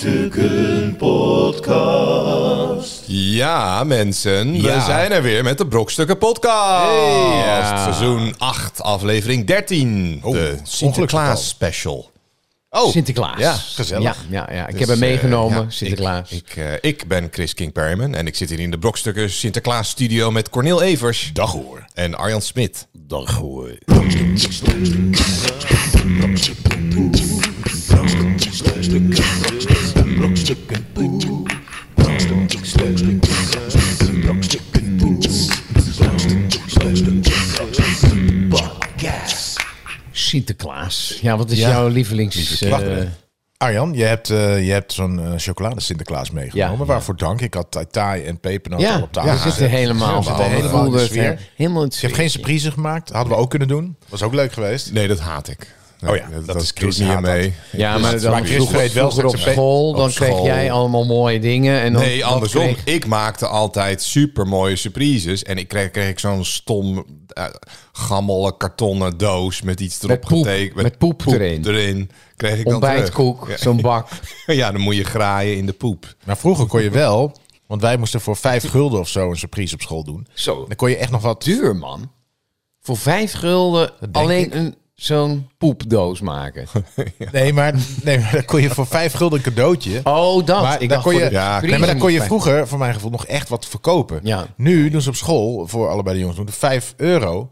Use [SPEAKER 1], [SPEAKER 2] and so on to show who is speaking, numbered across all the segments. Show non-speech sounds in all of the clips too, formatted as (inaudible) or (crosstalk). [SPEAKER 1] Brokstukken Podcast.
[SPEAKER 2] Ja, mensen, we
[SPEAKER 3] Ja.
[SPEAKER 2] zijn er weer met de Brokstukken Podcast.
[SPEAKER 3] Ja.
[SPEAKER 2] Seizoen 8, aflevering 13. de Sinterklaas special. Oh,
[SPEAKER 3] Sinterklaas.
[SPEAKER 2] Ja, gezellig.
[SPEAKER 3] Ja, ja, ja. ik
[SPEAKER 2] Dus,
[SPEAKER 3] heb hem
[SPEAKER 2] eh,
[SPEAKER 3] meegenomen,
[SPEAKER 2] ja,
[SPEAKER 3] Sinterklaas.
[SPEAKER 2] Ik, ik, eh, ik ben Chris King Perryman en ik zit hier in de Brokstukken Sinterklaas studio met Cornel Evers. Dag hoor. En Arjan Smit.
[SPEAKER 1] Dag hoor.
[SPEAKER 3] Sinterklaas. Ja, wat is jouw lievelings...
[SPEAKER 4] Wacht
[SPEAKER 3] eh,
[SPEAKER 4] even. Arjan, je hebt, eh, je hebt zo'n eh, chocolade Sinterklaas meegenomen.
[SPEAKER 3] Ja.
[SPEAKER 4] Waarvoor dank. Ik had tai tai en pepernoten
[SPEAKER 3] ja,
[SPEAKER 4] al op tafel.
[SPEAKER 3] we zitten
[SPEAKER 4] gezet.
[SPEAKER 3] helemaal.
[SPEAKER 4] We zitten
[SPEAKER 3] we
[SPEAKER 4] helemaal in
[SPEAKER 3] voelden
[SPEAKER 4] de
[SPEAKER 3] het
[SPEAKER 4] sfeer.
[SPEAKER 3] he- helemaal in het
[SPEAKER 4] Je hebt
[SPEAKER 3] sfeertje.
[SPEAKER 4] geen surprises gemaakt. Hadden we ook kunnen doen. Was ook leuk geweest.
[SPEAKER 2] Nee, dat haat ik.
[SPEAKER 4] Oh ja, dat is Chris
[SPEAKER 2] doet niet aan
[SPEAKER 4] haat dat.
[SPEAKER 2] mee.
[SPEAKER 3] Ja, maar
[SPEAKER 4] het-
[SPEAKER 3] dan
[SPEAKER 4] maar Chris
[SPEAKER 3] vroeger,
[SPEAKER 4] weet wel
[SPEAKER 3] vroeger op
[SPEAKER 4] straks een
[SPEAKER 3] school,
[SPEAKER 4] pe-
[SPEAKER 3] dan
[SPEAKER 4] op
[SPEAKER 3] kreeg
[SPEAKER 4] school.
[SPEAKER 3] jij allemaal mooie dingen. En dan,
[SPEAKER 2] Nee,
[SPEAKER 3] dan
[SPEAKER 2] andersom.
[SPEAKER 3] kreeg-
[SPEAKER 2] Ik maakte altijd super mooie surprises. En ik kreeg, kreeg ik zo'n stom eh, gammele kartonnen doos met iets erop
[SPEAKER 3] poep.
[SPEAKER 2] getekend.
[SPEAKER 3] Met poep erin.
[SPEAKER 2] Kreeg ik dan
[SPEAKER 3] ontbijtkoek,
[SPEAKER 2] terug.
[SPEAKER 3] zo'n bak.
[SPEAKER 2] Ja. (laughs) ja, dan moet je graaien in de poep.
[SPEAKER 4] Maar vroeger kon je wel, want wij moesten voor vijf gulden of zo een surprise op school doen.
[SPEAKER 3] Zo.
[SPEAKER 4] Dan kon je echt nog wat...
[SPEAKER 3] Duur, man. Voor vijf gulden alleen een zo'n poepdoos maken.
[SPEAKER 4] Nee, maar, nee, maar dan kon je voor vijf gulden een cadeautje.
[SPEAKER 3] Oh, dat.
[SPEAKER 4] Maar
[SPEAKER 3] ik
[SPEAKER 4] daar
[SPEAKER 3] dacht
[SPEAKER 4] kon
[SPEAKER 3] voor
[SPEAKER 4] je,
[SPEAKER 3] de
[SPEAKER 2] ja,
[SPEAKER 3] prijzen
[SPEAKER 4] nee, maar daar kon je
[SPEAKER 3] moest
[SPEAKER 4] vroeger, voor mijn gevoel, nog echt wat verkopen.
[SPEAKER 3] Ja.
[SPEAKER 4] Nu doen ze op school, voor allebei de jongens, doen de 5 euro.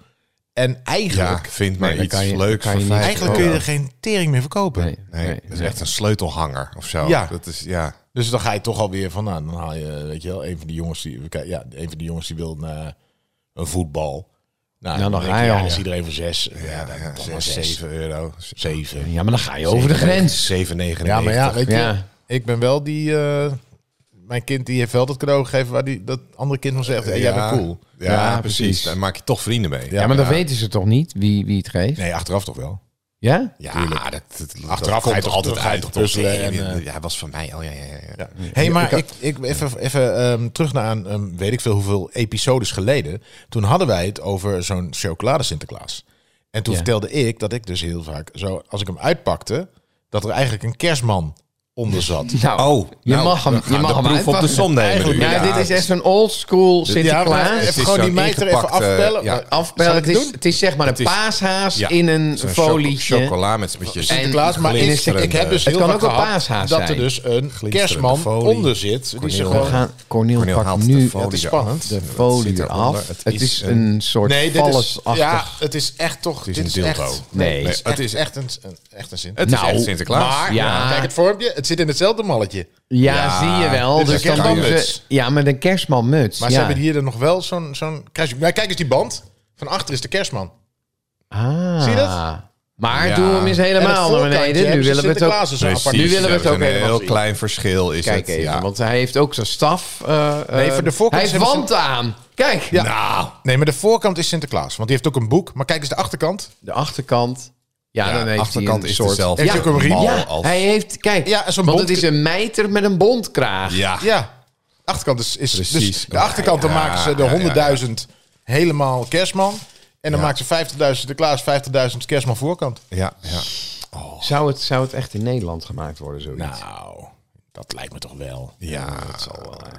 [SPEAKER 4] En
[SPEAKER 2] Ja,
[SPEAKER 4] eigenlijk,
[SPEAKER 2] vind maar
[SPEAKER 3] dan
[SPEAKER 2] iets
[SPEAKER 3] kan je-
[SPEAKER 2] leuks
[SPEAKER 3] kan je
[SPEAKER 2] voor
[SPEAKER 3] niet-
[SPEAKER 2] vijf
[SPEAKER 4] eigenlijk kun je
[SPEAKER 2] euro.
[SPEAKER 4] er geen tering meer verkopen.
[SPEAKER 3] Nee,
[SPEAKER 2] Nee,
[SPEAKER 3] nee,
[SPEAKER 2] dat is
[SPEAKER 3] nee.
[SPEAKER 2] echt een sleutelhanger of zo.
[SPEAKER 4] Ja.
[SPEAKER 2] Dat is, ja.
[SPEAKER 4] Dus dan ga je toch alweer van, nou, dan haal je, weet je wel, een van die jongens die, kijk, ja, een van die jongens die wil een, eh, een voetbal. Nou,
[SPEAKER 3] dan
[SPEAKER 4] denk
[SPEAKER 3] ga je
[SPEAKER 4] ja,
[SPEAKER 3] al.
[SPEAKER 4] dan is iedereen voor zes. Ja, dan toch maar
[SPEAKER 2] zes,
[SPEAKER 4] zes,
[SPEAKER 2] zeven euro.
[SPEAKER 4] zeven.
[SPEAKER 3] Ja, maar dan ga je over de grens.
[SPEAKER 2] 7,99.
[SPEAKER 4] Ja, maar ja, weet je,
[SPEAKER 3] Ja.
[SPEAKER 4] ik ben wel die, eh, mijn kind die heeft wel dat cadeau gegeven waar die, dat andere kind van zegt, hey, jij bent cool.
[SPEAKER 2] Ja,
[SPEAKER 3] Ja,
[SPEAKER 2] precies.
[SPEAKER 3] precies.
[SPEAKER 2] Daar maak je toch vrienden mee.
[SPEAKER 3] Ja, maar dan weten ze toch niet wie, wie het geeft?
[SPEAKER 4] Nee, achteraf toch wel.
[SPEAKER 3] Ja?
[SPEAKER 2] Ja, dat, dat- dat
[SPEAKER 4] Achteraf
[SPEAKER 2] komt
[SPEAKER 4] ga je toch-
[SPEAKER 2] altijd
[SPEAKER 4] ga je
[SPEAKER 2] uit.
[SPEAKER 4] toch
[SPEAKER 2] Toch,
[SPEAKER 4] puzzelen
[SPEAKER 2] hey,
[SPEAKER 4] en,
[SPEAKER 2] ja,
[SPEAKER 4] eh,
[SPEAKER 2] ja, was van mij. Oh ja, ja, ja. ja.
[SPEAKER 4] Hé, hey, maar ik, ik, even, even ehm, terug naar een, ehm, weet ik veel hoeveel episodes geleden. Toen hadden wij het over zo'n chocolade Sinterklaas. En toen
[SPEAKER 3] Ja.
[SPEAKER 4] vertelde ik dat ik dus heel vaak, zo, als ik hem uitpakte, dat er eigenlijk een kerstman
[SPEAKER 3] (laughs)
[SPEAKER 4] onder zat.
[SPEAKER 3] Nou,
[SPEAKER 2] Oh,
[SPEAKER 3] je
[SPEAKER 2] nou,
[SPEAKER 3] mag hem,
[SPEAKER 2] we
[SPEAKER 3] je
[SPEAKER 2] gaan de
[SPEAKER 3] mag hem
[SPEAKER 2] proef op de
[SPEAKER 3] uitpakken.
[SPEAKER 2] som nemen
[SPEAKER 3] Eigenlijk,
[SPEAKER 2] nu.
[SPEAKER 3] Ja,
[SPEAKER 2] Ja,
[SPEAKER 3] dit is
[SPEAKER 2] het is-
[SPEAKER 3] echt een oldschool
[SPEAKER 4] maar
[SPEAKER 3] Sinterklaas.
[SPEAKER 2] het
[SPEAKER 4] even
[SPEAKER 2] is
[SPEAKER 4] gewoon die
[SPEAKER 2] zo'n
[SPEAKER 4] meid er even
[SPEAKER 2] ingepakte-
[SPEAKER 4] afbellen.
[SPEAKER 2] ja.
[SPEAKER 4] Ja.
[SPEAKER 3] Afbellen, het, is,
[SPEAKER 4] doen?
[SPEAKER 3] het is zeg maar een
[SPEAKER 2] is-
[SPEAKER 3] paashaas
[SPEAKER 2] Ja,
[SPEAKER 3] in een
[SPEAKER 2] zo'n
[SPEAKER 3] folietje.
[SPEAKER 2] choco- Chocola met een beetje
[SPEAKER 4] Sinterklaas, maar
[SPEAKER 2] en-
[SPEAKER 4] ik, ik heb dus
[SPEAKER 3] Het
[SPEAKER 4] heel
[SPEAKER 3] kan
[SPEAKER 4] vaak
[SPEAKER 3] ook een
[SPEAKER 4] gehad
[SPEAKER 3] paashaas
[SPEAKER 4] dat er
[SPEAKER 3] zijn.
[SPEAKER 4] dus een kerstman
[SPEAKER 2] folie.
[SPEAKER 4] onder zit. Die ze
[SPEAKER 2] Cornel.
[SPEAKER 3] We
[SPEAKER 4] gewoon,
[SPEAKER 3] gaan, Cornel,
[SPEAKER 2] Cornel
[SPEAKER 3] pakt
[SPEAKER 2] haalt
[SPEAKER 3] nu
[SPEAKER 2] de folie
[SPEAKER 3] het is
[SPEAKER 2] eraf.
[SPEAKER 3] spannend. de
[SPEAKER 2] Dat
[SPEAKER 3] folie
[SPEAKER 2] ziet
[SPEAKER 3] eraf.
[SPEAKER 2] eronder.
[SPEAKER 3] Het, is een soort
[SPEAKER 4] nee, dit is,
[SPEAKER 3] vallesachtig.
[SPEAKER 4] ja, het is echt toch...
[SPEAKER 2] is
[SPEAKER 4] dit
[SPEAKER 2] een
[SPEAKER 4] is echt-
[SPEAKER 2] dildo.
[SPEAKER 3] Nee.
[SPEAKER 4] Nee, het is
[SPEAKER 2] Het
[SPEAKER 4] echt-
[SPEAKER 2] is-
[SPEAKER 4] echt een een- echt een zin.
[SPEAKER 2] Het is
[SPEAKER 3] Nou,
[SPEAKER 2] echt Sinterklaas.
[SPEAKER 4] Maar,
[SPEAKER 3] Ja.
[SPEAKER 4] kijk het vormpje, het zit in hetzelfde malletje.
[SPEAKER 3] ja,
[SPEAKER 2] Ja,
[SPEAKER 3] zie je wel.
[SPEAKER 4] dit is
[SPEAKER 3] Dus
[SPEAKER 4] een
[SPEAKER 3] dan doen ze,
[SPEAKER 4] kerstmanmuts.
[SPEAKER 3] ja, met een kerstmanmuts.
[SPEAKER 4] Maar
[SPEAKER 3] ja.
[SPEAKER 4] ze hebben hier dan nog wel zo'n... zo'n kerstje. Maar kijk eens die band. Van achter is de kerstman.
[SPEAKER 3] Ah.
[SPEAKER 4] Zie je dat?
[SPEAKER 3] Maar
[SPEAKER 2] Ja.
[SPEAKER 3] doen we hem eens helemaal naar beneden. Nu willen we het ook...
[SPEAKER 2] Nee,
[SPEAKER 4] apart.
[SPEAKER 2] precies.
[SPEAKER 3] willen we het
[SPEAKER 2] Er is
[SPEAKER 3] ook
[SPEAKER 2] Een
[SPEAKER 3] helemaal
[SPEAKER 2] heel
[SPEAKER 3] zien.
[SPEAKER 2] klein verschil is
[SPEAKER 3] Kijk
[SPEAKER 2] het.
[SPEAKER 3] even,
[SPEAKER 2] ja.
[SPEAKER 3] want hij heeft ook zijn staf. eh, eh,
[SPEAKER 4] Nee, voor de voorkant
[SPEAKER 3] Hij heeft
[SPEAKER 4] hebben
[SPEAKER 3] wanten aan. Kijk,
[SPEAKER 2] Nou,
[SPEAKER 4] Nee, maar de voorkant is Sinterklaas. Want die heeft ook een boek. Maar kijk eens de achterkant.
[SPEAKER 3] de achterkant. Ja,
[SPEAKER 2] Ja,
[SPEAKER 3] dan heeft
[SPEAKER 2] achterkant
[SPEAKER 3] hij een
[SPEAKER 2] is
[SPEAKER 3] soort...
[SPEAKER 2] dezelfde.
[SPEAKER 3] Ja,
[SPEAKER 4] Heeft ook een riem.
[SPEAKER 2] mal
[SPEAKER 3] ja,
[SPEAKER 2] als-
[SPEAKER 3] hij heeft... Kijk,
[SPEAKER 4] Ja, zo'n
[SPEAKER 3] want
[SPEAKER 4] bond-
[SPEAKER 3] het is een mijter met een bontkraag.
[SPEAKER 2] Ja.
[SPEAKER 4] Ja. De achterkant is... is
[SPEAKER 2] Ah. Precies.
[SPEAKER 4] Dus de achterkant, dan
[SPEAKER 2] Ja,
[SPEAKER 4] maken ze
[SPEAKER 2] ja, ja, ja.
[SPEAKER 4] de 100.000 helemaal kerstman. En dan
[SPEAKER 2] Ja.
[SPEAKER 4] maken ze 50.000 Sinterklaas, 50.000 kerstman voorkant.
[SPEAKER 2] ja, ja.
[SPEAKER 3] Zou, het, zou het echt in Nederland gemaakt worden, zoiets?
[SPEAKER 4] Nou, dat lijkt me toch wel.
[SPEAKER 2] Ja,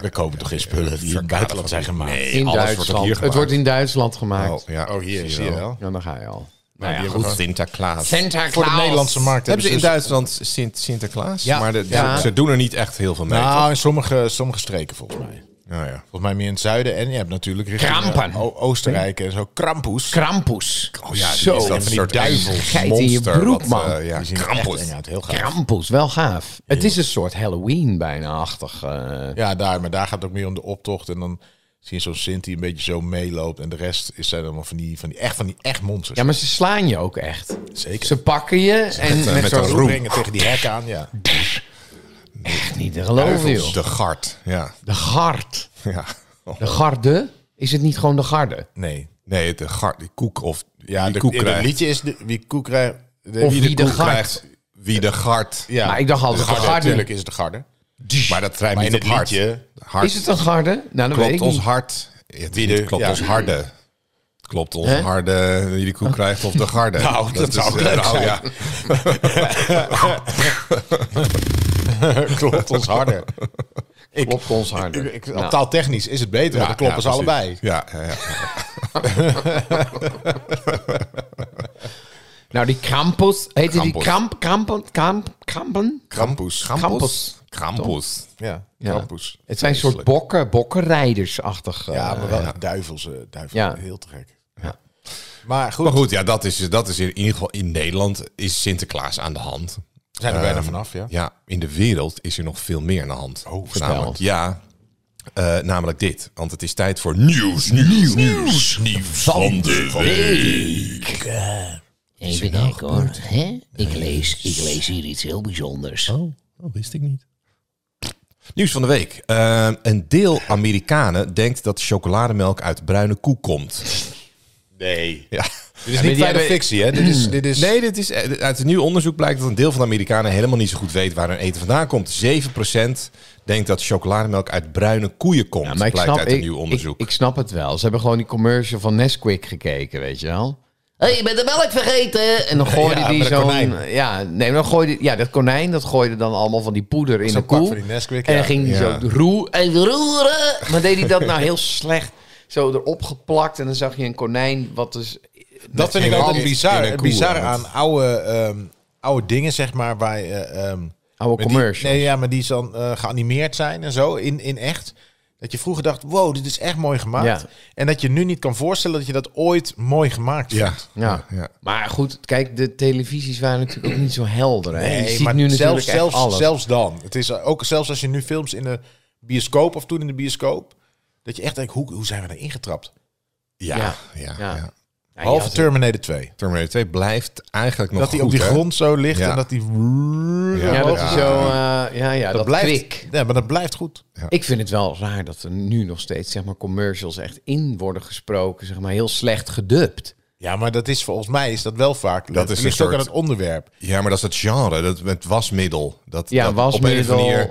[SPEAKER 4] We kopen toch geen spullen die in het buitenland zijn gemaakt? Nee.
[SPEAKER 3] eh, in
[SPEAKER 2] eh, alles wordt ook
[SPEAKER 3] Duitsland.
[SPEAKER 2] hier
[SPEAKER 3] het
[SPEAKER 2] gemaakt.
[SPEAKER 3] wordt in Duitsland gemaakt.
[SPEAKER 2] Oh, ja.
[SPEAKER 4] Oh, hier, zie je wel.
[SPEAKER 3] Ja, dan ga je al.
[SPEAKER 2] Nou ja,
[SPEAKER 4] hebben
[SPEAKER 2] goed.
[SPEAKER 4] gewoon-
[SPEAKER 2] Sinterklaas.
[SPEAKER 3] Sinterklaas.
[SPEAKER 4] Voor de Nederlandse markt
[SPEAKER 2] Hebben ze in
[SPEAKER 4] dus-
[SPEAKER 2] Duitsland Sint Sinterklaas?
[SPEAKER 4] Ja.
[SPEAKER 2] Maar de-
[SPEAKER 3] Ja.
[SPEAKER 2] ze, ze doen er niet echt heel veel mee.
[SPEAKER 4] Nou, in sommige, sommige streken volgens mij.
[SPEAKER 2] toch? Ja, ja.
[SPEAKER 4] Volgens mij meer in het zuiden. En je hebt natuurlijk richting
[SPEAKER 3] Krampen.
[SPEAKER 4] eh, O- Oostenrijk en zo. Krampus.
[SPEAKER 3] Krampus.
[SPEAKER 2] Oh ja, die
[SPEAKER 3] Zo.
[SPEAKER 2] is dat
[SPEAKER 4] van die
[SPEAKER 2] soort
[SPEAKER 4] duivel.
[SPEAKER 3] Geit in je
[SPEAKER 2] monster
[SPEAKER 3] broek,
[SPEAKER 2] wat,
[SPEAKER 3] man.
[SPEAKER 2] eh, ja,
[SPEAKER 4] Die zien er
[SPEAKER 2] Krampus.
[SPEAKER 4] echt eng uit. Heel gaaf.
[SPEAKER 3] Krampus, wel gaaf. Het is een soort Halloween bijna-achtig. eh.
[SPEAKER 4] Ja, daar, maar daar gaat het ook meer om de optocht. En dan zie je zo'n Sint die een beetje zo meeloopt. En de rest is zijn allemaal van die, van die, echt, van die echt monsters.
[SPEAKER 3] Ja, maar ze slaan je ook echt.
[SPEAKER 4] Zeker. eh,
[SPEAKER 3] Ze pakken je en met,
[SPEAKER 2] met
[SPEAKER 3] zo'n
[SPEAKER 2] een
[SPEAKER 4] Ze
[SPEAKER 2] roem.
[SPEAKER 4] brengen tegen die hek aan, ja.
[SPEAKER 3] Echt niet te geloven, joh.
[SPEAKER 2] De gart. Ja. (laughs)
[SPEAKER 3] De gard.
[SPEAKER 2] ja.
[SPEAKER 3] De garde? Is het niet gewoon de garde?
[SPEAKER 4] Nee.
[SPEAKER 2] Nee, de gart, die koek of
[SPEAKER 4] Ja,
[SPEAKER 2] die
[SPEAKER 4] de,
[SPEAKER 2] koek
[SPEAKER 4] in
[SPEAKER 2] krijgt.
[SPEAKER 4] het liedje is de, wie koek krijgt... de-
[SPEAKER 3] Of-
[SPEAKER 2] Wie
[SPEAKER 3] Wie de
[SPEAKER 2] koek
[SPEAKER 3] gart.
[SPEAKER 2] krijgt, wie de gart.
[SPEAKER 4] ja.
[SPEAKER 3] Maar ik dacht altijd de garde.
[SPEAKER 4] Natuurlijk is het de garde.
[SPEAKER 2] Maar dat rijmt
[SPEAKER 4] Maar
[SPEAKER 2] niet
[SPEAKER 4] in
[SPEAKER 2] op
[SPEAKER 4] het
[SPEAKER 2] hart.
[SPEAKER 4] liedje... (laughs)
[SPEAKER 2] hart.
[SPEAKER 3] Is het een garde? Nou, dat weet
[SPEAKER 2] klopt
[SPEAKER 3] ik
[SPEAKER 2] ons
[SPEAKER 3] niet.
[SPEAKER 2] hart. Het
[SPEAKER 4] de-
[SPEAKER 2] niet klopt
[SPEAKER 4] ja.
[SPEAKER 2] ons harde. Klopt ons
[SPEAKER 3] Hè?
[SPEAKER 2] harde, wie de koek krijgt of de
[SPEAKER 4] (laughs)
[SPEAKER 2] garde. eh,
[SPEAKER 4] Nou, dat zou
[SPEAKER 2] is,
[SPEAKER 4] leuk
[SPEAKER 2] eh, nou,
[SPEAKER 4] zijn.
[SPEAKER 2] ja.
[SPEAKER 4] klopt ons harder. Ik,
[SPEAKER 3] Klopt ons harder.
[SPEAKER 4] ik, ik-
[SPEAKER 3] Nou,
[SPEAKER 4] Taaltechnisch is het beter, maar dan kloppen ze
[SPEAKER 2] precies.
[SPEAKER 4] allebei.
[SPEAKER 2] Ja, ja, ja.
[SPEAKER 3] nou, die Krampus. Heette die
[SPEAKER 2] Krampus.
[SPEAKER 3] Kramp, Krampen, Kramp, Krampen?
[SPEAKER 2] Krampus.
[SPEAKER 3] Krampus.
[SPEAKER 2] Krampus.
[SPEAKER 4] Ja,
[SPEAKER 3] Ja.
[SPEAKER 4] Krampus.
[SPEAKER 3] Het zijn een soort bokken, bokkenrijdersachtig. eh,
[SPEAKER 4] Ja, maar wel echt duivelse, duivel,
[SPEAKER 3] Ja.
[SPEAKER 4] heel te gek. Maar goed,
[SPEAKER 2] Maar goed, ja, dat is, dat is in ieder geval in Nederland is Sinterklaas aan de hand.
[SPEAKER 4] we zijn er bijna vanaf, Ehm, ja.
[SPEAKER 2] Ja, in de wereld is er nog veel meer aan de hand.
[SPEAKER 4] Oh,
[SPEAKER 2] Voornamelijk- Ja, eh, namelijk dit. Want het is tijd voor nieuws, nieuws, nieuws, nieuws van de week.
[SPEAKER 5] Even kijken hoor. Hè? Ik, lees, ik lees hier iets heel bijzonders.
[SPEAKER 2] Oh, dat wist ik niet. Nieuws van de week. Eh, een deel Amerikanen denkt dat chocolademelk uit bruine koe komt.
[SPEAKER 4] Nee.
[SPEAKER 2] Ja.
[SPEAKER 4] Dit is
[SPEAKER 3] die
[SPEAKER 4] niet fijne
[SPEAKER 3] hebben-
[SPEAKER 4] fictie, hè? Dit is, dit is...
[SPEAKER 2] Hmm. Nee, dit is, eh, uit een nieuw onderzoek blijkt dat een deel van de Amerikanen helemaal niet zo goed weet waar hun eten vandaan komt. 7% denkt dat chocolademelk uit bruine koeien komt,
[SPEAKER 3] Ja, maar ik
[SPEAKER 2] blijkt
[SPEAKER 3] snap,
[SPEAKER 2] uit een
[SPEAKER 3] ik,
[SPEAKER 2] nieuw
[SPEAKER 3] ik,
[SPEAKER 2] onderzoek.
[SPEAKER 3] ik snap het wel. Ze hebben gewoon die commercial van Nesquik gekeken, weet je wel. Hé, hey, je bent de melk vergeten! En dan gooide
[SPEAKER 4] (laughs) Ja,
[SPEAKER 3] die
[SPEAKER 4] met een
[SPEAKER 3] zo'n...
[SPEAKER 4] konijn.
[SPEAKER 3] Ja, nee, dan gooide, ja, dat konijn, dat gooide dan allemaal van die poeder in
[SPEAKER 4] Zo'n
[SPEAKER 3] de koe.
[SPEAKER 4] pak van die Nesquik,
[SPEAKER 3] en dan
[SPEAKER 4] ja.
[SPEAKER 3] ging die
[SPEAKER 2] Ja.
[SPEAKER 3] zo roe, even roeren. Maar deed hij dat nou heel slecht zo erop geplakt. En dan zag je een konijn wat dus...
[SPEAKER 4] Dat vind ik
[SPEAKER 2] in
[SPEAKER 4] ook
[SPEAKER 2] een-
[SPEAKER 4] wel bizar,
[SPEAKER 2] in een koe,
[SPEAKER 4] bizar
[SPEAKER 2] want-
[SPEAKER 4] aan oude, ehm, oude dingen, zeg maar, waar je... eh, ehm,
[SPEAKER 3] Oude
[SPEAKER 4] met die-
[SPEAKER 3] commercial.
[SPEAKER 4] nee, ja, maar die dan eh, geanimeerd zijn en zo, in, in echt. Dat je vroeger dacht, wow, dit is echt mooi gemaakt.
[SPEAKER 3] Ja.
[SPEAKER 4] En dat je nu niet kan voorstellen dat je dat ooit mooi gemaakt
[SPEAKER 2] Ja.
[SPEAKER 4] vindt.
[SPEAKER 3] Ja.
[SPEAKER 2] Ja, ja.
[SPEAKER 3] maar goed, kijk, de televisies waren natuurlijk ook niet zo helder. Hè? je
[SPEAKER 4] Nee,
[SPEAKER 3] ziet
[SPEAKER 4] maar
[SPEAKER 3] nu natuurlijk
[SPEAKER 4] zelfs,
[SPEAKER 3] echt
[SPEAKER 4] zelfs,
[SPEAKER 3] alles.
[SPEAKER 4] zelfs dan. Het is eh, ook zelfs als je nu films in de bioscoop of toen in de bioscoop. Dat je echt denkt, hoe, hoe zijn we daar ingetrapt?
[SPEAKER 2] Ja,
[SPEAKER 3] Ja.
[SPEAKER 2] ja,
[SPEAKER 3] Ja.
[SPEAKER 2] ja.
[SPEAKER 3] Ja, je
[SPEAKER 4] Halve
[SPEAKER 3] had-
[SPEAKER 4] Terminator 2.
[SPEAKER 2] Terminator 2 blijft eigenlijk nog
[SPEAKER 4] dat hij op
[SPEAKER 2] goed,
[SPEAKER 4] die
[SPEAKER 2] hè?
[SPEAKER 4] grond zo ligt
[SPEAKER 2] Ja.
[SPEAKER 4] en dat die...
[SPEAKER 2] Ja,
[SPEAKER 3] ja, dat
[SPEAKER 2] ja.
[SPEAKER 3] is zo... eh, ja, ja, dat,
[SPEAKER 4] blijft.
[SPEAKER 3] krik.
[SPEAKER 4] Ja, maar dat blijft goed.
[SPEAKER 3] Ik vind het wel raar dat er nu nog steeds zeg maar, commercials echt in worden gesproken, zeg maar heel slecht gedubt.
[SPEAKER 4] Ja, maar dat is volgens mij is dat wel vaak.
[SPEAKER 2] Dat
[SPEAKER 4] Dat
[SPEAKER 2] is
[SPEAKER 4] is
[SPEAKER 2] een
[SPEAKER 4] ligt ook
[SPEAKER 2] soort-
[SPEAKER 4] aan het onderwerp.
[SPEAKER 2] Ja, maar dat is het genre, dat met wasmiddel. Dat,
[SPEAKER 3] Ja,
[SPEAKER 2] dat Op
[SPEAKER 3] wasmiddel
[SPEAKER 2] een of andere manier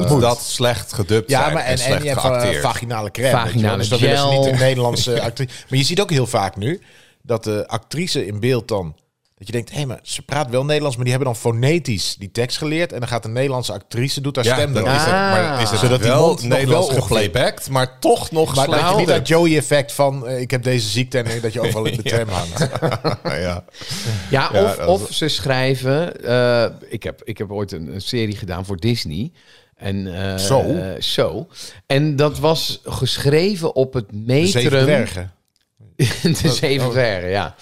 [SPEAKER 3] of, eh,
[SPEAKER 2] moet dat slecht gedubt
[SPEAKER 4] Ja,
[SPEAKER 2] zijn
[SPEAKER 4] maar en,
[SPEAKER 2] slecht
[SPEAKER 4] en je hebt
[SPEAKER 2] geacteerd.
[SPEAKER 4] eh, vaginale crème. weet je wel.
[SPEAKER 3] Vaginale
[SPEAKER 4] dus dat willen ze niet
[SPEAKER 3] gel.
[SPEAKER 4] de Nederlandse (laughs) actrice. Maar je ziet ook heel vaak nu dat de actrice in beeld dan... Dat je denkt, hé, maar ze praat wel Nederlands, maar die hebben dan fonetisch die tekst geleerd. En dan gaat de Nederlandse actrice, doet haar
[SPEAKER 2] ja,
[SPEAKER 4] stem
[SPEAKER 2] dat
[SPEAKER 4] erin.
[SPEAKER 2] is het. Maar
[SPEAKER 3] Ah.
[SPEAKER 2] dan is het
[SPEAKER 4] Zodat die
[SPEAKER 2] wel
[SPEAKER 4] mond nog
[SPEAKER 2] Nederlands
[SPEAKER 4] wel ongeveer-
[SPEAKER 2] geplaybacked, maar toch nog
[SPEAKER 4] Maar
[SPEAKER 2] slecht
[SPEAKER 4] dat je niet dat
[SPEAKER 2] gedubt.
[SPEAKER 4] Joey-effect van eh, ik heb deze ziekte en
[SPEAKER 2] (laughs)
[SPEAKER 4] dat je overal in de tram hangt.
[SPEAKER 2] Nou
[SPEAKER 3] Oh,
[SPEAKER 2] ja.
[SPEAKER 3] Ja,
[SPEAKER 2] Ja,
[SPEAKER 3] of,
[SPEAKER 2] dat-
[SPEAKER 3] of ze schrijven. eh, ik, heb, ik heb ooit een, een serie gedaan voor Disney. En, eh,
[SPEAKER 4] Zo?
[SPEAKER 3] eh, zo. En dat was geschreven op het metrum.
[SPEAKER 4] Zeven dwergen.
[SPEAKER 3] (laughs) de zeven dwergen, ja.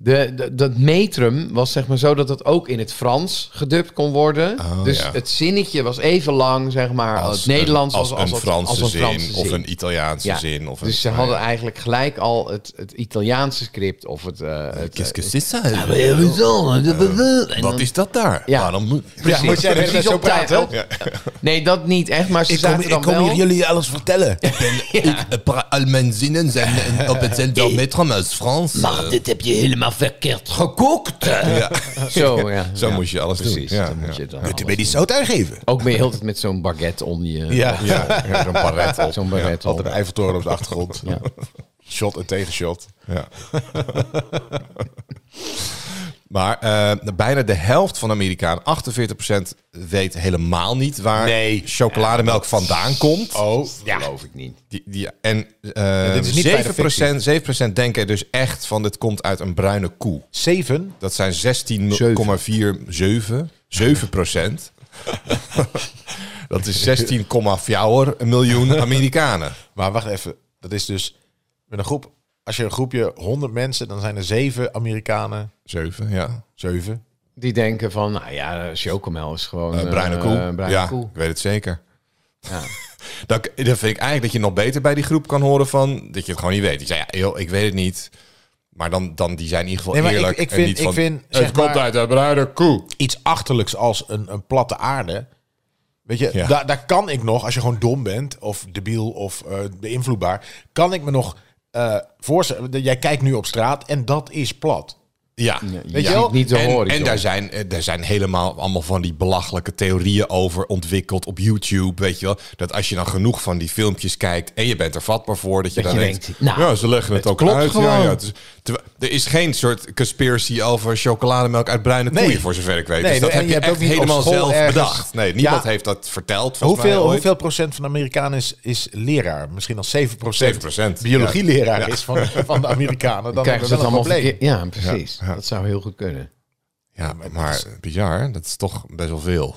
[SPEAKER 3] De, de- dat metrum was zeg maar zo dat het ook in het Frans gedubt kon worden.
[SPEAKER 2] Oh,
[SPEAKER 3] dus
[SPEAKER 2] ja.
[SPEAKER 3] het zinnetje was even lang, zeg maar, als het Nederlands
[SPEAKER 2] een, als,
[SPEAKER 3] als,
[SPEAKER 2] een
[SPEAKER 3] als-
[SPEAKER 2] Franse
[SPEAKER 3] als een
[SPEAKER 2] zin,
[SPEAKER 3] Franse
[SPEAKER 2] of
[SPEAKER 3] zin.
[SPEAKER 2] een Italiaanse
[SPEAKER 3] Ja,
[SPEAKER 2] zin. Of
[SPEAKER 3] dus ze
[SPEAKER 2] een,
[SPEAKER 3] hadden eigenlijk gelijk al het, het Italiaanse script of het... eh, het
[SPEAKER 2] Qu'est-ce que
[SPEAKER 3] eh,
[SPEAKER 2] c'est ça?
[SPEAKER 5] En
[SPEAKER 2] Wat
[SPEAKER 5] dan-
[SPEAKER 2] is dat daar?
[SPEAKER 3] Ja.
[SPEAKER 2] Waarom moet...
[SPEAKER 3] precies,
[SPEAKER 4] moet jij
[SPEAKER 3] precies
[SPEAKER 4] net zo
[SPEAKER 3] op tijd-
[SPEAKER 4] praten?
[SPEAKER 3] op- (laughs) Nee, dat niet echt, maar ze zaten dan wel...
[SPEAKER 4] jullie alles
[SPEAKER 3] (laughs)
[SPEAKER 4] vertellen.
[SPEAKER 2] eh, Al mijn zinnen zijn eh, op hetzelfde metrum als Frans.
[SPEAKER 5] Maar dit heb je helemaal verkeerd gekookt.
[SPEAKER 3] (laughs)
[SPEAKER 4] (laughs)
[SPEAKER 3] Zo, ja.
[SPEAKER 2] Zo
[SPEAKER 3] ja,
[SPEAKER 2] moest je alles
[SPEAKER 3] Precies,
[SPEAKER 2] doen. Ja,
[SPEAKER 3] dan moet
[SPEAKER 2] ja.
[SPEAKER 3] je dan alles-
[SPEAKER 4] die zout uitgeven.
[SPEAKER 3] Ook ben je heel de tijd met zo'n baguette onder je...
[SPEAKER 4] Ja.
[SPEAKER 2] (laughs)
[SPEAKER 4] ja.
[SPEAKER 2] Ja, ja, zo'n paret op.
[SPEAKER 3] Zo'n baguette
[SPEAKER 4] Altijd
[SPEAKER 3] onder.
[SPEAKER 4] een Eiffeltoren op de achtergrond.
[SPEAKER 3] Ja.
[SPEAKER 4] Shot en tegenshot.
[SPEAKER 2] Ja. maar eh, bijna de helft van de Amerikanen, 48%, weet helemaal niet waar
[SPEAKER 4] Nee.
[SPEAKER 2] chocolademelk vandaan komt.
[SPEAKER 4] Oh,
[SPEAKER 3] Ja. Geloof ik niet.
[SPEAKER 2] Die, die, en eh
[SPEAKER 4] dit is niet bij de
[SPEAKER 2] 7%, 7% denken dus echt van dit komt uit een bruine koe.
[SPEAKER 4] zeven.
[SPEAKER 2] Dat zijn 16,47 7 procent. (laughs) Dat is 16,4 miljoen Amerikanen.
[SPEAKER 4] Maar wacht even, dat is dus met een groep. Als je een groepje 100 mensen, dan zijn er zeven Amerikanen.
[SPEAKER 2] 7, ja.
[SPEAKER 4] Zeven.
[SPEAKER 3] Die denken van, nou ja, chocomel is gewoon...
[SPEAKER 2] Eh, bruine
[SPEAKER 3] eh,
[SPEAKER 2] koe.
[SPEAKER 3] bruine
[SPEAKER 2] ja,
[SPEAKER 3] koe.
[SPEAKER 2] ik weet het zeker.
[SPEAKER 3] Ja.
[SPEAKER 2] Dan, dan vind ik eigenlijk (laughs) dat je nog beter bij die groep kan horen van... dat je het gewoon niet weet. Ik zei, ja, joh, ik weet het niet. Maar dan, dan die zijn in ieder geval
[SPEAKER 4] Nee, maar
[SPEAKER 2] eerlijk.
[SPEAKER 4] ik- ik
[SPEAKER 2] en
[SPEAKER 4] vind-
[SPEAKER 2] niet
[SPEAKER 4] ik
[SPEAKER 2] van,
[SPEAKER 4] vind,
[SPEAKER 2] het
[SPEAKER 4] zeg
[SPEAKER 2] komt
[SPEAKER 4] maar-
[SPEAKER 2] uit de bruine koe.
[SPEAKER 4] Iets achterlijks als een, een platte aarde. Weet je,
[SPEAKER 2] Ja.
[SPEAKER 4] daar, daar kan ik nog, als je gewoon dom bent of debiel of eh, beïnvloedbaar, kan ik me nog eh voorstellen. Jij kijkt nu op straat en dat is plat.
[SPEAKER 2] Ja,
[SPEAKER 3] je
[SPEAKER 2] ja.
[SPEAKER 3] ziet niet de
[SPEAKER 2] en,
[SPEAKER 3] horizon.
[SPEAKER 2] en daar zijn, eh, daar zijn helemaal allemaal van die belachelijke theorieën over ontwikkeld op YouTube. Weet je wel, dat als je dan genoeg van die filmpjes kijkt en je bent er vatbaar voor, dat je
[SPEAKER 3] Dat
[SPEAKER 2] dan
[SPEAKER 3] je
[SPEAKER 2] denkt:
[SPEAKER 3] denkt, nou,
[SPEAKER 2] Ja, ze leggen het, ook
[SPEAKER 3] klopt
[SPEAKER 2] uit. Ja,
[SPEAKER 3] gewoon.
[SPEAKER 2] ja, het is- terwijl- Er is geen soort conspiracy over chocolademelk uit bruine
[SPEAKER 4] Nee.
[SPEAKER 2] koeien, voor zover ik weet.
[SPEAKER 4] Nee,
[SPEAKER 2] dus dat
[SPEAKER 4] en
[SPEAKER 2] heb
[SPEAKER 4] je
[SPEAKER 2] je,
[SPEAKER 4] hebt
[SPEAKER 2] echt
[SPEAKER 4] ook niet op
[SPEAKER 2] helemaal
[SPEAKER 4] school
[SPEAKER 2] zelf
[SPEAKER 4] ergens-
[SPEAKER 2] bedacht. Nee, niemand
[SPEAKER 4] Ja.
[SPEAKER 2] heeft dat verteld. volgens mij
[SPEAKER 4] Hoeveel,
[SPEAKER 2] ooit.
[SPEAKER 4] hoeveel procent van de Amerikanen is, is leraar? Misschien al 7 procent.
[SPEAKER 2] 7%,
[SPEAKER 4] Biologieleraar
[SPEAKER 2] ja.
[SPEAKER 4] is van, van de Amerikanen. Dan
[SPEAKER 3] krijgen
[SPEAKER 4] hebben
[SPEAKER 3] ze het
[SPEAKER 4] we wel een
[SPEAKER 3] allemaal
[SPEAKER 4] probleem.
[SPEAKER 3] verkeerd. Ja, precies. Dat zou heel goed kunnen.
[SPEAKER 2] Ja, maar, bizar, dat is toch best wel veel.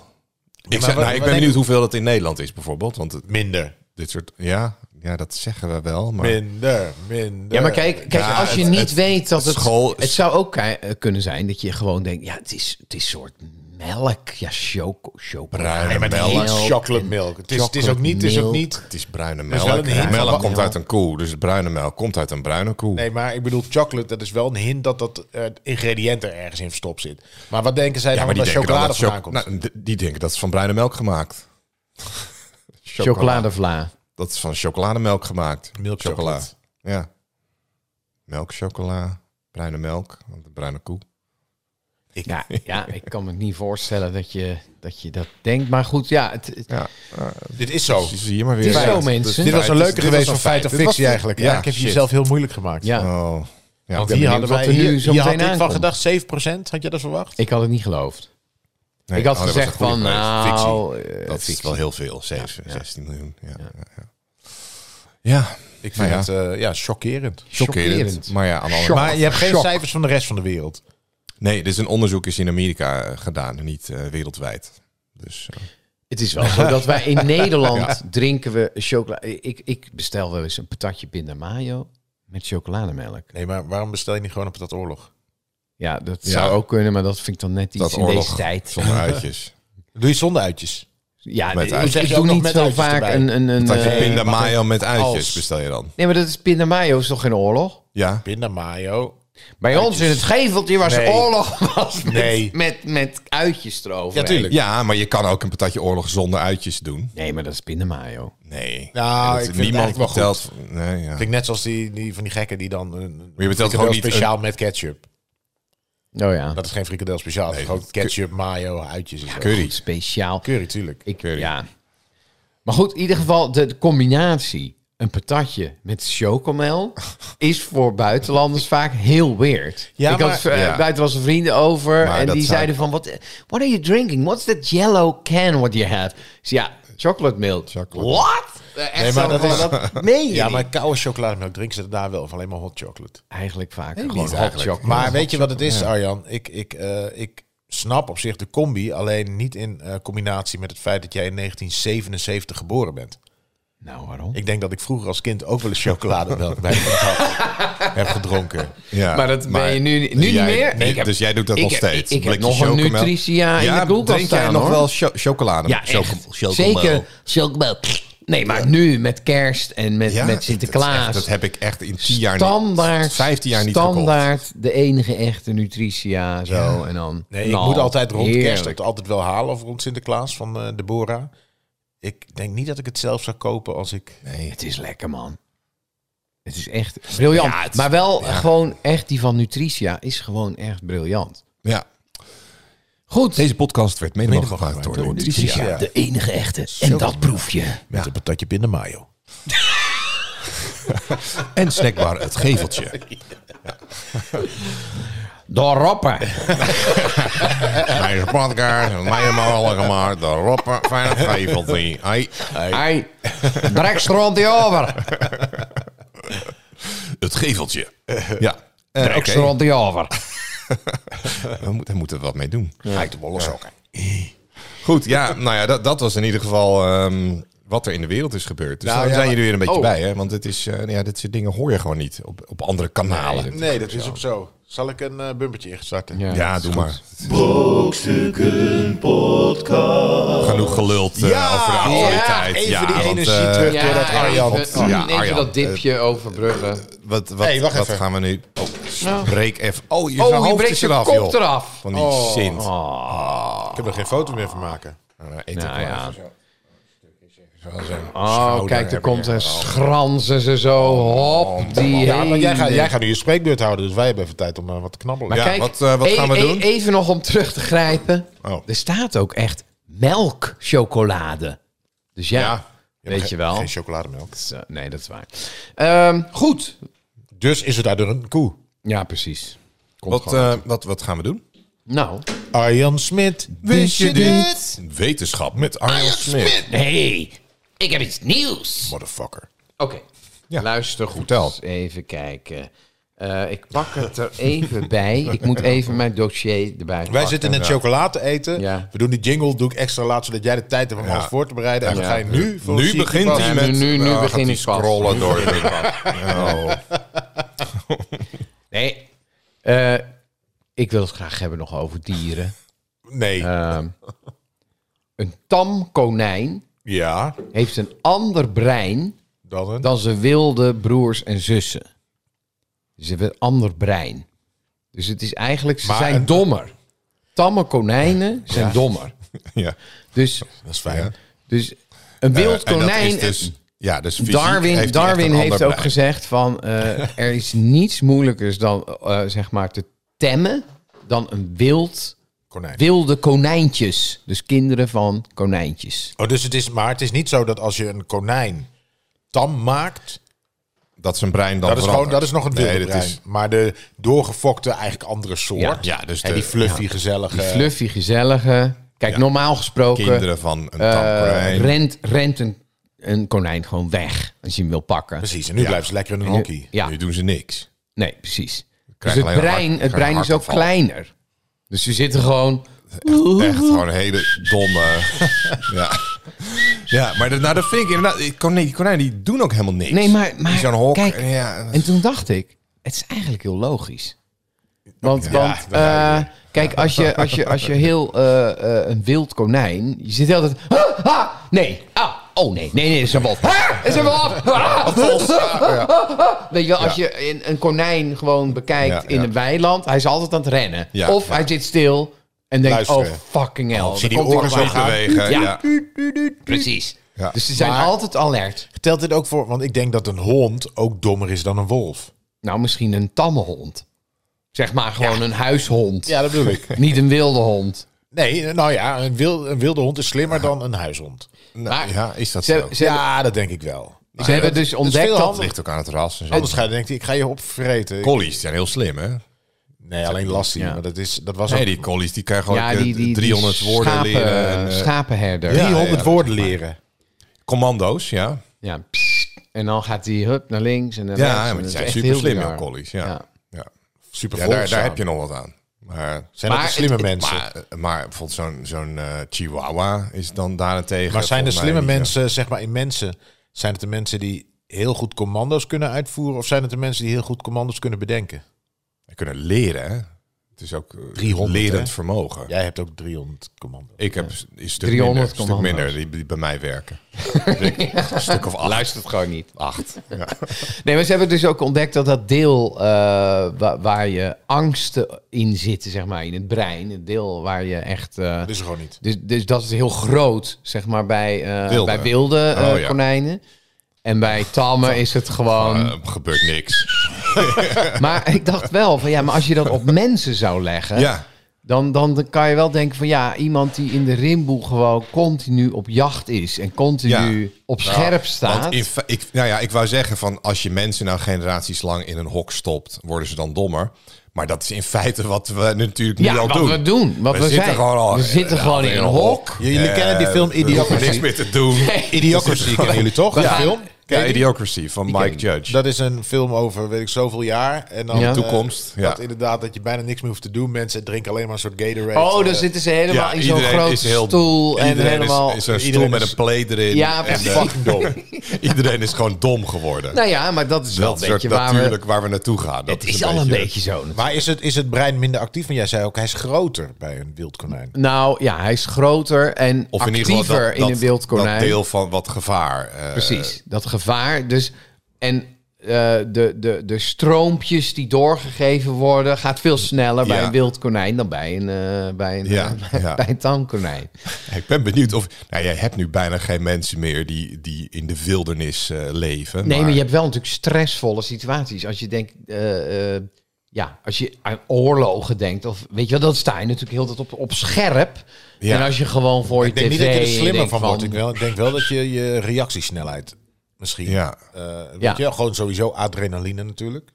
[SPEAKER 2] Ik,
[SPEAKER 4] maar
[SPEAKER 2] zeg-
[SPEAKER 4] wat-
[SPEAKER 2] nou, ik
[SPEAKER 4] wat
[SPEAKER 2] ben
[SPEAKER 4] denk-
[SPEAKER 2] benieuwd hoeveel dat in Nederland is bijvoorbeeld. Want het-
[SPEAKER 4] Minder.
[SPEAKER 2] dit soort, ja, ja, dat zeggen we wel. Maar
[SPEAKER 4] Minder, minder.
[SPEAKER 3] Ja, maar kijk, kijk
[SPEAKER 2] Ja,
[SPEAKER 3] als je
[SPEAKER 2] het-
[SPEAKER 3] niet
[SPEAKER 2] het-
[SPEAKER 3] weet dat het...
[SPEAKER 2] school-
[SPEAKER 3] het zou ook ki- eh, kunnen zijn dat je gewoon denkt... Ja, het is, het is soort melk. Ja, choco, chocolade.
[SPEAKER 2] Bruine
[SPEAKER 4] Nee, maar het
[SPEAKER 2] melk.
[SPEAKER 4] is chocolate milk. Het is, het is ook niet, het is ook niet...
[SPEAKER 2] Het is bruine
[SPEAKER 4] is
[SPEAKER 2] melk.
[SPEAKER 4] wel een hint van
[SPEAKER 2] melk
[SPEAKER 4] wat-
[SPEAKER 2] komt uit een koe, dus bruine melk komt uit een bruine koe.
[SPEAKER 4] Nee, maar ik bedoel, chocolate, dat is wel een hint dat dat eh, ingrediënt er ergens in verstopt zit. Maar wat denken zij
[SPEAKER 2] ja,
[SPEAKER 4] dan
[SPEAKER 2] maar
[SPEAKER 4] dat
[SPEAKER 2] die denken, dan
[SPEAKER 4] chocolade
[SPEAKER 2] dat
[SPEAKER 4] vandaan
[SPEAKER 2] choc-
[SPEAKER 4] komt?
[SPEAKER 2] nou, d- die denken dat is van bruine melk gemaakt. (laughs) Chocola.
[SPEAKER 3] Chocoladevla.
[SPEAKER 2] Dat is van chocolademelk gemaakt.
[SPEAKER 4] Milk
[SPEAKER 2] Chocola.
[SPEAKER 4] chocolate.
[SPEAKER 2] Ja. Melkchocola, bruine melk, want de bruine koe. (laughs)
[SPEAKER 3] Ja, ja, ik kan me niet voorstellen dat je dat, je dat denkt. Maar goed, ja, het, het-
[SPEAKER 2] Ja,
[SPEAKER 4] Dit is zo.
[SPEAKER 2] zie je maar weer.
[SPEAKER 3] is zo,
[SPEAKER 2] Ja, het
[SPEAKER 3] mensen.
[SPEAKER 2] feit.
[SPEAKER 4] Dit was een
[SPEAKER 2] Dit
[SPEAKER 4] leuke geweest
[SPEAKER 2] een
[SPEAKER 4] van feit of
[SPEAKER 2] Dit was
[SPEAKER 4] fictie eigenlijk. Ja, ik heb
[SPEAKER 2] shit.
[SPEAKER 4] je zelf heel moeilijk gemaakt.
[SPEAKER 3] ja.
[SPEAKER 2] Oh. Ja,
[SPEAKER 4] Want
[SPEAKER 2] ik ben
[SPEAKER 4] hier
[SPEAKER 2] benieuwd.
[SPEAKER 4] hadden wij
[SPEAKER 3] wat er nu
[SPEAKER 4] hier,
[SPEAKER 3] zo
[SPEAKER 4] hier had
[SPEAKER 3] meteen
[SPEAKER 4] ik van
[SPEAKER 3] aankomt.
[SPEAKER 4] gedacht 7%. Had je dat verwacht?
[SPEAKER 3] ik had het niet geloofd.
[SPEAKER 2] Nee,
[SPEAKER 3] ik had
[SPEAKER 2] oh, dat was
[SPEAKER 3] gezegd
[SPEAKER 2] een goede
[SPEAKER 3] van,
[SPEAKER 2] geweest.
[SPEAKER 3] nou,
[SPEAKER 2] Fictie.
[SPEAKER 3] eh,
[SPEAKER 2] dat is
[SPEAKER 3] fictie.
[SPEAKER 2] wel heel veel. 7, 16 miljoen. Ja, ja. ja. ja.
[SPEAKER 4] Ik
[SPEAKER 2] Nou
[SPEAKER 4] vind
[SPEAKER 2] ja.
[SPEAKER 4] het eh, ja, chockerend.
[SPEAKER 2] chockerend.
[SPEAKER 3] Chockerend.
[SPEAKER 2] Maar ja, aan alle
[SPEAKER 3] Shock.
[SPEAKER 4] Maar je hebt geen
[SPEAKER 3] Shock.
[SPEAKER 4] cijfers van de rest van de wereld.
[SPEAKER 2] Nee, dus een onderzoek is in Amerika eh, gedaan, en niet eh, wereldwijd. Dus eh,
[SPEAKER 3] Het is wel zo dat wij in Nederland drinken we chocola. Ik, ik bestel wel eens een patatje pinda mayo met chocolademelk.
[SPEAKER 4] Nee, maar waarom bestel je niet gewoon op dat oorlog?
[SPEAKER 3] Ja, dat
[SPEAKER 2] Ja.
[SPEAKER 3] zou ook kunnen, maar dat vind ik dan net iets
[SPEAKER 2] dat
[SPEAKER 3] in
[SPEAKER 2] oorlog
[SPEAKER 3] deze tijd. (laughs)
[SPEAKER 2] zonder uitjes.
[SPEAKER 4] Doe je zonder uitjes?
[SPEAKER 3] Ja,
[SPEAKER 2] Met
[SPEAKER 3] ik-
[SPEAKER 2] uitjes.
[SPEAKER 3] ik,
[SPEAKER 4] Zeg je ook
[SPEAKER 3] doe
[SPEAKER 4] nog
[SPEAKER 3] niet
[SPEAKER 4] met
[SPEAKER 3] zo
[SPEAKER 4] uitjes
[SPEAKER 3] vaak
[SPEAKER 4] erbij?
[SPEAKER 3] een... een, een
[SPEAKER 2] Dat je
[SPEAKER 3] eh,
[SPEAKER 2] pinda
[SPEAKER 4] maar
[SPEAKER 2] mayo met uitjes
[SPEAKER 4] als-
[SPEAKER 2] bestel je dan.
[SPEAKER 3] nee, maar dat is pinda mayo, is toch geen oorlog?
[SPEAKER 2] Ja.
[SPEAKER 4] Pinda mayo.
[SPEAKER 3] Bij ons in het geveltje was
[SPEAKER 4] Nee.
[SPEAKER 3] oorlog was met,
[SPEAKER 4] Nee.
[SPEAKER 3] met, met uitjes erover.
[SPEAKER 4] Ja, tuurlijk.
[SPEAKER 2] Ja, maar je kan ook een patatje oorlog zonder uitjes doen.
[SPEAKER 3] Nee, maar dat is pinda mayo.
[SPEAKER 2] Nee.
[SPEAKER 4] Nou, ik vind het eigenlijk wel
[SPEAKER 2] vertelt- Nee, ja.
[SPEAKER 4] Vind ik net zoals die, die van die gekken die dan een
[SPEAKER 2] je
[SPEAKER 4] frikandel
[SPEAKER 2] vertelt gewoon niet
[SPEAKER 4] speciaal met ketchup.
[SPEAKER 3] Oh ja,
[SPEAKER 4] Dat is geen frikandel speciaal. het is gewoon ketchup, mayo, uitjes en zo.
[SPEAKER 2] Curry.
[SPEAKER 3] goed, speciaal.
[SPEAKER 4] Curry, tuurlijk.
[SPEAKER 3] Ik,
[SPEAKER 2] Curry.
[SPEAKER 3] ja. Maar goed, in ieder geval de, de combinatie een patatje met
[SPEAKER 4] (laughs)
[SPEAKER 3] chocomel is voor buitenlanders vaak heel weird.
[SPEAKER 4] Ja,
[SPEAKER 3] ik had
[SPEAKER 4] maar-
[SPEAKER 3] eh,
[SPEAKER 2] ja.
[SPEAKER 3] buitenlandse vrienden over
[SPEAKER 2] Maar
[SPEAKER 3] en
[SPEAKER 2] dat
[SPEAKER 3] die
[SPEAKER 2] zou-
[SPEAKER 3] zeiden van what, what are you drinking? What's that yellow can what you have? Dus ja, chocolate milk.
[SPEAKER 2] Chocolate.
[SPEAKER 3] What? Eh, Echt
[SPEAKER 4] Nee, maar
[SPEAKER 3] zo
[SPEAKER 4] dat is-
[SPEAKER 3] van, dat meen je
[SPEAKER 4] Ja,
[SPEAKER 3] niet.
[SPEAKER 4] maar koude chocolademelk drinken ze daar wel. Of alleen maar hot chocolate.
[SPEAKER 3] eigenlijk vaak gewoon hot
[SPEAKER 2] eigenlijk.
[SPEAKER 3] chocolate.
[SPEAKER 4] Maar weet je wat het is, Arjan? Ik, ik, eh, ik snap op zich de combi, alleen niet in eh, combinatie met het feit dat jij in 1977 geboren bent.
[SPEAKER 3] Nou, waarom?
[SPEAKER 4] Ik denk dat ik vroeger als kind ook wel eens chocolademelk (laughs) bij me had- heb gedronken.
[SPEAKER 2] Ja,
[SPEAKER 3] Maar dat ben je nu- nu niet
[SPEAKER 2] jij-
[SPEAKER 3] meer?
[SPEAKER 2] nee,
[SPEAKER 3] Ik heb-
[SPEAKER 2] dus jij doet dat
[SPEAKER 3] ik
[SPEAKER 2] nog
[SPEAKER 3] heb-
[SPEAKER 2] steeds.
[SPEAKER 3] ik- ik heb
[SPEAKER 2] Blikje
[SPEAKER 3] nog een
[SPEAKER 2] chocomel.
[SPEAKER 3] Nutricia in de koelkast
[SPEAKER 2] drink jij
[SPEAKER 3] staan,
[SPEAKER 2] nog
[SPEAKER 3] hoor.
[SPEAKER 2] wel cho- chocolade?
[SPEAKER 3] Ja, echt.
[SPEAKER 2] Chocom- chocomel.
[SPEAKER 3] Zeker. Chocomel. Nee, maar nu met kerst en met,
[SPEAKER 2] Ja,
[SPEAKER 3] met
[SPEAKER 2] Dat, is
[SPEAKER 3] Sinterklaas.
[SPEAKER 2] echt- dat heb ik echt in 10 jaar
[SPEAKER 3] standaard,
[SPEAKER 2] niet, 15 jaar niet gekocht.
[SPEAKER 3] standaard de enige echte nutritia zo en dan.
[SPEAKER 4] Nee, ik
[SPEAKER 3] Nou,
[SPEAKER 4] moet altijd rond kerst
[SPEAKER 3] heerlijk.
[SPEAKER 4] het altijd wel halen of rond Sinterklaas van eh Deborah. Ik denk niet dat ik het zelf zou kopen als ik...
[SPEAKER 3] Het is lekker man. Het is echt briljant. maar wel gewoon echt die van nutritia is gewoon echt briljant.
[SPEAKER 2] Ja.
[SPEAKER 3] Goed.
[SPEAKER 2] Deze podcast werd mede mogelijk
[SPEAKER 4] mogelijk
[SPEAKER 2] gemaakt door
[SPEAKER 4] gemaakt door
[SPEAKER 2] Nutricia.
[SPEAKER 4] Nutricia. Ja.
[SPEAKER 5] De enige echte. En dat proef je.
[SPEAKER 4] Met een patatje binnen mayo.
[SPEAKER 2] En snackbar Het
[SPEAKER 4] (laughs)
[SPEAKER 2] Geveltje.
[SPEAKER 3] Door Roppen.
[SPEAKER 2] Mijn podcast, mij mogelijk gemaakt door Roppe van Het Geveltje. Hoi.
[SPEAKER 3] Hey, Brekstrand die over.
[SPEAKER 2] Het Geveltje. Ja. Eh, Oké,
[SPEAKER 3] Brekstrand die over.
[SPEAKER 2] we moeten- we moeten er wat mee doen.
[SPEAKER 4] Ga ik de wollen sokken.
[SPEAKER 2] Goed, ja, nou ja, dat, dat was in ieder geval ehm, wat er in de wereld is gebeurd. Dus
[SPEAKER 4] Nou,
[SPEAKER 2] daar
[SPEAKER 4] ja,
[SPEAKER 2] zijn
[SPEAKER 4] maar-
[SPEAKER 2] jullie weer een beetje
[SPEAKER 4] Oh.
[SPEAKER 2] bij, hè? Want het is, eh, nou ja, dit soort dingen hoor je gewoon niet op, op andere kanalen.
[SPEAKER 4] Nee, dat is ook zo. Zal ik een eh, bumpertje instarten?
[SPEAKER 2] ja, doe maar.
[SPEAKER 1] Brokstukken Podcast.
[SPEAKER 2] Genoeg geluld eh,
[SPEAKER 4] Ja,
[SPEAKER 2] over de actualiteit.
[SPEAKER 4] even die
[SPEAKER 2] want,
[SPEAKER 4] energie
[SPEAKER 2] eh,
[SPEAKER 4] terug. Ja, doordat Arjan-
[SPEAKER 3] even,
[SPEAKER 2] Ja,
[SPEAKER 3] even
[SPEAKER 2] Arjan, eh,
[SPEAKER 3] dat dipje overbruggen.
[SPEAKER 2] Wat, wat,
[SPEAKER 4] Hey, wacht
[SPEAKER 2] wat
[SPEAKER 4] even.
[SPEAKER 2] gaan we nu... Oh, breek even... Oh, je,
[SPEAKER 3] Oh,
[SPEAKER 2] zijn
[SPEAKER 3] je
[SPEAKER 2] hoofd
[SPEAKER 3] breekt
[SPEAKER 2] is
[SPEAKER 3] je
[SPEAKER 2] eraf,
[SPEAKER 3] kop
[SPEAKER 2] joh.
[SPEAKER 3] eraf.
[SPEAKER 2] Van die
[SPEAKER 4] Oh.
[SPEAKER 2] Sint.
[SPEAKER 3] Ah.
[SPEAKER 4] Ik heb er geen foto meer van maken.
[SPEAKER 2] Nou, eet
[SPEAKER 3] Nou
[SPEAKER 2] het maar
[SPEAKER 3] Oh. ja.
[SPEAKER 2] even zo. Zo, zo'n
[SPEAKER 3] Oh,
[SPEAKER 2] schouder
[SPEAKER 3] kijk, er
[SPEAKER 2] heb
[SPEAKER 3] komt
[SPEAKER 2] je.
[SPEAKER 3] een schransen ze zo. Hop, die
[SPEAKER 4] oh. Ja, maar jij,
[SPEAKER 3] hele-
[SPEAKER 4] gaat, jij gaat nu je spreekbeurt houden, dus wij hebben even tijd om eh, wat te knabbelen.
[SPEAKER 3] Maar
[SPEAKER 2] Ja,
[SPEAKER 3] kijk,
[SPEAKER 2] wat, eh, wat
[SPEAKER 3] e-
[SPEAKER 2] gaan we
[SPEAKER 3] e-
[SPEAKER 2] doen?
[SPEAKER 3] Even nog om terug te grijpen.
[SPEAKER 2] Oh.
[SPEAKER 3] Er staat ook echt melkchocolade. Dus ja,
[SPEAKER 2] Ja.
[SPEAKER 3] weet je wel.
[SPEAKER 4] Geen chocolademelk.
[SPEAKER 3] Zo, nee, dat is waar. Ehm, goed.
[SPEAKER 4] Dus is het uit een koe.
[SPEAKER 3] Ja, precies. Komt
[SPEAKER 2] Wat,
[SPEAKER 3] gewoon.
[SPEAKER 2] eh, wat, wat gaan we doen?
[SPEAKER 3] nou,
[SPEAKER 4] Arjan Smit.
[SPEAKER 2] Wist je dit? Wetenschap met Arjan Smit.
[SPEAKER 5] hey, ik heb iets nieuws.
[SPEAKER 2] Motherfucker.
[SPEAKER 3] oké.
[SPEAKER 2] Ja,
[SPEAKER 3] Luister goed.
[SPEAKER 2] vertel.
[SPEAKER 3] Even kijken. Eh, ik pak het er even bij. Ik moet even mijn dossier erbij pakken.
[SPEAKER 4] Wij zitten net chocolade eten.
[SPEAKER 3] Ja.
[SPEAKER 4] We doen die jingle, doe ik extra laat, zodat jij de tijd hebt om
[SPEAKER 2] Ja.
[SPEAKER 4] alles voor te bereiden. En dan
[SPEAKER 3] Ja.
[SPEAKER 4] ga je nu voor
[SPEAKER 2] Nu
[SPEAKER 4] zie ik
[SPEAKER 2] begint
[SPEAKER 4] pas.
[SPEAKER 2] hij
[SPEAKER 3] Ja,
[SPEAKER 2] met...
[SPEAKER 3] nu- nu- nu
[SPEAKER 2] Ah, gaat
[SPEAKER 3] begin
[SPEAKER 2] hij
[SPEAKER 3] ik pas.
[SPEAKER 2] scrollen
[SPEAKER 3] Nu
[SPEAKER 2] door. (laughs) Nou,
[SPEAKER 3] Nee. Eh, ik wil het graag hebben nog over dieren.
[SPEAKER 4] Nee.
[SPEAKER 3] Ehm, een tam konijn
[SPEAKER 4] ja,
[SPEAKER 3] heeft een ander brein
[SPEAKER 4] dan een.
[SPEAKER 3] dan zijn wilde broers en zussen. Ze hebben een ander brein. Dus het is eigenlijk, ze
[SPEAKER 4] Maar
[SPEAKER 3] zijn
[SPEAKER 4] een-
[SPEAKER 3] dommer. Tamme konijnen zijn dommer.
[SPEAKER 2] ja,
[SPEAKER 3] Dus,
[SPEAKER 4] Dat is fijn.
[SPEAKER 3] dus een wild
[SPEAKER 2] Eh, En dat is
[SPEAKER 3] konijn... eh,
[SPEAKER 2] dus, ja, dus fysiek
[SPEAKER 3] Darwin
[SPEAKER 2] heeft
[SPEAKER 3] heeft,
[SPEAKER 2] hij echt
[SPEAKER 3] Darwin
[SPEAKER 2] een
[SPEAKER 3] heeft ook
[SPEAKER 2] ander brein.
[SPEAKER 3] gezegd van eh, er is niets moeilijkers dan eh, zeg maar te temmen dan een wild,
[SPEAKER 4] Konijn.
[SPEAKER 3] wilde konijntjes. Dus kinderen van konijntjes.
[SPEAKER 4] Oh, dus het is, maar het is niet zo dat als je een konijn tam maakt,
[SPEAKER 2] Dat zijn brein dan
[SPEAKER 4] dat is, gewoon,
[SPEAKER 2] verandert.
[SPEAKER 4] dat is nog een wilde
[SPEAKER 2] Nee, dat
[SPEAKER 4] brein.
[SPEAKER 2] is-
[SPEAKER 4] Maar de doorgefokte, eigenlijk andere soort.
[SPEAKER 2] Ja, dus
[SPEAKER 4] Hè,
[SPEAKER 2] de-
[SPEAKER 4] die fluffy, gezellige.
[SPEAKER 3] Die fluffy, gezellige. Kijk, normaal gesproken
[SPEAKER 2] Eh, kinderen van een
[SPEAKER 3] eh,
[SPEAKER 2] tamkonijn.
[SPEAKER 3] rent, rent een, een konijn gewoon weg als je hem wil pakken.
[SPEAKER 4] Precies, en nu blijven ze lekker in hun hockey.
[SPEAKER 3] Ja,
[SPEAKER 2] Nu doen ze niks.
[SPEAKER 3] nee, precies. Dus
[SPEAKER 2] krijgen
[SPEAKER 3] het
[SPEAKER 2] alleen een hart-
[SPEAKER 3] brein, het
[SPEAKER 2] krijgen
[SPEAKER 3] brein
[SPEAKER 2] een
[SPEAKER 3] is ook
[SPEAKER 2] hartaanval.
[SPEAKER 3] kleiner. Dus ze zitten gewoon...
[SPEAKER 2] Echt gewoon een hele domme.
[SPEAKER 3] (laughs)
[SPEAKER 2] ja. ja, maar dat, nou, dat vind ik inderdaad. Die konijn, die konijnen die doen ook helemaal niks.
[SPEAKER 3] Nee, maar,
[SPEAKER 2] die
[SPEAKER 3] maar
[SPEAKER 2] zijn hok.
[SPEAKER 3] kijk,
[SPEAKER 2] en ja,
[SPEAKER 3] En toen dacht ik, het is eigenlijk heel logisch. Want, want
[SPEAKER 4] daar ga
[SPEAKER 3] eh, kijk, als je, als je,
[SPEAKER 2] (laughs)
[SPEAKER 3] als je heel eh, eh, een wild konijn, je zit altijd, ah, ah, nee, ah, oh nee, nee, nee, dat is een wolf. Ah, is een wolf. Ah, Weet je wel, als je een, een konijn gewoon bekijkt
[SPEAKER 2] Ja,
[SPEAKER 3] in
[SPEAKER 2] ja.
[SPEAKER 3] een weiland, hij is altijd aan het rennen.
[SPEAKER 2] Ja,
[SPEAKER 3] of
[SPEAKER 2] ja.
[SPEAKER 3] hij zit stil en denkt,
[SPEAKER 4] Luisteren.
[SPEAKER 3] oh fucking hell.
[SPEAKER 2] als je
[SPEAKER 3] er
[SPEAKER 2] die
[SPEAKER 3] komt
[SPEAKER 2] oren
[SPEAKER 3] iemand
[SPEAKER 2] zo
[SPEAKER 3] aan.
[SPEAKER 2] bewegen. Ja.
[SPEAKER 3] Ja. Precies.
[SPEAKER 2] Ja.
[SPEAKER 3] Dus ze zijn
[SPEAKER 4] Maar-
[SPEAKER 3] altijd alert.
[SPEAKER 4] Telt dit ook voor, want ik denk dat een hond ook dommer is dan een wolf.
[SPEAKER 3] Nou, misschien een tamme hond. Zeg maar gewoon een huishond.
[SPEAKER 4] Ja, dat bedoel (laughs) ik.
[SPEAKER 3] Niet een wilde hond.
[SPEAKER 4] Nee, nou ja, een, wil, een wilde hond is slimmer dan een huishond.
[SPEAKER 2] Nou,
[SPEAKER 3] maar-
[SPEAKER 2] ja, is dat
[SPEAKER 3] Ze,
[SPEAKER 2] zo?
[SPEAKER 3] ze, hebben-
[SPEAKER 4] Ja, dat denk ik wel.
[SPEAKER 3] ze hebben dus ontdekt
[SPEAKER 4] veel
[SPEAKER 3] dat...
[SPEAKER 2] Het ligt ook aan het ras. En zo.
[SPEAKER 4] Anders ga je denken, ik ga je opvreten. Ik-
[SPEAKER 2] collies die zijn heel slim, hè?
[SPEAKER 4] Nee, alleen lastig.
[SPEAKER 3] Ja.
[SPEAKER 4] Maar dat, is, dat was
[SPEAKER 2] Nee,
[SPEAKER 4] ook
[SPEAKER 2] die collies die kan gewoon
[SPEAKER 3] Ja, die, die, die
[SPEAKER 2] 300 eh, woorden
[SPEAKER 3] schapen-
[SPEAKER 2] leren. En, eh,
[SPEAKER 3] Schapenherder. Ja.
[SPEAKER 4] 300
[SPEAKER 2] ja, ja,
[SPEAKER 4] woorden leren.
[SPEAKER 2] commando's, ja.
[SPEAKER 3] pssst. En dan gaat hij hup naar links en naar
[SPEAKER 2] Ja,
[SPEAKER 3] rechts.
[SPEAKER 2] ja,
[SPEAKER 3] en
[SPEAKER 2] maar
[SPEAKER 3] dat
[SPEAKER 2] die zijn
[SPEAKER 3] is echt
[SPEAKER 2] super
[SPEAKER 3] heel
[SPEAKER 2] slim,
[SPEAKER 3] bizar.
[SPEAKER 2] joh, collies. Ja, ja.
[SPEAKER 3] Ja.
[SPEAKER 2] ja.
[SPEAKER 4] Super
[SPEAKER 2] daar, daar heb je nog wat aan. Maar,
[SPEAKER 4] Zijn dat
[SPEAKER 3] Maar
[SPEAKER 4] de slimme
[SPEAKER 3] het-
[SPEAKER 4] mensen? Maar,
[SPEAKER 2] maar, eh, maar bijvoorbeeld zo'n zo'n eh, chihuahua is dan daarentegen...
[SPEAKER 4] zijn de
[SPEAKER 2] volgens mij
[SPEAKER 4] slimme
[SPEAKER 2] niet, eh,
[SPEAKER 4] mensen, zeg maar in mensen, zijn het de mensen die heel goed commando's kunnen uitvoeren? Of zijn het de mensen die heel goed commando's kunnen bedenken?
[SPEAKER 2] eh, Kunnen leren, hè? Het is ook eh,
[SPEAKER 4] 300,
[SPEAKER 2] lerend
[SPEAKER 4] hè?
[SPEAKER 2] vermogen.
[SPEAKER 4] Jij hebt ook 300 commando's.
[SPEAKER 2] Ik heb s- een stuk
[SPEAKER 3] 300
[SPEAKER 2] minder, een stuk
[SPEAKER 3] commando's.
[SPEAKER 2] minder die, die bij mij werken. Ik- een stuk
[SPEAKER 3] (laughs)
[SPEAKER 2] of acht.
[SPEAKER 3] Luistert gewoon niet. (laughs)
[SPEAKER 2] Acht. Ja.
[SPEAKER 3] Nee, maar ze hebben dus ook ontdekt dat dat deel eh, wa- waar je angsten in zitten, zeg maar, in het brein. Het deel waar je echt... eh,
[SPEAKER 4] Dat is er gewoon niet.
[SPEAKER 3] Dus, dus dat is heel groot, zeg maar, bij, eh,
[SPEAKER 2] Wilde.
[SPEAKER 3] bij wilde eh,
[SPEAKER 2] Oh, ja.
[SPEAKER 3] konijnen. En bij
[SPEAKER 2] (laughs)
[SPEAKER 3] tammen is het gewoon...
[SPEAKER 2] Eh, gebeurt niks. Eh.
[SPEAKER 3] (laughs) Maar ik dacht wel van ja, maar als je dat
[SPEAKER 2] (laughs)
[SPEAKER 3] op mensen zou leggen...
[SPEAKER 2] Ja.
[SPEAKER 3] Dan, dan, dan kan je wel denken van ja, iemand die in de rimboel gewoon continu op jacht is... en continu op scherp staat.
[SPEAKER 2] Nou, Want in fe- ik, nou ja, ik wou zeggen van als je mensen nou generaties lang in een hok stopt, worden ze dan dommer. Maar dat is in feite wat we natuurlijk nu
[SPEAKER 3] ja,
[SPEAKER 2] al
[SPEAKER 3] wat
[SPEAKER 2] doen.
[SPEAKER 3] we doen, wat we,
[SPEAKER 2] zitten
[SPEAKER 3] zijn.
[SPEAKER 2] gewoon al-
[SPEAKER 3] we zitten
[SPEAKER 2] eh,
[SPEAKER 3] gewoon
[SPEAKER 2] al
[SPEAKER 3] in een hok.
[SPEAKER 4] Jullie
[SPEAKER 2] Eh,
[SPEAKER 4] kennen die film
[SPEAKER 2] we hoeven
[SPEAKER 4] Idiocracy.
[SPEAKER 2] niks meer te doen. (laughs)
[SPEAKER 4] Idiocracy kennen jullie toch?
[SPEAKER 3] Ja.
[SPEAKER 4] Die film? Ken
[SPEAKER 2] Ja,
[SPEAKER 4] je die?
[SPEAKER 2] Idiocracy van Mike Judge.
[SPEAKER 4] Dat is een film over, weet ik, zoveel jaar. En dan
[SPEAKER 3] Ja.
[SPEAKER 4] eh,
[SPEAKER 2] Toekomst, ja.
[SPEAKER 4] Dat inderdaad, dat je bijna niks meer hoeft te doen. Mensen drinken alleen maar een soort Gatorade.
[SPEAKER 3] Oh, dan
[SPEAKER 4] Eh,
[SPEAKER 3] zitten ze helemaal
[SPEAKER 2] Ja,
[SPEAKER 3] in zo'n
[SPEAKER 2] iedereen
[SPEAKER 3] grote
[SPEAKER 2] is heel-
[SPEAKER 3] stoel. En
[SPEAKER 2] iedereen is-
[SPEAKER 3] helemaal...
[SPEAKER 2] is, een stoel
[SPEAKER 4] iedereen
[SPEAKER 2] met
[SPEAKER 4] is-
[SPEAKER 2] een play erin.
[SPEAKER 3] Ja,
[SPEAKER 2] en, eh,
[SPEAKER 3] precies. (laughs)
[SPEAKER 2] iedereen is gewoon dom geworden.
[SPEAKER 3] nou ja, maar dat is wel
[SPEAKER 2] dat
[SPEAKER 3] een
[SPEAKER 2] is soort
[SPEAKER 3] beetje waar we...
[SPEAKER 2] natuurlijk waar we naartoe gaan. Dat
[SPEAKER 3] Het is al een beetje zo natuurlijk.
[SPEAKER 4] Maar is het, is het brein minder actief? Want jij zei ook, hij is groter bij een wild konijn.
[SPEAKER 3] Nou ja, hij is groter en
[SPEAKER 2] Of in
[SPEAKER 3] actiever
[SPEAKER 2] ieder geval dat,
[SPEAKER 3] in een
[SPEAKER 2] dat-
[SPEAKER 3] wild konijn.
[SPEAKER 2] Dat deel van wat gevaar.
[SPEAKER 3] (laughs)
[SPEAKER 2] eh,
[SPEAKER 3] Precies, dat gevaar. Dus, en eh, de, de, de stroompjes die doorgegeven worden... gaat veel sneller bij
[SPEAKER 2] Ja.
[SPEAKER 3] een wild konijn dan bij een, eh, bij een,
[SPEAKER 2] Ja,
[SPEAKER 3] eh, (laughs) bij,
[SPEAKER 2] ja.
[SPEAKER 3] bij een tamkonijn.
[SPEAKER 2] Ik ben benieuwd of. Nou, jij hebt nu bijna geen mensen meer die, die in de wildernis eh, leven.
[SPEAKER 3] Nee, maar je hebt wel natuurlijk stressvolle situaties. Als je denkt... eh, eh, ja, als je aan oorlogen denkt, of weet je wel, dan sta je natuurlijk heel dat op, op scherp.
[SPEAKER 2] Ja.
[SPEAKER 3] En als je gewoon voor
[SPEAKER 4] Ik
[SPEAKER 3] je
[SPEAKER 4] denk
[SPEAKER 3] tv
[SPEAKER 4] niet dat je er slimmer
[SPEAKER 3] denkt
[SPEAKER 4] van wordt. Ik wel- ik denk wel dat je je reactiesnelheid misschien...
[SPEAKER 2] Ja.
[SPEAKER 4] eh, weet
[SPEAKER 3] Ja.
[SPEAKER 4] je wel, gewoon sowieso adrenaline natuurlijk.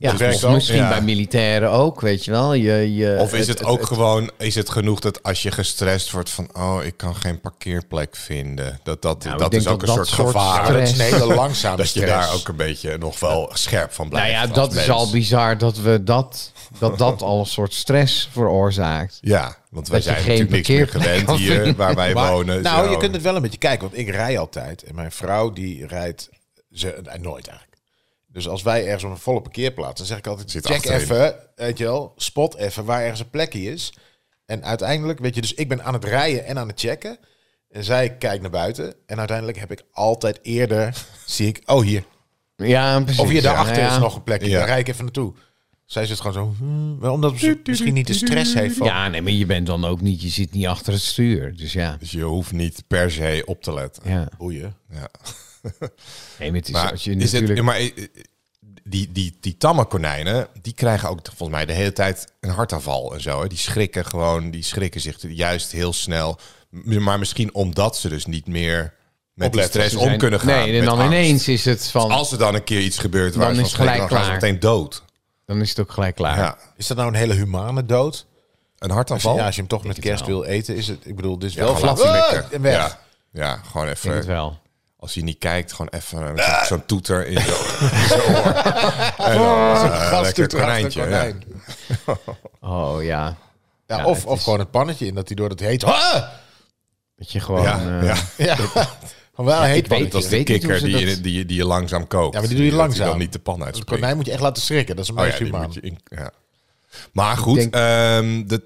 [SPEAKER 3] Ja,
[SPEAKER 4] Dat werkt
[SPEAKER 3] of
[SPEAKER 4] ook,
[SPEAKER 3] misschien
[SPEAKER 2] ja.
[SPEAKER 3] bij militairen ook, weet je wel. Je, je,
[SPEAKER 2] Of is het ook gewoon, is het genoeg dat als je gestrest wordt van, oh, ik kan geen parkeerplek vinden, dat dat,
[SPEAKER 3] Nou, ik
[SPEAKER 2] dat
[SPEAKER 3] denk
[SPEAKER 2] is ook
[SPEAKER 3] dat
[SPEAKER 2] een
[SPEAKER 3] dat
[SPEAKER 2] soort
[SPEAKER 3] soort
[SPEAKER 2] gevaar.
[SPEAKER 4] Maar dat is een
[SPEAKER 3] Stress.
[SPEAKER 4] hele langzame
[SPEAKER 2] dat je
[SPEAKER 4] stress.
[SPEAKER 2] daar ook een beetje nog wel scherp van
[SPEAKER 3] Nou
[SPEAKER 2] blijft.
[SPEAKER 3] ja,
[SPEAKER 2] als
[SPEAKER 3] dat is
[SPEAKER 2] mens.
[SPEAKER 3] al bizar dat we dat, dat, dat al een soort stress veroorzaakt.
[SPEAKER 2] Ja, want wij
[SPEAKER 3] Dat je
[SPEAKER 2] zijn
[SPEAKER 3] geen
[SPEAKER 2] natuurlijk niks meer
[SPEAKER 3] parkeerplek
[SPEAKER 2] gewend
[SPEAKER 3] kan
[SPEAKER 2] hier
[SPEAKER 3] vinden.
[SPEAKER 2] waar wij
[SPEAKER 4] Maar-
[SPEAKER 2] wonen. Dus
[SPEAKER 4] Nou,
[SPEAKER 2] zo.
[SPEAKER 4] je kunt het wel een beetje kijken, want ik rij altijd. En mijn vrouw die rijdt ze, eh, nooit eigenlijk. Dus als wij ergens op een volle parkeerplaats, dan zeg ik altijd,
[SPEAKER 2] Zit
[SPEAKER 4] check
[SPEAKER 2] achterin.
[SPEAKER 4] even, weet je wel, spot even waar ergens een plekje is. En uiteindelijk, weet je, dus ik ben aan het rijden en aan het checken. En zij kijkt naar buiten. En uiteindelijk heb ik altijd eerder, (laughs) zie ik, oh hier.
[SPEAKER 3] Ja, precies.
[SPEAKER 4] Of hier
[SPEAKER 3] ja, nou
[SPEAKER 4] daarachter
[SPEAKER 3] ja.
[SPEAKER 4] is nog een plekje,
[SPEAKER 2] Ja.
[SPEAKER 4] daar rijd ik even naartoe. Zij zit gewoon zo, hmm, wel omdat ze misschien niet de stress heeft van...
[SPEAKER 3] Ja, nee, maar je bent dan ook niet, je zit niet achter het stuur. Dus ja.
[SPEAKER 2] Dus je hoeft niet per se op te letten.
[SPEAKER 3] ja.
[SPEAKER 4] Boeien.
[SPEAKER 2] Ja.
[SPEAKER 3] Nee, maar het is
[SPEAKER 2] Maar,
[SPEAKER 3] als je
[SPEAKER 2] is
[SPEAKER 3] natuurlijk...
[SPEAKER 2] het, maar eh, die, die, die tamme konijnen, die krijgen ook volgens mij de hele tijd een hartaanval en zo. Hè? Die schrikken gewoon, die schrikken zich juist heel snel. M- Maar misschien omdat ze dus niet meer met die
[SPEAKER 4] Opletten.
[SPEAKER 2] stress
[SPEAKER 3] Ze
[SPEAKER 2] dus om
[SPEAKER 3] zijn-
[SPEAKER 2] kunnen gaan.
[SPEAKER 3] Nee, en
[SPEAKER 2] met
[SPEAKER 3] dan
[SPEAKER 2] angst.
[SPEAKER 3] ineens is het van...
[SPEAKER 2] Als er dan een keer iets gebeurt waar ze
[SPEAKER 3] Dan
[SPEAKER 2] van
[SPEAKER 3] is het gelijk
[SPEAKER 2] schrikken, dan gaan ze
[SPEAKER 3] klaar.
[SPEAKER 2] meteen dood.
[SPEAKER 3] Dan is het ook gelijk klaar.
[SPEAKER 2] Ja.
[SPEAKER 4] Is dat nou een hele humane dood?
[SPEAKER 2] Een
[SPEAKER 4] Als je,
[SPEAKER 2] hartaanval?
[SPEAKER 4] ja, als je hem toch met kerst wil eten, is het. Ik bedoel, dit is wel
[SPEAKER 2] gewoon
[SPEAKER 4] vlak.
[SPEAKER 2] laten
[SPEAKER 4] Ah,
[SPEAKER 2] mikken.
[SPEAKER 4] en weg. (laughs)
[SPEAKER 2] Ja. ja, gewoon
[SPEAKER 3] Ik denk het
[SPEAKER 2] even.
[SPEAKER 3] wel.
[SPEAKER 2] Als je niet kijkt, gewoon even eh, met zo'n- zo'n toeter in
[SPEAKER 3] (laughs)
[SPEAKER 2] je oor.
[SPEAKER 4] Zo'n gastoeter
[SPEAKER 2] lekker
[SPEAKER 4] achter
[SPEAKER 2] konijntje,
[SPEAKER 4] een konijn.
[SPEAKER 3] Oh ja.
[SPEAKER 4] Ja,
[SPEAKER 3] Ja,
[SPEAKER 4] of
[SPEAKER 3] het
[SPEAKER 4] of
[SPEAKER 3] is-
[SPEAKER 4] gewoon het pannetje in dat hij door het heet. Ah!
[SPEAKER 3] Dat je gewoon...
[SPEAKER 2] Ja,
[SPEAKER 3] eh,
[SPEAKER 2] ja.
[SPEAKER 4] (laughs) Ja, van wel een heet
[SPEAKER 3] ik
[SPEAKER 4] pannetje.
[SPEAKER 3] weet
[SPEAKER 2] Dat is de
[SPEAKER 3] niet hoe
[SPEAKER 2] kikker
[SPEAKER 3] ze
[SPEAKER 2] die,
[SPEAKER 3] dat-
[SPEAKER 2] je- die, je- die je langzaam kookt.
[SPEAKER 4] Ja, maar die doe je
[SPEAKER 2] dat
[SPEAKER 4] langzaam.
[SPEAKER 2] dan niet de pan
[SPEAKER 4] Een
[SPEAKER 2] uitspringt.
[SPEAKER 4] konijn moet je echt laten schrikken. Dat is een
[SPEAKER 2] Oh
[SPEAKER 4] meest
[SPEAKER 2] ja, die
[SPEAKER 4] humaan.
[SPEAKER 2] moet je in- ja. Maar goed,
[SPEAKER 3] denk-
[SPEAKER 2] ehm, dat,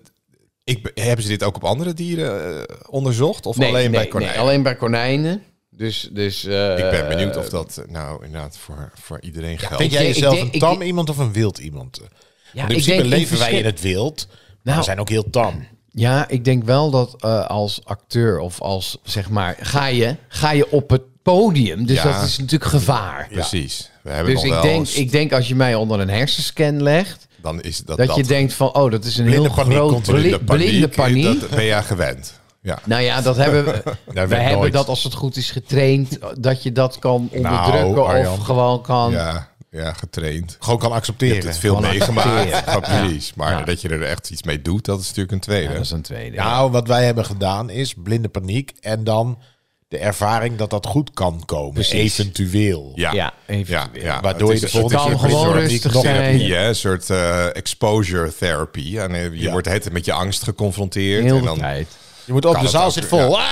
[SPEAKER 2] ik, be- hebben ze dit ook op andere dieren eh, onderzocht? Of
[SPEAKER 3] Nee,
[SPEAKER 2] alleen
[SPEAKER 3] nee,
[SPEAKER 2] bij konijnen?
[SPEAKER 3] Nee, alleen bij konijnen. Dus, dus eh,
[SPEAKER 2] Ik ben benieuwd of dat eh, nou inderdaad voor, voor iedereen geldt.
[SPEAKER 4] Vind
[SPEAKER 3] Ik
[SPEAKER 4] jij
[SPEAKER 3] denk-
[SPEAKER 4] jezelf
[SPEAKER 3] ik
[SPEAKER 4] een
[SPEAKER 3] denk-
[SPEAKER 4] tam
[SPEAKER 3] ik-
[SPEAKER 4] iemand of een wild iemand?
[SPEAKER 3] Ja,
[SPEAKER 4] in
[SPEAKER 3] ik
[SPEAKER 4] principe
[SPEAKER 3] denk
[SPEAKER 4] leven wij in
[SPEAKER 3] verschil-
[SPEAKER 4] het wild. Maar we
[SPEAKER 3] Nou.
[SPEAKER 4] zijn ook heel tam.
[SPEAKER 3] Ja, ik denk wel dat eh, als acteur of als zeg maar ga je, ga je op het podium. Dus
[SPEAKER 2] Ja.
[SPEAKER 3] dat is natuurlijk gevaar.
[SPEAKER 2] Precies. We hebben
[SPEAKER 3] Dus
[SPEAKER 2] nog
[SPEAKER 3] ik
[SPEAKER 2] wel
[SPEAKER 3] denk,
[SPEAKER 2] eens-
[SPEAKER 3] ik denk als je mij onder een hersenscan legt,
[SPEAKER 2] dan is dat,
[SPEAKER 3] dat, je denkt van oh, dat is een
[SPEAKER 4] Blinde
[SPEAKER 3] heel
[SPEAKER 4] paniek
[SPEAKER 3] groot
[SPEAKER 4] komt
[SPEAKER 2] Blinde
[SPEAKER 3] bli- blinde paniek.
[SPEAKER 2] Dat ben jij gewend.
[SPEAKER 3] (laughs)
[SPEAKER 2] Ja.
[SPEAKER 3] Nou ja, dat hebben we. we
[SPEAKER 4] werkt
[SPEAKER 3] hebben
[SPEAKER 4] nooit.
[SPEAKER 3] dat als het goed is getraind, dat je dat kan onderdrukken
[SPEAKER 2] Arjan.
[SPEAKER 3] of gewoon kan.
[SPEAKER 2] Ja, ja, getraind.
[SPEAKER 4] Gewoon kan
[SPEAKER 2] Je
[SPEAKER 4] accepteren.
[SPEAKER 2] hebt het veel
[SPEAKER 3] Gewoon
[SPEAKER 2] meegemaakt.
[SPEAKER 3] accepteren.
[SPEAKER 2] Ja, precies. Maar
[SPEAKER 3] Ja.
[SPEAKER 2] dat je er echt iets mee doet, dat is natuurlijk een
[SPEAKER 3] Ja,
[SPEAKER 2] tweede.
[SPEAKER 3] dat is een tweede. ja.
[SPEAKER 4] Nou, wat wij hebben gedaan is blinde paniek. En dan de ervaring dat dat goed kan komen. Eventueel.
[SPEAKER 2] Ja,
[SPEAKER 3] Ja, even
[SPEAKER 2] ja,
[SPEAKER 3] weer.
[SPEAKER 2] ja.
[SPEAKER 4] Waardoor
[SPEAKER 2] Het
[SPEAKER 4] je de volgende
[SPEAKER 2] het is
[SPEAKER 4] keer
[SPEAKER 2] een
[SPEAKER 4] gewoon
[SPEAKER 2] soort
[SPEAKER 3] rustig
[SPEAKER 2] therapie,
[SPEAKER 3] zijn.
[SPEAKER 2] hè? Een soort eh, exposure therapie. En, eh, je
[SPEAKER 4] Ja.
[SPEAKER 2] wordt de hele tijd met je angst geconfronteerd.
[SPEAKER 3] Heel
[SPEAKER 2] en
[SPEAKER 3] de
[SPEAKER 2] dan,
[SPEAKER 3] tijd.
[SPEAKER 4] Je moet op, de
[SPEAKER 2] het
[SPEAKER 4] zaal
[SPEAKER 2] ook,
[SPEAKER 4] zit
[SPEAKER 2] ja.
[SPEAKER 4] vol. Ah!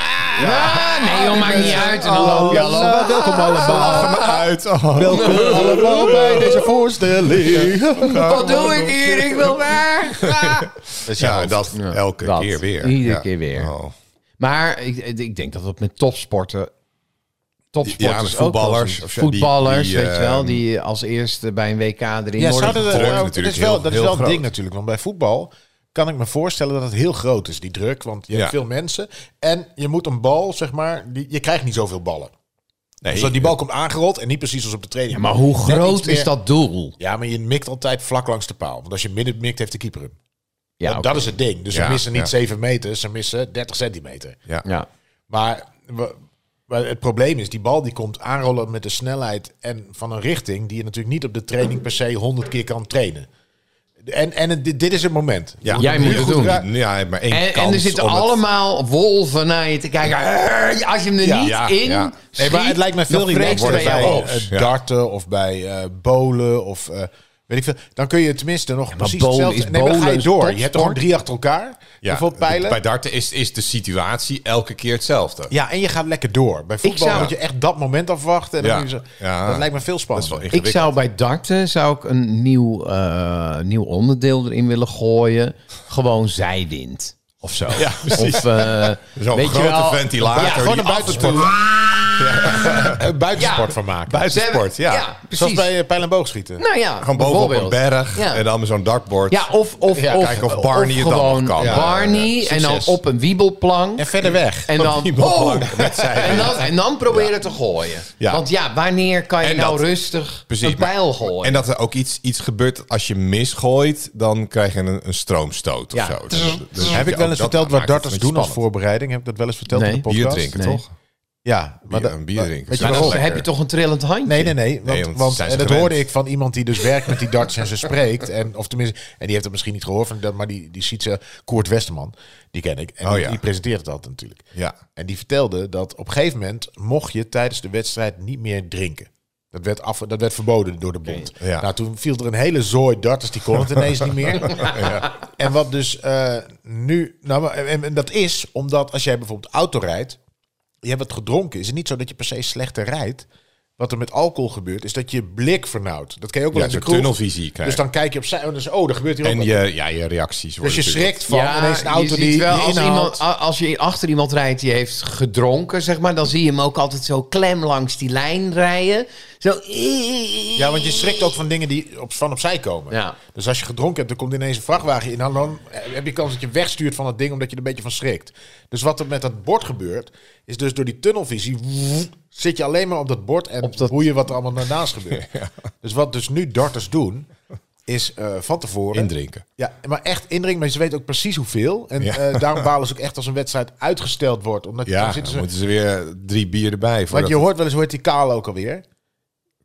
[SPEAKER 3] Ah, nee, joh, maakt niet uit. En dan loop je al over.
[SPEAKER 4] Hallo, welkom allemaal.
[SPEAKER 3] Ah,
[SPEAKER 2] Kom Ah, uit. Oh.
[SPEAKER 4] Welkom allemaal bij deze voorstelling.
[SPEAKER 3] Wat doe ik hier? Ik wil weg. Ah.
[SPEAKER 2] Dus ja, dat
[SPEAKER 3] Ja,
[SPEAKER 2] elke
[SPEAKER 3] dat.
[SPEAKER 2] keer weer.
[SPEAKER 3] Iedere
[SPEAKER 2] Ja.
[SPEAKER 3] keer weer.
[SPEAKER 2] Oh.
[SPEAKER 3] Maar ik, ik denk dat dat met topsporten.
[SPEAKER 2] Ja, met
[SPEAKER 3] Topsporters,
[SPEAKER 2] voetballers of
[SPEAKER 3] ook wel
[SPEAKER 2] zo,
[SPEAKER 3] zo.
[SPEAKER 2] die-
[SPEAKER 3] voetballers,
[SPEAKER 2] die,
[SPEAKER 3] weet je wel,
[SPEAKER 2] eh,
[SPEAKER 3] die als eerste bij een WK erin worden
[SPEAKER 4] Ja, zouden we,
[SPEAKER 2] druk
[SPEAKER 4] nou, dat
[SPEAKER 2] natuurlijk
[SPEAKER 4] is wel,
[SPEAKER 2] heel-
[SPEAKER 4] dat is
[SPEAKER 2] heel
[SPEAKER 4] wel een
[SPEAKER 2] groot.
[SPEAKER 4] ding natuurlijk. Want bij voetbal kan ik me voorstellen dat het heel groot is, die druk. Want je hebt
[SPEAKER 2] Ja.
[SPEAKER 4] veel mensen. En je moet een bal, zeg maar, die, je krijgt niet zoveel ballen.
[SPEAKER 2] Nee,
[SPEAKER 4] dus dat die bal komt aangerold en niet precies als op de training.
[SPEAKER 3] Maar hoe
[SPEAKER 4] Net iets
[SPEAKER 3] groot
[SPEAKER 4] meer-
[SPEAKER 3] is dat doel?
[SPEAKER 4] Ja, maar je mikt altijd vlak langs de paal. Want als je midden mikt, heeft de keeper hem.
[SPEAKER 3] Ja,
[SPEAKER 4] dat,
[SPEAKER 3] oké.
[SPEAKER 4] dat is het ding. Dus
[SPEAKER 2] Ja,
[SPEAKER 4] ze missen niet
[SPEAKER 2] ja.
[SPEAKER 4] 7 meter, ze missen 30 centimeter.
[SPEAKER 2] ja.
[SPEAKER 3] ja.
[SPEAKER 4] Maar we- maar het probleem is, die bal die komt aanrollen met de snelheid en van een richting die je natuurlijk niet op de training per se 100 keer kan trainen. En, en het- dit, dit is het moment.
[SPEAKER 2] Ja,
[SPEAKER 3] Jij
[SPEAKER 2] nu
[SPEAKER 3] moet het
[SPEAKER 2] goed
[SPEAKER 3] doen.
[SPEAKER 2] ra- Ja, je hebt maar één
[SPEAKER 3] En, en
[SPEAKER 2] kans
[SPEAKER 3] er zitten
[SPEAKER 2] om het-
[SPEAKER 3] allemaal wolven naar je te kijken. Hey, Als je hem er
[SPEAKER 4] Ja,
[SPEAKER 3] niet
[SPEAKER 2] ja,
[SPEAKER 3] in
[SPEAKER 2] ja.
[SPEAKER 3] schiet,
[SPEAKER 4] Nee, maar het lijkt mij veel
[SPEAKER 3] dan vreet
[SPEAKER 4] relaxter
[SPEAKER 3] ze
[SPEAKER 4] bij
[SPEAKER 3] bij jou
[SPEAKER 2] op.
[SPEAKER 4] eh,
[SPEAKER 2] Ja.
[SPEAKER 4] darten of bij eh bolen of eh, weet ik veel. Dan kun je tenminste nog precies
[SPEAKER 3] bowlen
[SPEAKER 4] hetzelfde.
[SPEAKER 3] is
[SPEAKER 4] Nee, maar dan ga je
[SPEAKER 3] bowlen, is
[SPEAKER 4] door. Je
[SPEAKER 3] topsport.
[SPEAKER 4] hebt er gewoon drie achter elkaar.
[SPEAKER 2] Ja,
[SPEAKER 4] Hoeveel pijlen?
[SPEAKER 2] Bij darten is, is de situatie elke keer hetzelfde.
[SPEAKER 4] Ja, en je gaat lekker door. Bij voetbal
[SPEAKER 3] zou-
[SPEAKER 4] moet je echt dat moment afwachten. En dan
[SPEAKER 2] Ja.
[SPEAKER 4] moet je zo-
[SPEAKER 2] Ja.
[SPEAKER 4] Dat lijkt me veel
[SPEAKER 2] Dat is
[SPEAKER 4] spannender.
[SPEAKER 2] wel ingewikkeld.
[SPEAKER 3] Ik zou bij darten zou ik een nieuw, eh, nieuw onderdeel erin willen gooien. Gewoon zijwind. Of zo.
[SPEAKER 2] (laughs) Ja, precies.
[SPEAKER 3] Of, eh,
[SPEAKER 2] Zo'n
[SPEAKER 3] weet je
[SPEAKER 2] grote
[SPEAKER 3] wel,
[SPEAKER 2] ventilator.
[SPEAKER 4] Ja, gewoon
[SPEAKER 2] die
[SPEAKER 4] een
[SPEAKER 2] af en toe-
[SPEAKER 4] buitensport. Een buitensport
[SPEAKER 3] Ja.
[SPEAKER 4] van maken.
[SPEAKER 2] Buitensport, ja.
[SPEAKER 3] Ja,
[SPEAKER 4] Zoals
[SPEAKER 3] precies.
[SPEAKER 4] bij eh, pijl en boogschieten.
[SPEAKER 3] nou ja,
[SPEAKER 2] Gewoon boven op een
[SPEAKER 3] bijvoorbeeld.
[SPEAKER 2] berg
[SPEAKER 3] Ja.
[SPEAKER 2] en dan met zo'n dartboard.
[SPEAKER 3] Ja, of, of,
[SPEAKER 4] Ja,
[SPEAKER 3] of,
[SPEAKER 2] kijken of Barney het dan nog
[SPEAKER 3] gewoon
[SPEAKER 2] kan. Ja,
[SPEAKER 3] Barney
[SPEAKER 4] ja, ja.
[SPEAKER 3] en dan
[SPEAKER 4] Succes.
[SPEAKER 3] op een wiebelplank.
[SPEAKER 4] En verder weg.
[SPEAKER 3] En dan, oh,
[SPEAKER 2] Oh! Met zijn
[SPEAKER 3] en dan, en dan proberen te gooien.
[SPEAKER 2] Ja.
[SPEAKER 3] Want ja, wanneer kan je
[SPEAKER 2] En
[SPEAKER 3] nou
[SPEAKER 2] dat-
[SPEAKER 3] rustig
[SPEAKER 2] Precies,
[SPEAKER 3] een pijl
[SPEAKER 2] maar-
[SPEAKER 3] gooien?
[SPEAKER 2] En dat er ook iets, iets gebeurt als je misgooit, dan krijg je een, een stroomstoot
[SPEAKER 3] Ja.
[SPEAKER 2] of zo. Dus- dus moet
[SPEAKER 4] heb
[SPEAKER 2] je
[SPEAKER 4] ik wel
[SPEAKER 2] ook
[SPEAKER 4] eens
[SPEAKER 2] dat-
[SPEAKER 4] verteld
[SPEAKER 2] maakt
[SPEAKER 4] wat
[SPEAKER 2] het
[SPEAKER 4] darters
[SPEAKER 2] een
[SPEAKER 4] doen als
[SPEAKER 2] beetje spannend.
[SPEAKER 4] voorbereiding? Heb ik dat wel eens verteld
[SPEAKER 3] Nee.
[SPEAKER 4] in de
[SPEAKER 2] Bier
[SPEAKER 4] podcast?
[SPEAKER 2] drinken,
[SPEAKER 3] Nee.
[SPEAKER 2] toch?
[SPEAKER 4] Ja, maar
[SPEAKER 2] Bier-
[SPEAKER 4] dat-
[SPEAKER 2] een bier drinken.
[SPEAKER 4] Weet je
[SPEAKER 2] Maar dat
[SPEAKER 3] Maar
[SPEAKER 4] waarom?
[SPEAKER 3] dan
[SPEAKER 2] is lekker.
[SPEAKER 3] heb je toch een trillend handje?
[SPEAKER 4] Nee, nee, nee. Want,
[SPEAKER 2] Nee, want
[SPEAKER 4] want
[SPEAKER 2] zijn
[SPEAKER 4] en
[SPEAKER 2] ze
[SPEAKER 4] dat
[SPEAKER 2] gewend.
[SPEAKER 4] hoorde ik van iemand die dus werkt met die darts en ze spreekt. En, of tenminste, en die heeft het misschien niet gehoord, van dat, maar die, die ziet ze, Koert Westerman, die ken ik. En
[SPEAKER 2] Oh
[SPEAKER 4] die-
[SPEAKER 2] ja.
[SPEAKER 4] die presenteert het altijd natuurlijk.
[SPEAKER 2] Ja.
[SPEAKER 4] En die vertelde dat op een gegeven moment mocht je tijdens de wedstrijd niet meer drinken. Dat werd, af, dat werd verboden door de bond.
[SPEAKER 2] Ja.
[SPEAKER 4] Nou, toen viel er een hele zooi darters, die kon het ineens niet meer.
[SPEAKER 2] (laughs)
[SPEAKER 4] En wat dus eh, nu... Nou, maar- en, en dat is omdat als jij bijvoorbeeld auto rijdt... Je hebt het gedronken. Is het niet zo dat je per se slechter rijdt? Wat er met alcohol gebeurt, is dat je blik vernauwt. Dat ken je ook wel
[SPEAKER 2] Ja,
[SPEAKER 4] in de
[SPEAKER 2] zo'n
[SPEAKER 4] kroeg.
[SPEAKER 2] tunnelvisie krijg
[SPEAKER 4] Dus dan kijk je opzij en dan is oh, er gebeurt hier ook
[SPEAKER 2] En
[SPEAKER 4] wat.
[SPEAKER 2] je, ja, je reacties
[SPEAKER 4] Dus
[SPEAKER 2] worden
[SPEAKER 4] je
[SPEAKER 2] natuurlijk-
[SPEAKER 4] schrikt van ineens een auto die je
[SPEAKER 3] als,
[SPEAKER 4] inhaalt.
[SPEAKER 3] iemand, a- als je achter iemand rijdt die heeft gedronken, zeg maar, dan zie je hem ook altijd zo klem langs die lijn rijden. Zo.
[SPEAKER 4] Ja, want je schrikt ook van dingen die op, van opzij komen.
[SPEAKER 3] Ja.
[SPEAKER 4] Dus als je gedronken hebt, dan komt ineens een vrachtwagen in. Dan, dan heb je kans dat je wegstuurt van dat ding omdat je er een beetje van schrikt. Dus wat er met dat bord gebeurt, is dus door die tunnelvisie woe, zit je alleen maar op dat bord en hoe je wat er allemaal daarnaast
[SPEAKER 2] (laughs)
[SPEAKER 4] gebeurt. Dus wat dus nu darters doen, is eh, van tevoren...
[SPEAKER 2] indrinken.
[SPEAKER 4] Ja, maar echt indringen, maar ze weten ook precies hoeveel. En
[SPEAKER 2] Ja.
[SPEAKER 4] eh, daarom balen ze ook echt als een wedstrijd uitgesteld wordt. Omdat je
[SPEAKER 2] Ja,
[SPEAKER 4] dan
[SPEAKER 2] dan
[SPEAKER 4] Dus zitten ze...
[SPEAKER 2] moeten ze weer drie bier erbij. Voor
[SPEAKER 4] Want je hoort wel eens, hoe heet die kaal ook alweer?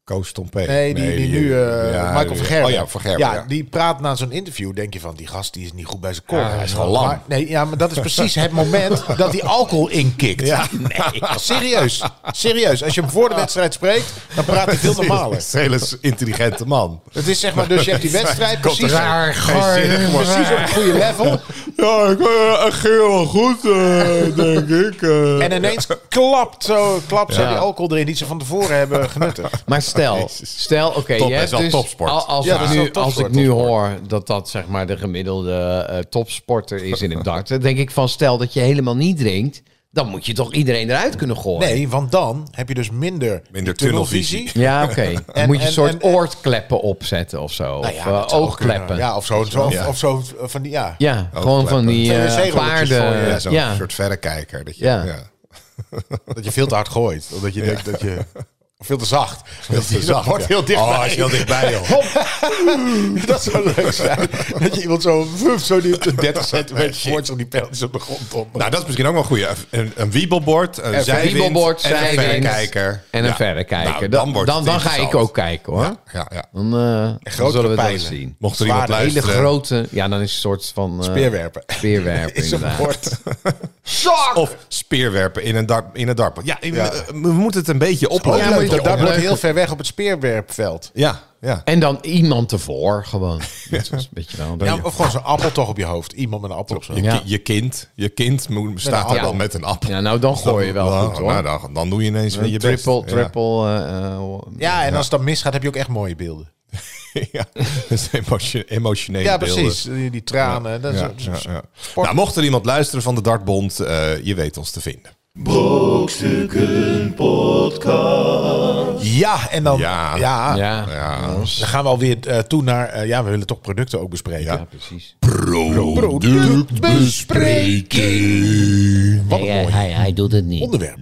[SPEAKER 2] Koos Tompé.
[SPEAKER 4] Nee, die, die, nu eh, Michael van Gerwen.
[SPEAKER 2] Oh ja, van Gerwen.
[SPEAKER 4] Ja,
[SPEAKER 2] Ja,
[SPEAKER 4] die praat na zo'n interview, denk je van, die gast die is niet goed bij zijn kop.
[SPEAKER 2] Ja, hij is gewoon lam.
[SPEAKER 4] Maar- Nee, ja, maar dat is precies het
[SPEAKER 2] (laughs)
[SPEAKER 4] moment dat die alcohol inkikt.
[SPEAKER 2] Ja.
[SPEAKER 4] Nee, serieus. Serieus. Als je hem voor de wedstrijd spreekt, dan praat
[SPEAKER 2] (laughs)
[SPEAKER 4] hij veel
[SPEAKER 2] Dat
[SPEAKER 4] normaler.
[SPEAKER 2] is een hele intelligente man.
[SPEAKER 4] Het is zeg maar, dus je
[SPEAKER 2] (laughs)
[SPEAKER 4] hebt die wedstrijd
[SPEAKER 2] Komt
[SPEAKER 4] precies,
[SPEAKER 2] raar, goor,
[SPEAKER 4] precies op het goede level.
[SPEAKER 2] Ja, ik uh, geel wel goed, (laughs) eh, denk ik. eh.
[SPEAKER 4] En ineens klapt zo, klapt zo die alcohol erin die ze van tevoren
[SPEAKER 2] (laughs)
[SPEAKER 4] hebben genuttigd.
[SPEAKER 3] Maar stel,
[SPEAKER 2] Jezus.
[SPEAKER 3] stel, oké,
[SPEAKER 2] Top, dat
[SPEAKER 3] je
[SPEAKER 2] is
[SPEAKER 3] hebt
[SPEAKER 2] wel
[SPEAKER 3] dus-
[SPEAKER 2] topsport.
[SPEAKER 3] al- Als,
[SPEAKER 4] Ja, dat
[SPEAKER 3] ik
[SPEAKER 4] is
[SPEAKER 3] nu,
[SPEAKER 4] wel topsport,
[SPEAKER 3] als ik nu hoor dat dat zeg maar de gemiddelde eh, topsporter is in het dart, dan denk ik van stel dat je helemaal niet drinkt, dan moet je toch iedereen eruit kunnen gooien.
[SPEAKER 4] Nee, want dan heb je dus minder,
[SPEAKER 2] Minder
[SPEAKER 4] die tunnelvisie.
[SPEAKER 2] tunnelvisie.
[SPEAKER 3] Ja, oké. Dan
[SPEAKER 4] En-
[SPEAKER 3] moet je een
[SPEAKER 4] en-
[SPEAKER 3] soort
[SPEAKER 4] en-
[SPEAKER 3] oortkleppen opzetten of zo.
[SPEAKER 4] Nou
[SPEAKER 3] of
[SPEAKER 4] ja,
[SPEAKER 3] eh,
[SPEAKER 4] dat zou
[SPEAKER 3] oogkleppen.
[SPEAKER 4] kunnen.
[SPEAKER 3] Ja,
[SPEAKER 4] Ja, of zo. zo
[SPEAKER 2] Ja.
[SPEAKER 4] Of zo eh, van die, ja.
[SPEAKER 3] gewoon van die
[SPEAKER 4] Twee
[SPEAKER 3] eh,
[SPEAKER 4] wc-rolletjes
[SPEAKER 3] paarden.
[SPEAKER 4] voor je,
[SPEAKER 2] ja,
[SPEAKER 3] Ja,
[SPEAKER 2] zo'n soort verrekijker. Dat je, ja.
[SPEAKER 3] Ja.
[SPEAKER 4] Dat je veel te hard gooit. Omdat je denkt dat je... Of veel te zacht. Dat je-
[SPEAKER 2] te zacht,
[SPEAKER 4] dat wordt
[SPEAKER 2] ja.
[SPEAKER 4] heel dichtbij.
[SPEAKER 2] Oh, hij is Dus heel dichtbij, joh.
[SPEAKER 4] Hop. (laughs) dat zou leuk zijn. Dat je iemand zo, wuf, zo die op de 30 centimeter voort zo die pijltjes op de grond op.
[SPEAKER 2] Nou, dat is misschien ook wel een goeie. Een, een wiebelbord, een zijwind
[SPEAKER 3] wiebelbord,
[SPEAKER 2] en een
[SPEAKER 3] zijwind.
[SPEAKER 2] verrekijker.
[SPEAKER 3] En een
[SPEAKER 2] Ja.
[SPEAKER 3] verrekijker.
[SPEAKER 2] Nou,
[SPEAKER 3] dan dan,
[SPEAKER 2] wordt het
[SPEAKER 3] dan, ga ik
[SPEAKER 2] interessant.
[SPEAKER 3] ook kijken hoor.
[SPEAKER 2] Ja, ja.
[SPEAKER 3] Dan, eh, dan zullen we dat eens
[SPEAKER 4] pijlen.
[SPEAKER 3] zien.
[SPEAKER 2] Mocht er iemand
[SPEAKER 4] Zwaar,
[SPEAKER 3] Hele
[SPEAKER 2] luisteren,
[SPEAKER 3] grote, ja, dan is het een soort van... eh,
[SPEAKER 4] (laughs) Speerwerpen.
[SPEAKER 2] (laughs)
[SPEAKER 3] Speerwerpen,
[SPEAKER 4] Is een
[SPEAKER 3] inderdaad.
[SPEAKER 4] bord.
[SPEAKER 2] of speerwerpen in een, darp, in een dartbord. Ja, in-
[SPEAKER 4] Ja.
[SPEAKER 2] eh, we moeten het een beetje
[SPEAKER 4] Oh,
[SPEAKER 2] oplossen.
[SPEAKER 4] ja,
[SPEAKER 3] maar
[SPEAKER 4] dat, dat wordt
[SPEAKER 3] Leuke-
[SPEAKER 4] heel ver weg op het speerwerpveld.
[SPEAKER 2] Ja, ja.
[SPEAKER 3] En dan iemand
[SPEAKER 2] (laughs)
[SPEAKER 3] ervoor, gewoon. Dat was een beetje wel...
[SPEAKER 4] Ja, of gewoon zo'n appel toch op je hoofd. Iemand met een appel op
[SPEAKER 2] Je,
[SPEAKER 4] zijn hoofd.
[SPEAKER 3] Ja.
[SPEAKER 2] ki- je kind, je kind moet- staat
[SPEAKER 4] appel.
[SPEAKER 2] er dan met een appel.
[SPEAKER 3] Ja, nou, dan gooi je wel
[SPEAKER 2] dan,
[SPEAKER 3] goed, hoor.
[SPEAKER 2] nou, dan, dan doe je ineens weer je
[SPEAKER 3] triple,
[SPEAKER 2] best.
[SPEAKER 3] triple... eh, eh,
[SPEAKER 4] Ja, en als dat misgaat heb je ook echt mooie beelden.
[SPEAKER 2] Ja, (laughs) ja. dat is emotio- emotionele
[SPEAKER 4] Ja,
[SPEAKER 2] beelden.
[SPEAKER 4] precies. Die, die tranen. Dat is-
[SPEAKER 2] Ja, ja, ja. Nou, mocht er iemand luisteren van de Dartbond, eh, je weet ons te vinden.
[SPEAKER 1] Brokstukken Podcast.
[SPEAKER 4] Ja, en dan...
[SPEAKER 2] Ja.
[SPEAKER 4] ja.
[SPEAKER 3] ja.
[SPEAKER 2] Ja,
[SPEAKER 4] Dan gaan we alweer eh, toe naar... eh, ja, we willen toch producten ook bespreken.
[SPEAKER 3] Ja, precies.
[SPEAKER 5] Nee, hij, hij, hij doet het niet.
[SPEAKER 4] Onderwerp.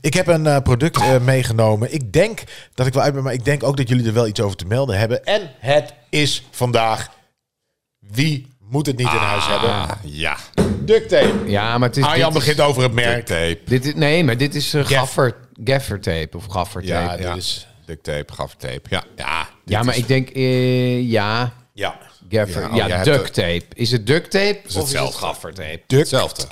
[SPEAKER 4] Ik heb een eh, product eh, meegenomen. Ik denk dat ik wel uit ben, maar ik denk ook dat jullie er wel iets over te melden hebben. En het is vandaag... Wie moet het niet in huis
[SPEAKER 2] Ah.
[SPEAKER 4] hebben?
[SPEAKER 2] ja.
[SPEAKER 4] Duct tape.
[SPEAKER 3] Ja, maar het is...
[SPEAKER 2] Ah,
[SPEAKER 4] Arjan
[SPEAKER 3] dit is-
[SPEAKER 4] begint over het merk.
[SPEAKER 2] Tape.
[SPEAKER 3] Dit is, nee, maar dit is eh, gaffer, gaffer tape of gaffer tape.
[SPEAKER 2] Ja,
[SPEAKER 3] Ja,
[SPEAKER 4] dit
[SPEAKER 2] ja.
[SPEAKER 4] is-
[SPEAKER 2] Duct tape, gaffertape. Ja, ja.
[SPEAKER 3] maar ik denk, eh, ja,
[SPEAKER 4] Ja.
[SPEAKER 3] gaffer,
[SPEAKER 2] Ja,
[SPEAKER 3] ja,
[SPEAKER 2] oh, jij hebt
[SPEAKER 3] duct tape. Is het duct tape of is het
[SPEAKER 2] hetzelfde.
[SPEAKER 3] gaffer tape?
[SPEAKER 2] Hetzelfde.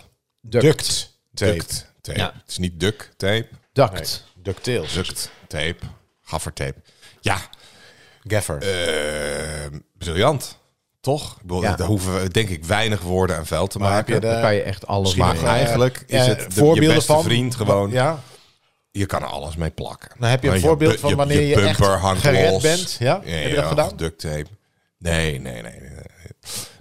[SPEAKER 3] Duct.
[SPEAKER 4] Duct. Tape.
[SPEAKER 2] Duct tape.
[SPEAKER 3] Ja.
[SPEAKER 2] Het is niet duck tape.
[SPEAKER 3] Duct.
[SPEAKER 4] Ductales.
[SPEAKER 2] Duct tape. Gaffertape. Ja,
[SPEAKER 4] Gaffer.
[SPEAKER 2] eh, briljant. Toch? Ik bedoel,
[SPEAKER 4] Ja.
[SPEAKER 2] Daar hoeven we denk ik weinig woorden aan vuil te
[SPEAKER 4] Maar heb
[SPEAKER 2] maken.
[SPEAKER 4] je de-
[SPEAKER 3] Daar kan je echt alles
[SPEAKER 4] Misschien
[SPEAKER 3] mee.
[SPEAKER 2] Maar eigenlijk is
[SPEAKER 4] eh,
[SPEAKER 2] het de, je
[SPEAKER 4] voorbeelden
[SPEAKER 2] beste
[SPEAKER 4] van-
[SPEAKER 2] vriend gewoon.
[SPEAKER 4] ja.
[SPEAKER 2] Je kan er alles mee plakken.
[SPEAKER 4] Nou, heb je een
[SPEAKER 2] Maar
[SPEAKER 4] voorbeeld
[SPEAKER 2] bu-
[SPEAKER 4] van wanneer je echt
[SPEAKER 2] bumper hangt
[SPEAKER 4] gered
[SPEAKER 2] los.
[SPEAKER 4] bent? Ja? Heb je dat
[SPEAKER 2] of
[SPEAKER 4] gedaan?
[SPEAKER 2] Duct tape. Nee, nee, nee. nee, nee.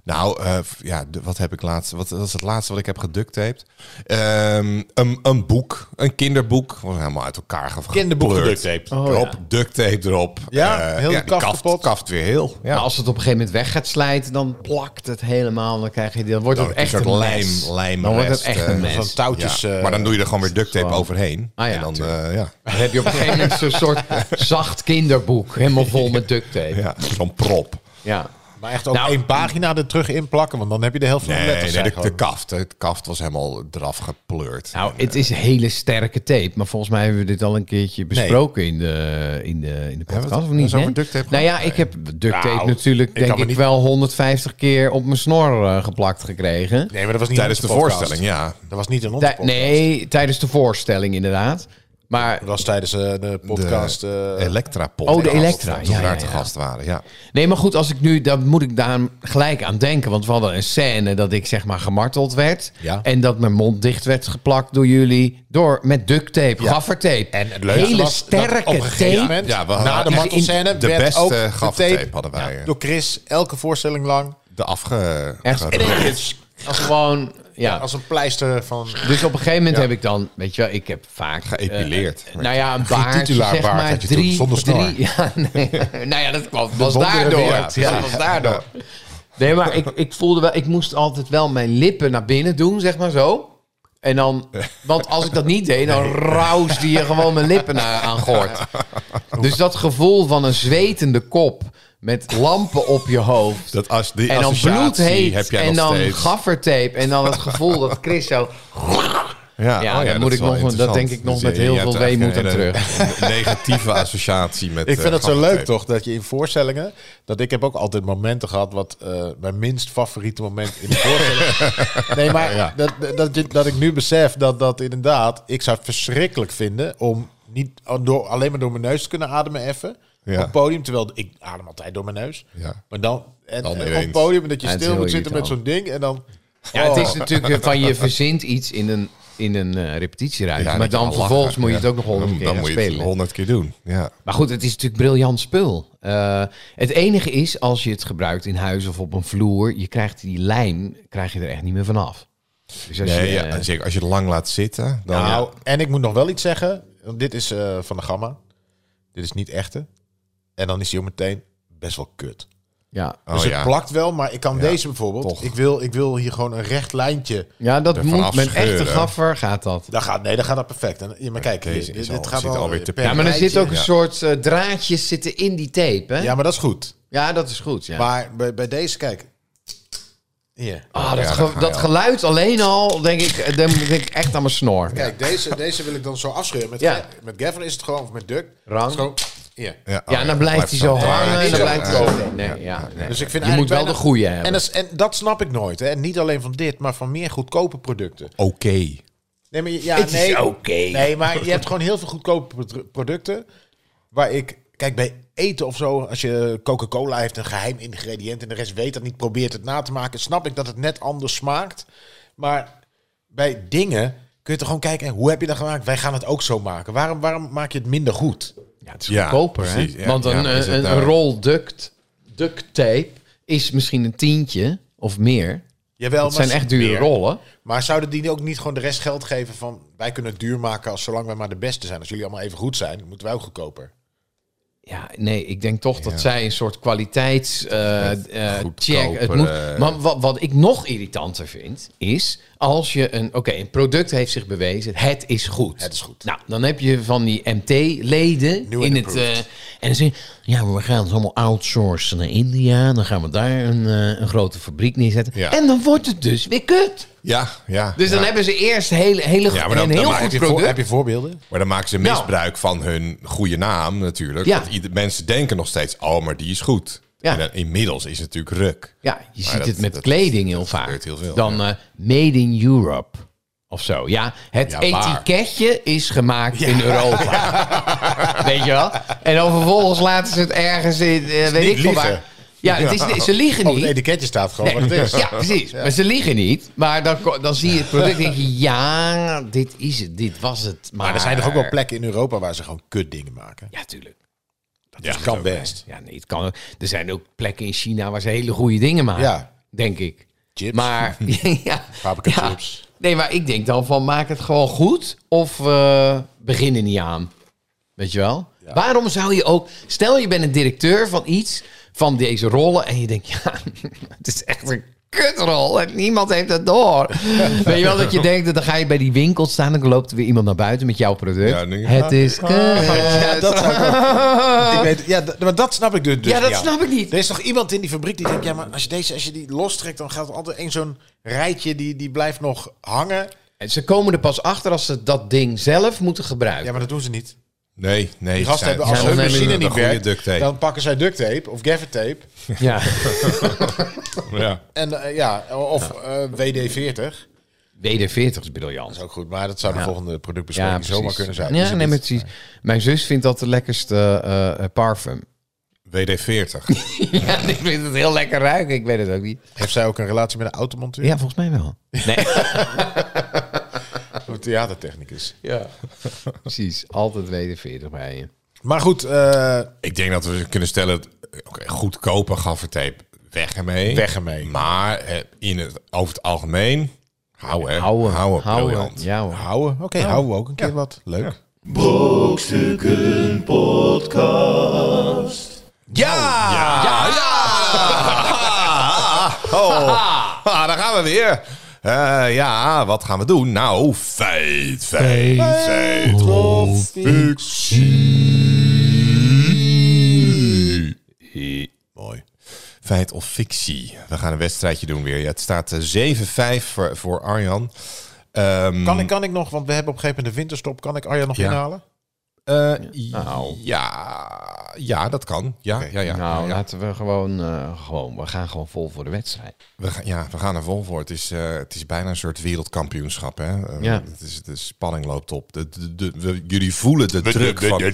[SPEAKER 2] Nou, eh, f- ja, de- wat heb ik laatst? Wat was het laatste wat ik heb geductaped? Ehm een, een boek, een kinderboek, was helemaal uit elkaar ge-
[SPEAKER 4] Kinderboek
[SPEAKER 2] gepleurd.
[SPEAKER 4] geductaped.
[SPEAKER 3] Oh,
[SPEAKER 2] erop, duct tape erop.
[SPEAKER 4] Ja,
[SPEAKER 2] Eh,
[SPEAKER 4] heel de
[SPEAKER 2] die
[SPEAKER 4] kaft
[SPEAKER 2] kaft,
[SPEAKER 4] kapot.
[SPEAKER 2] kaft weer heel. Ja.
[SPEAKER 3] Maar als het op een gegeven moment weg gaat slijten, dan plakt het helemaal. Dan krijg je die, dan wordt
[SPEAKER 2] Nou, Dan
[SPEAKER 3] het
[SPEAKER 2] heb je
[SPEAKER 3] echt
[SPEAKER 2] Oh, een
[SPEAKER 3] een
[SPEAKER 2] soort
[SPEAKER 3] mes.
[SPEAKER 2] lijm- lijmrest,
[SPEAKER 3] dan wordt het echt
[SPEAKER 2] eh,
[SPEAKER 3] een
[SPEAKER 4] Van
[SPEAKER 3] mes.
[SPEAKER 4] touwtjes.
[SPEAKER 2] Ja,
[SPEAKER 4] eh,
[SPEAKER 2] maar dan doe je er gewoon weer duct tape overheen.
[SPEAKER 3] Ah ja,
[SPEAKER 2] en dan,
[SPEAKER 3] tuurlijk.
[SPEAKER 2] eh, ja.
[SPEAKER 3] Dan heb je op een
[SPEAKER 2] (laughs)
[SPEAKER 3] gegeven moment zo'n soort zacht kinderboek, helemaal vol met duct tape. Ja.
[SPEAKER 2] ja, zo'n prop.
[SPEAKER 3] ja.
[SPEAKER 4] Maar echt ook
[SPEAKER 3] Nou,
[SPEAKER 4] één pagina er terug in plakken, want dan heb je de helft van de
[SPEAKER 2] Nee,
[SPEAKER 4] letters.
[SPEAKER 2] nee de,
[SPEAKER 4] eigenlijk
[SPEAKER 2] de kaft. De kaft was helemaal eraf gepleurd.
[SPEAKER 3] Nou, het is hele sterke tape. Maar volgens mij hebben we dit al een keertje besproken in, de, in, de, in de
[SPEAKER 2] we het
[SPEAKER 3] podcast. Of
[SPEAKER 2] wel
[SPEAKER 3] niet,
[SPEAKER 2] eens over
[SPEAKER 3] hè?
[SPEAKER 2] duct tape
[SPEAKER 3] Nou
[SPEAKER 2] gehad?
[SPEAKER 3] ja, ik heb duct tape
[SPEAKER 4] Nou,
[SPEAKER 3] natuurlijk,
[SPEAKER 4] kan
[SPEAKER 3] denk
[SPEAKER 4] me
[SPEAKER 3] ik,
[SPEAKER 4] niet-
[SPEAKER 3] wel 150 keer op mijn snor eh, geplakt gekregen.
[SPEAKER 4] Nee, maar dat was niet
[SPEAKER 2] Tijdens de
[SPEAKER 4] onze podcast.
[SPEAKER 2] voorstelling, ja.
[SPEAKER 4] Dat was niet een
[SPEAKER 3] Tij-
[SPEAKER 4] onze podcast.
[SPEAKER 3] nee, tijdens de voorstelling inderdaad. Maar
[SPEAKER 4] Dat was tijdens eh, de podcast. eh,
[SPEAKER 2] Elektra Pop.
[SPEAKER 3] Oh, de Elektra,
[SPEAKER 2] Toen
[SPEAKER 3] ja,
[SPEAKER 2] we daar
[SPEAKER 3] ja,
[SPEAKER 2] te
[SPEAKER 3] ja.
[SPEAKER 2] gast waren, ja.
[SPEAKER 3] Nee, maar goed, als ik nu, dan moet ik daar gelijk aan denken. Want we hadden een scène dat ik zeg maar gemarteld werd.
[SPEAKER 4] Ja.
[SPEAKER 3] En dat mijn mond dicht werd geplakt door jullie. Door met duct tape, gaffertape. En
[SPEAKER 4] het leuke
[SPEAKER 3] Hele
[SPEAKER 4] was dat
[SPEAKER 3] sterke
[SPEAKER 4] op een gegeven
[SPEAKER 3] tape.
[SPEAKER 4] moment,
[SPEAKER 2] Ja, we
[SPEAKER 4] na de
[SPEAKER 2] hadden
[SPEAKER 4] martelscène,
[SPEAKER 2] de
[SPEAKER 4] werd
[SPEAKER 2] beste
[SPEAKER 4] ook de
[SPEAKER 2] gaffertape
[SPEAKER 4] tape
[SPEAKER 2] hadden wij, eh.
[SPEAKER 4] Door Chris, elke voorstelling lang.
[SPEAKER 2] De afge...
[SPEAKER 3] Echt
[SPEAKER 2] ge-
[SPEAKER 3] als gewoon, ja.
[SPEAKER 4] Als een pleister van...
[SPEAKER 3] Dus op een gegeven moment heb ik dan, weet je wel, ik heb vaak...
[SPEAKER 2] Geëpileerd.
[SPEAKER 3] eh, nou ja, een
[SPEAKER 2] Geen
[SPEAKER 3] baard, zeg
[SPEAKER 2] titulaar
[SPEAKER 3] maar,
[SPEAKER 2] baard had je toen,
[SPEAKER 3] drie,
[SPEAKER 2] zonder snor.
[SPEAKER 3] drie- (laughs) ja, nee, nou ja, dat kwam, was
[SPEAKER 4] wonderen
[SPEAKER 3] daardoor.
[SPEAKER 4] weer,
[SPEAKER 3] Ja,
[SPEAKER 4] ja.
[SPEAKER 3] dat was daardoor. Nee, maar ik, ik voelde wel, ik moest altijd wel mijn lippen naar binnen doen, zeg maar zo. En dan, want als ik dat niet deed, dan rousde je gewoon mijn lippen naar, aan
[SPEAKER 2] (laughs)
[SPEAKER 3] gort. Dus dat gevoel van een zwetende kop met lampen op je hoofd.
[SPEAKER 2] Dat als die
[SPEAKER 3] en dan
[SPEAKER 2] associatie
[SPEAKER 3] bloed
[SPEAKER 2] heb
[SPEAKER 3] heet
[SPEAKER 2] jij
[SPEAKER 3] en
[SPEAKER 2] nog
[SPEAKER 3] dan
[SPEAKER 2] steeds.
[SPEAKER 3] gaffertape en dan het gevoel dat Chris zo...
[SPEAKER 2] Ja,
[SPEAKER 3] Ja,
[SPEAKER 2] oh
[SPEAKER 3] dan
[SPEAKER 2] dat
[SPEAKER 3] moet
[SPEAKER 2] is
[SPEAKER 3] ik
[SPEAKER 2] wel
[SPEAKER 3] nog- dat
[SPEAKER 2] interessant.
[SPEAKER 3] denk ik nog
[SPEAKER 2] Dus
[SPEAKER 3] met
[SPEAKER 2] je-
[SPEAKER 3] heel
[SPEAKER 2] je hebt
[SPEAKER 3] veel
[SPEAKER 2] echt
[SPEAKER 3] weemoed
[SPEAKER 2] een
[SPEAKER 3] aan
[SPEAKER 2] hele (laughs) Negatieve associatie met.
[SPEAKER 4] Ik
[SPEAKER 2] eh,
[SPEAKER 4] vind het zo
[SPEAKER 2] gaffertape.
[SPEAKER 4] leuk toch, dat je in voorstellingen... Dat ik heb ook altijd momenten gehad wat eh, mijn minst favoriete moment in de voorstelling... nee,
[SPEAKER 2] (laughs)
[SPEAKER 4] maar dat, dat, dat, je- dat ik nu besef dat dat inderdaad... Ik zou het verschrikkelijk vinden om niet oh, door, alleen maar door mijn neus te kunnen ademen even...
[SPEAKER 2] Ja.
[SPEAKER 4] Op het podium, terwijl ik adem altijd door mijn neus.
[SPEAKER 2] Ja.
[SPEAKER 4] Maar dan, en,
[SPEAKER 2] Dan
[SPEAKER 4] en op
[SPEAKER 2] ineens.
[SPEAKER 4] het podium dat je
[SPEAKER 3] Ja, het is
[SPEAKER 4] stil
[SPEAKER 3] heel
[SPEAKER 4] moet zitten met zo'n
[SPEAKER 3] irritant.
[SPEAKER 4] ding en dan...
[SPEAKER 3] Ja, het
[SPEAKER 2] Oh.
[SPEAKER 3] is natuurlijk eh, van je verzint iets in een, in een eh, repetitieruimte.
[SPEAKER 2] Ja,
[SPEAKER 3] maar
[SPEAKER 2] dat
[SPEAKER 3] dan
[SPEAKER 2] je al
[SPEAKER 3] vervolgens
[SPEAKER 2] lachen.
[SPEAKER 3] moet je het
[SPEAKER 2] Ja.
[SPEAKER 3] ook nog honderd
[SPEAKER 2] Dan-
[SPEAKER 3] keer
[SPEAKER 2] Dan
[SPEAKER 3] gaan
[SPEAKER 2] moet je het
[SPEAKER 3] spelen.
[SPEAKER 2] honderd keer doen. Ja.
[SPEAKER 3] Maar goed, het is natuurlijk briljant spul. Eh, het enige is, als je het gebruikt in huis of op een vloer, je krijgt die lijm, krijg je er echt niet meer vanaf. Dus als
[SPEAKER 2] Nee,
[SPEAKER 3] je,
[SPEAKER 2] ja,
[SPEAKER 3] eh,
[SPEAKER 2] en zeker als je het lang laat zitten, dan.
[SPEAKER 4] Nou, en ik moet nog wel iets zeggen. want Dit is eh, van de Gamma. Dit is niet echte. En dan is hij ook meteen best wel kut.
[SPEAKER 3] ja.
[SPEAKER 2] Oh,
[SPEAKER 4] dus
[SPEAKER 2] ja.
[SPEAKER 4] het plakt wel, maar ik kan deze bijvoorbeeld.
[SPEAKER 2] toch.
[SPEAKER 4] Ik wil, ik wil hier gewoon een recht lijntje.
[SPEAKER 3] ja, dat
[SPEAKER 2] Ervan
[SPEAKER 3] moet met
[SPEAKER 2] afscheuren.
[SPEAKER 3] echte gaffer gaat dat.
[SPEAKER 4] Dan gaat, nee, dan gaat dat perfect. En, ja, maar kijk,
[SPEAKER 2] Deze
[SPEAKER 4] dit,
[SPEAKER 2] is
[SPEAKER 4] dit
[SPEAKER 2] al-
[SPEAKER 4] gaat
[SPEAKER 2] zit
[SPEAKER 4] wel
[SPEAKER 2] alweer te
[SPEAKER 4] per
[SPEAKER 3] Ja, maar er
[SPEAKER 4] rijtje.
[SPEAKER 3] zit ook een
[SPEAKER 2] Ja.
[SPEAKER 3] soort eh, draadjes zitten in die tape, hè? Ja,
[SPEAKER 4] Ja, maar dat is goed.
[SPEAKER 3] dat is goed. Ja.
[SPEAKER 4] Maar bij, bij deze, kijk. Hier.
[SPEAKER 3] Ah, dat,
[SPEAKER 2] Ja,
[SPEAKER 3] ge-
[SPEAKER 2] daar ga je
[SPEAKER 3] dat
[SPEAKER 2] al.
[SPEAKER 3] geluid alleen al, denk ik, eh, dan denk ik echt aan mijn snor.
[SPEAKER 4] Kijk, deze, deze wil ik dan zo afscheuren. Met,
[SPEAKER 3] Ja.
[SPEAKER 4] met Gavin is het gewoon, of met Duck.
[SPEAKER 3] Rang.
[SPEAKER 4] Het is gewoon- hier.
[SPEAKER 2] Ja, oh
[SPEAKER 3] Ja, en dan blijft hij zo
[SPEAKER 2] staan.
[SPEAKER 3] hangen en dan
[SPEAKER 4] Ja,
[SPEAKER 3] blijft hij
[SPEAKER 4] ja,
[SPEAKER 3] zo... Nee, ja, nee.
[SPEAKER 4] Dus ik vind
[SPEAKER 3] Je moet
[SPEAKER 4] eigenlijk
[SPEAKER 3] wel de
[SPEAKER 4] bijna-
[SPEAKER 3] goede hebben.
[SPEAKER 4] En dat, is- en dat snap ik nooit. Hè. Niet alleen van dit, maar van meer goedkope producten.
[SPEAKER 2] Oké.
[SPEAKER 4] Nee, maar je- ja,
[SPEAKER 5] Het is
[SPEAKER 4] nee.
[SPEAKER 5] oké.
[SPEAKER 4] Nee, maar je hebt gewoon heel veel goedkope produ- producten. Waar ik, kijk, bij eten of zo, als je Coca-Cola heeft een geheim ingrediënt en de rest weet dat niet, probeert het na te maken, snap ik dat het net anders smaakt. Maar bij dingen kun je toch gewoon kijken, hoe heb je dat gemaakt? Wij gaan het ook zo maken. Waarom, waarom maak je het minder goed?
[SPEAKER 3] Ja, het is
[SPEAKER 2] Ja,
[SPEAKER 3] goedkoper, hè?
[SPEAKER 2] precies. Ja,
[SPEAKER 3] Want een,
[SPEAKER 2] ja, is
[SPEAKER 3] een,
[SPEAKER 2] het
[SPEAKER 3] een
[SPEAKER 2] nou-
[SPEAKER 3] rol duct, duct tape is misschien een tientje of meer.
[SPEAKER 4] Jawel,
[SPEAKER 3] Dat zijn
[SPEAKER 4] maar-
[SPEAKER 3] echt dure
[SPEAKER 4] meer.
[SPEAKER 3] rollen.
[SPEAKER 4] Maar zouden die ook niet gewoon de rest geld geven van, wij kunnen het duur maken als zolang wij maar de beste zijn. Als jullie allemaal even goed zijn, moeten wij ook goedkoper.
[SPEAKER 3] Ja, nee, ik denk toch dat zij een soort kwaliteits eh, eh, check. Het
[SPEAKER 2] goedkopere-
[SPEAKER 3] moet, maar wat, wat ik nog irritanter vind, is als je een... Oké, een product heeft zich bewezen, het is goed.
[SPEAKER 4] Het is goed.
[SPEAKER 3] Nou, dan heb je van die MT-leden
[SPEAKER 4] New
[SPEAKER 3] in
[SPEAKER 4] and
[SPEAKER 3] het...
[SPEAKER 4] approved.
[SPEAKER 3] eh, en dan zeg je, ja, we gaan het allemaal outsourcen naar India. Dan gaan we daar een, eh, een grote fabriek neerzetten.
[SPEAKER 2] Ja.
[SPEAKER 3] En dan wordt het dus weer kut.
[SPEAKER 2] Ja, ja.
[SPEAKER 3] Dus dan
[SPEAKER 2] ja.
[SPEAKER 3] hebben ze eerst hele, hele,
[SPEAKER 2] Ja, maar dan-
[SPEAKER 3] een
[SPEAKER 2] dan
[SPEAKER 3] heel
[SPEAKER 2] maak
[SPEAKER 3] goed
[SPEAKER 2] je
[SPEAKER 4] Voor-
[SPEAKER 3] product.
[SPEAKER 4] heb je voorbeelden?
[SPEAKER 2] Maar dan maken ze
[SPEAKER 3] Nou.
[SPEAKER 2] misbruik van hun goede naam natuurlijk.
[SPEAKER 3] Ja.
[SPEAKER 2] Want ieder, mensen denken nog steeds, oh, maar die is goed.
[SPEAKER 3] Ja.
[SPEAKER 2] En dan, inmiddels is het natuurlijk ruk.
[SPEAKER 3] Ja, je ziet
[SPEAKER 2] dat-
[SPEAKER 3] het met
[SPEAKER 2] dat-
[SPEAKER 3] kleding heel
[SPEAKER 2] dat
[SPEAKER 3] vaak.
[SPEAKER 2] gebeurt heel veel,
[SPEAKER 3] Dan eh, Made in Europe of zo. Ja, het
[SPEAKER 2] Ja, waar?
[SPEAKER 3] etiketje is gemaakt in Europa. Weet je wel? En dan vervolgens laten ze het ergens in, eh, weet ik
[SPEAKER 2] niet
[SPEAKER 3] veel waar.
[SPEAKER 2] liegen.
[SPEAKER 3] Ja, het is, ze liegen
[SPEAKER 4] Op Oh, het
[SPEAKER 3] niet.
[SPEAKER 4] etiketje staat gewoon wat het is.
[SPEAKER 3] Ja, precies. Maar ze liegen niet. Maar dan, ko- dan zie je het product en denk je... Ja, dit is het. Dit was het. Maar,
[SPEAKER 4] Maar er zijn toch ook wel plekken in Europa waar ze gewoon kut dingen maken.
[SPEAKER 3] Ja, tuurlijk.
[SPEAKER 4] Dat is- kan best.
[SPEAKER 3] Ja, nee, het kan. ook. Er zijn ook plekken in China waar ze hele goede dingen maken.
[SPEAKER 4] Ja.
[SPEAKER 3] Denk ik.
[SPEAKER 4] Chips.
[SPEAKER 3] Maar ja,
[SPEAKER 4] Paprika chips.
[SPEAKER 3] Nee, maar ik denk dan van maak het gewoon goed of eh, begin er niet aan. Weet je wel? Waarom zou je ook... (laughs) Stel je bent een directeur van iets, van deze rollen... en je denkt, ja, het is echt een kutrol. En niemand heeft het door. Weet je wel dat je denkt, dan ga je bij die winkel staan... en dan loopt er weer iemand naar buiten met jouw product.
[SPEAKER 2] Ja, dan denk je,
[SPEAKER 3] het is kut.
[SPEAKER 4] Ja, dat zou ik
[SPEAKER 3] (laughs)
[SPEAKER 4] ook- ik weet, ja, d- maar dat snap ik dus. dus
[SPEAKER 3] Ja, dat
[SPEAKER 4] niet.
[SPEAKER 3] snap ik niet.
[SPEAKER 4] Er is toch iemand in die fabriek die denkt, ja, maar als je, deze, als je die lostrekt, dan gaat er altijd één zo'n rijtje, die, die blijft nog hangen.
[SPEAKER 3] En ze komen er pas achter als ze dat ding zelf moeten gebruiken.
[SPEAKER 4] Ja, maar dat doen ze niet.
[SPEAKER 2] Nee, nee.
[SPEAKER 4] Die gasten
[SPEAKER 2] zij-
[SPEAKER 4] hebben, als
[SPEAKER 2] zij
[SPEAKER 4] hun
[SPEAKER 2] hebben
[SPEAKER 4] machine
[SPEAKER 2] de
[SPEAKER 4] niet
[SPEAKER 2] goede
[SPEAKER 4] werkt,
[SPEAKER 2] duct tape.
[SPEAKER 4] dan pakken zij duct tape of gaffer tape.
[SPEAKER 3] Ja. (laughs)
[SPEAKER 2] Ja.
[SPEAKER 4] En eh, ja, of eh, WD-40. Dat
[SPEAKER 3] WD-40 is briljant.
[SPEAKER 4] is ook goed, maar dat zou de volgende productbespreking zomaar kunnen zijn.
[SPEAKER 3] Ja,
[SPEAKER 4] Dus het
[SPEAKER 3] nee, maar
[SPEAKER 4] is-
[SPEAKER 3] precies. Mijn zus vindt dat de lekkerste eh, eh, parfum.
[SPEAKER 2] WD-40.
[SPEAKER 3] (laughs) Ja, ik vind het heel lekker ruiken. Ik weet het ook niet.
[SPEAKER 4] Heeft zij ook een relatie met een automonteur?
[SPEAKER 3] Ja, volgens mij wel.
[SPEAKER 4] Een theatertechnicus.
[SPEAKER 3] Precies. Altijd WD-40 bij je.
[SPEAKER 4] Maar goed, eh,
[SPEAKER 2] Ik denk dat we kunnen stellen, oké, goedkope gaffertape, weg ermee.
[SPEAKER 4] Weg ermee.
[SPEAKER 2] Maar eh, in het, over het algemeen, hou hè.
[SPEAKER 3] Houden.
[SPEAKER 2] Hou
[SPEAKER 3] Houden.
[SPEAKER 2] briljant.
[SPEAKER 3] Ja hoor.
[SPEAKER 4] houden. Oké, houden we ook een keer wat. Leuk.
[SPEAKER 1] Brokstukken Podcast.
[SPEAKER 2] Ja! Ja!
[SPEAKER 3] (laughs)
[SPEAKER 2] Oh. Ah, daar gaan we weer. Eh, ja, wat gaan we doen? Nou, feit, feit, feit. Of fictie. Mooi. Feit of fictie. We gaan een wedstrijdje doen weer. Ja, het staat eh, 7-5 voor, voor Arjan. Ehm,
[SPEAKER 3] Mm.
[SPEAKER 4] Kan, ik, kan ik nog, want we hebben op een gegeven moment de winterstop, kan ik Arjan nog
[SPEAKER 2] Ja.
[SPEAKER 4] inhalen?
[SPEAKER 2] eh,
[SPEAKER 3] Nou.
[SPEAKER 2] ja, ja, dat kan. Ja, ja, ja.
[SPEAKER 3] nou,
[SPEAKER 2] ja.
[SPEAKER 3] laten we gewoon, eh, gewoon... We gaan gewoon vol voor de wedstrijd.
[SPEAKER 2] We gaan, ja, we gaan er vol voor. Het is, eh, het is bijna een soort wereldkampioenschap. Hè? Eh,
[SPEAKER 3] Ja.
[SPEAKER 2] het is, de spanning loopt op. De, de, de- we- jullie voelen de, druk van, de,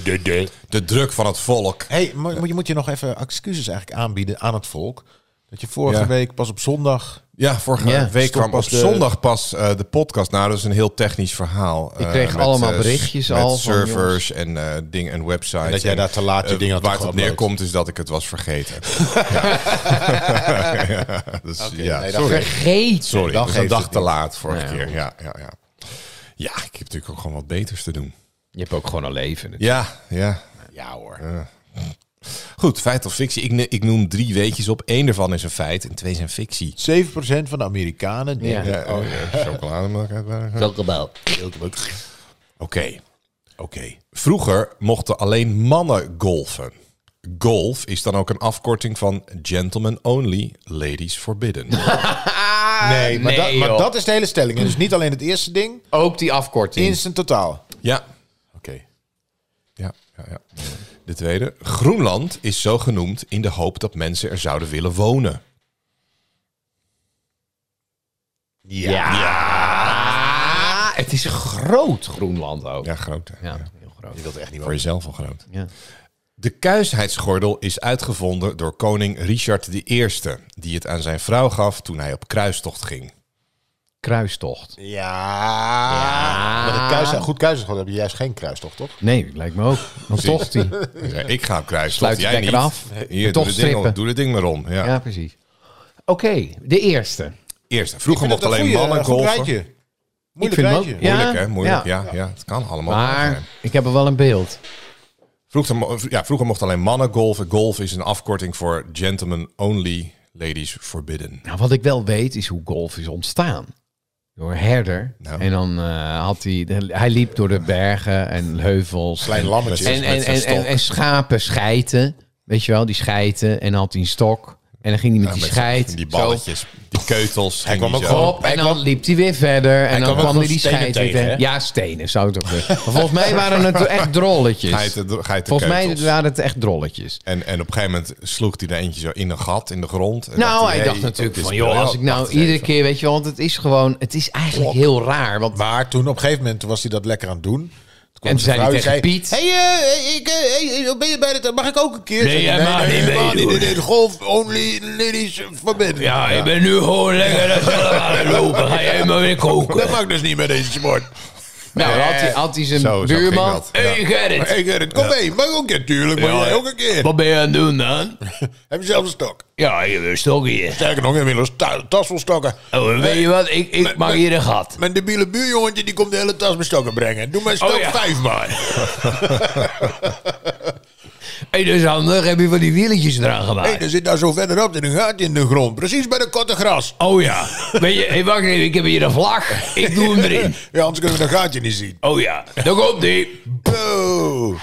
[SPEAKER 2] druk van het volk.
[SPEAKER 4] hey, maar maar je moet je nog even excuses eigenlijk aanbieden aan het volk. Dat je vorige
[SPEAKER 2] Ja.
[SPEAKER 4] week pas op zondag...
[SPEAKER 2] Ja, vorige
[SPEAKER 3] Ja.
[SPEAKER 2] week
[SPEAKER 4] Stop
[SPEAKER 2] kwam
[SPEAKER 4] pas
[SPEAKER 2] op
[SPEAKER 4] de-
[SPEAKER 2] zondag pas eh, de podcast. Nou, dat is een heel technisch verhaal. eh, Ik
[SPEAKER 3] kreeg allemaal berichtjes al van,
[SPEAKER 2] servers en eh, dingen en websites.
[SPEAKER 4] En dat jij daar te laat je
[SPEAKER 2] eh,
[SPEAKER 4] dingen had
[SPEAKER 2] Waar het op
[SPEAKER 4] geüpload.
[SPEAKER 2] neerkomt is dat ik het was
[SPEAKER 4] (laughs)
[SPEAKER 2] vergeten. (laughs) ja. Dus, ja,
[SPEAKER 4] nee, dat
[SPEAKER 2] sorry.
[SPEAKER 3] Vergeet.
[SPEAKER 2] Sorry,
[SPEAKER 4] Dan
[SPEAKER 2] dat was een
[SPEAKER 4] geeft
[SPEAKER 2] dag
[SPEAKER 4] het
[SPEAKER 2] te
[SPEAKER 4] niet.
[SPEAKER 2] laat vorige
[SPEAKER 3] Nou ja,
[SPEAKER 2] keer. Ja, ja, ja. ja, ik heb natuurlijk ook gewoon wat beters te doen.
[SPEAKER 3] Je hebt ook gewoon een leven.
[SPEAKER 2] Ja, ja.
[SPEAKER 4] Ja hoor.
[SPEAKER 2] Goed, feit of fictie. Ik, ne- ik noem drie weetjes op. Eén daarvan is een feit en twee zijn fictie.
[SPEAKER 4] 7% van de Amerikanen denken...
[SPEAKER 3] Ja.
[SPEAKER 2] oh, ja. chocolademelk uitwerken.
[SPEAKER 5] Chocobel.
[SPEAKER 2] Oké. Oké. Vroeger mochten alleen mannen golfen. Golf is dan ook een afkorting van gentlemen only, ladies forbidden. (laughs)
[SPEAKER 4] nee, maar,
[SPEAKER 3] nee,
[SPEAKER 4] dat- maar
[SPEAKER 3] joh.
[SPEAKER 4] dat is de hele stelling. En dus niet alleen het eerste ding,
[SPEAKER 3] Ook die afkorting.
[SPEAKER 4] instant totaal.
[SPEAKER 2] ja.
[SPEAKER 4] Oké.
[SPEAKER 2] Ja, ja, ja. De tweede. Groenland is zo genoemd in de hoop dat mensen er zouden willen wonen.
[SPEAKER 3] ja. Het is groot Groenland ook.
[SPEAKER 2] Ja, groot. hè?
[SPEAKER 3] Ja, heel groot.
[SPEAKER 4] Je wilt echt niet
[SPEAKER 2] Voor jezelf al groot.
[SPEAKER 3] Ja.
[SPEAKER 2] De kuisheidsgordel is uitgevonden door koning Richard I, die het aan zijn vrouw gaf toen hij op kruistocht ging.
[SPEAKER 3] Kruistocht.
[SPEAKER 4] Ja. Maar een kuis, een goed kruistocht heb je juist geen kruistocht, toch?
[SPEAKER 3] Nee, lijkt me ook. Dan
[SPEAKER 2] (laughs)
[SPEAKER 3] tocht hij.
[SPEAKER 2] Hij zei, ik ga op kruistocht,
[SPEAKER 3] Sluit je
[SPEAKER 2] jij
[SPEAKER 3] lekker
[SPEAKER 2] niet.
[SPEAKER 3] af.
[SPEAKER 2] Hier, doe,
[SPEAKER 3] Toch
[SPEAKER 2] het ding, al-
[SPEAKER 3] strippen.
[SPEAKER 2] doe het ding maar om. Ja.
[SPEAKER 3] Ja, precies. Oké, de eerste.
[SPEAKER 2] Eerst, vroeger mochten alleen
[SPEAKER 4] goeie, eh,
[SPEAKER 2] mannen
[SPEAKER 4] een goed
[SPEAKER 2] golfen.
[SPEAKER 4] rijtje. Moeilijk
[SPEAKER 3] vind hem ook-
[SPEAKER 4] rijtje.
[SPEAKER 3] Ja.
[SPEAKER 2] Moeilijk hè, moeilijk.
[SPEAKER 3] Ja.
[SPEAKER 2] Ja. Ja, het kan allemaal.
[SPEAKER 3] Maar
[SPEAKER 2] zijn.
[SPEAKER 3] ik heb er wel een beeld.
[SPEAKER 2] Vroeger, mo- ja, vroeger mochten alleen mannen golfen. Golf is een afkorting voor gentlemen only, ladies forbidden.
[SPEAKER 3] Nou, wat ik wel weet is hoe golf is ontstaan. Door herder.
[SPEAKER 2] Nou.
[SPEAKER 3] En dan eh, had hij... Hij liep door de bergen en heuvels.
[SPEAKER 4] Klein lammetje.
[SPEAKER 3] en,
[SPEAKER 2] met
[SPEAKER 3] en,
[SPEAKER 2] zijn
[SPEAKER 3] en, en,
[SPEAKER 2] stok.
[SPEAKER 3] en schapen scheiten. Weet je wel, die scheiten. En dan had hij een stok. En dan ging hij met
[SPEAKER 2] Ja,
[SPEAKER 3] die
[SPEAKER 2] met
[SPEAKER 3] scheit.
[SPEAKER 2] Die
[SPEAKER 3] zo
[SPEAKER 2] balletjes, die keutels. Hij
[SPEAKER 4] kwam ook gewoon
[SPEAKER 3] Op, en dan liep hij weer verder. En dan
[SPEAKER 4] kwam ook
[SPEAKER 3] kwam hij
[SPEAKER 4] nog
[SPEAKER 3] die
[SPEAKER 4] stenen
[SPEAKER 3] scheid
[SPEAKER 4] tegen,
[SPEAKER 3] weer tegen.
[SPEAKER 4] hè?
[SPEAKER 3] Ja, stenen zou ik toch zeggen. Maar volgens mij waren het echt drolletjes.
[SPEAKER 2] Geiten, geiten
[SPEAKER 3] Volgens mij
[SPEAKER 2] keutels.
[SPEAKER 3] waren het echt drolletjes.
[SPEAKER 2] En, en op een gegeven moment sloeg hij er eentje zo in een gat in de grond. En
[SPEAKER 3] Nou, hij
[SPEAKER 2] hey,
[SPEAKER 3] dacht natuurlijk
[SPEAKER 2] dit is
[SPEAKER 3] van, joh,
[SPEAKER 2] briljant.
[SPEAKER 3] als ik nou
[SPEAKER 2] Wacht eens
[SPEAKER 3] iedere
[SPEAKER 2] even.
[SPEAKER 3] keer, weet je wel, want het is gewoon, het is eigenlijk heel raar. Want
[SPEAKER 4] Maar toen op een gegeven moment toen was hij dat lekker aan het doen. Toen kwam
[SPEAKER 3] En toen zei hij
[SPEAKER 4] zijn vrouw en
[SPEAKER 3] tegen Piet-
[SPEAKER 4] Hey, eh, ik, eh, hey, ben je bij het? Mag ik ook een keer?
[SPEAKER 3] Nee,
[SPEAKER 4] Zei hij,
[SPEAKER 3] helemaal niet, nee,
[SPEAKER 4] helemaal
[SPEAKER 3] hoor.
[SPEAKER 4] niet. Nee, nee, golf only ladies forbidden.
[SPEAKER 3] ben nu gewoon lekker aan
[SPEAKER 4] (laughs)
[SPEAKER 3] het lopen. Ga je helemaal weer koken.
[SPEAKER 4] Dat mag dus niet met deze sport.
[SPEAKER 3] Nou, dan had hij, had hij zijn
[SPEAKER 2] Zo- zo
[SPEAKER 3] buurman.
[SPEAKER 2] ging dat, ja. Hey,
[SPEAKER 3] Gerrit,
[SPEAKER 4] Hey Gerrit, kom mee. Mag ik ook een keer? Tuurlijk, mag jij ook een keer.
[SPEAKER 3] wat ben je aan het doen dan?
[SPEAKER 4] Heb je zelf een stok?
[SPEAKER 3] Ja, je wil stokje.
[SPEAKER 4] Sterker nog, inmiddels ta tas vol stokken.
[SPEAKER 3] weet je wat, ik, ik
[SPEAKER 4] maak hier
[SPEAKER 3] een gat.
[SPEAKER 4] Mijn debiele buurjongetje die komt de hele tas met stokken brengen. Doe mijn stok
[SPEAKER 3] Oh ja.
[SPEAKER 4] vijf maar.
[SPEAKER 3] hey, dat is handig. Heb je van die wieletjes eraan
[SPEAKER 4] Hé,
[SPEAKER 3] gemaakt?
[SPEAKER 4] er zit daar zo verderop een gaat in de grond. Precies bij de korte gras.
[SPEAKER 3] Oh ja. Weet je, hey, wacht even. Ik heb hier een vlag. Ik doe hem erin.
[SPEAKER 4] Ja, anders kunnen we dat gaatje niet zien.
[SPEAKER 3] Oh ja. Daar komt die.
[SPEAKER 4] Boe.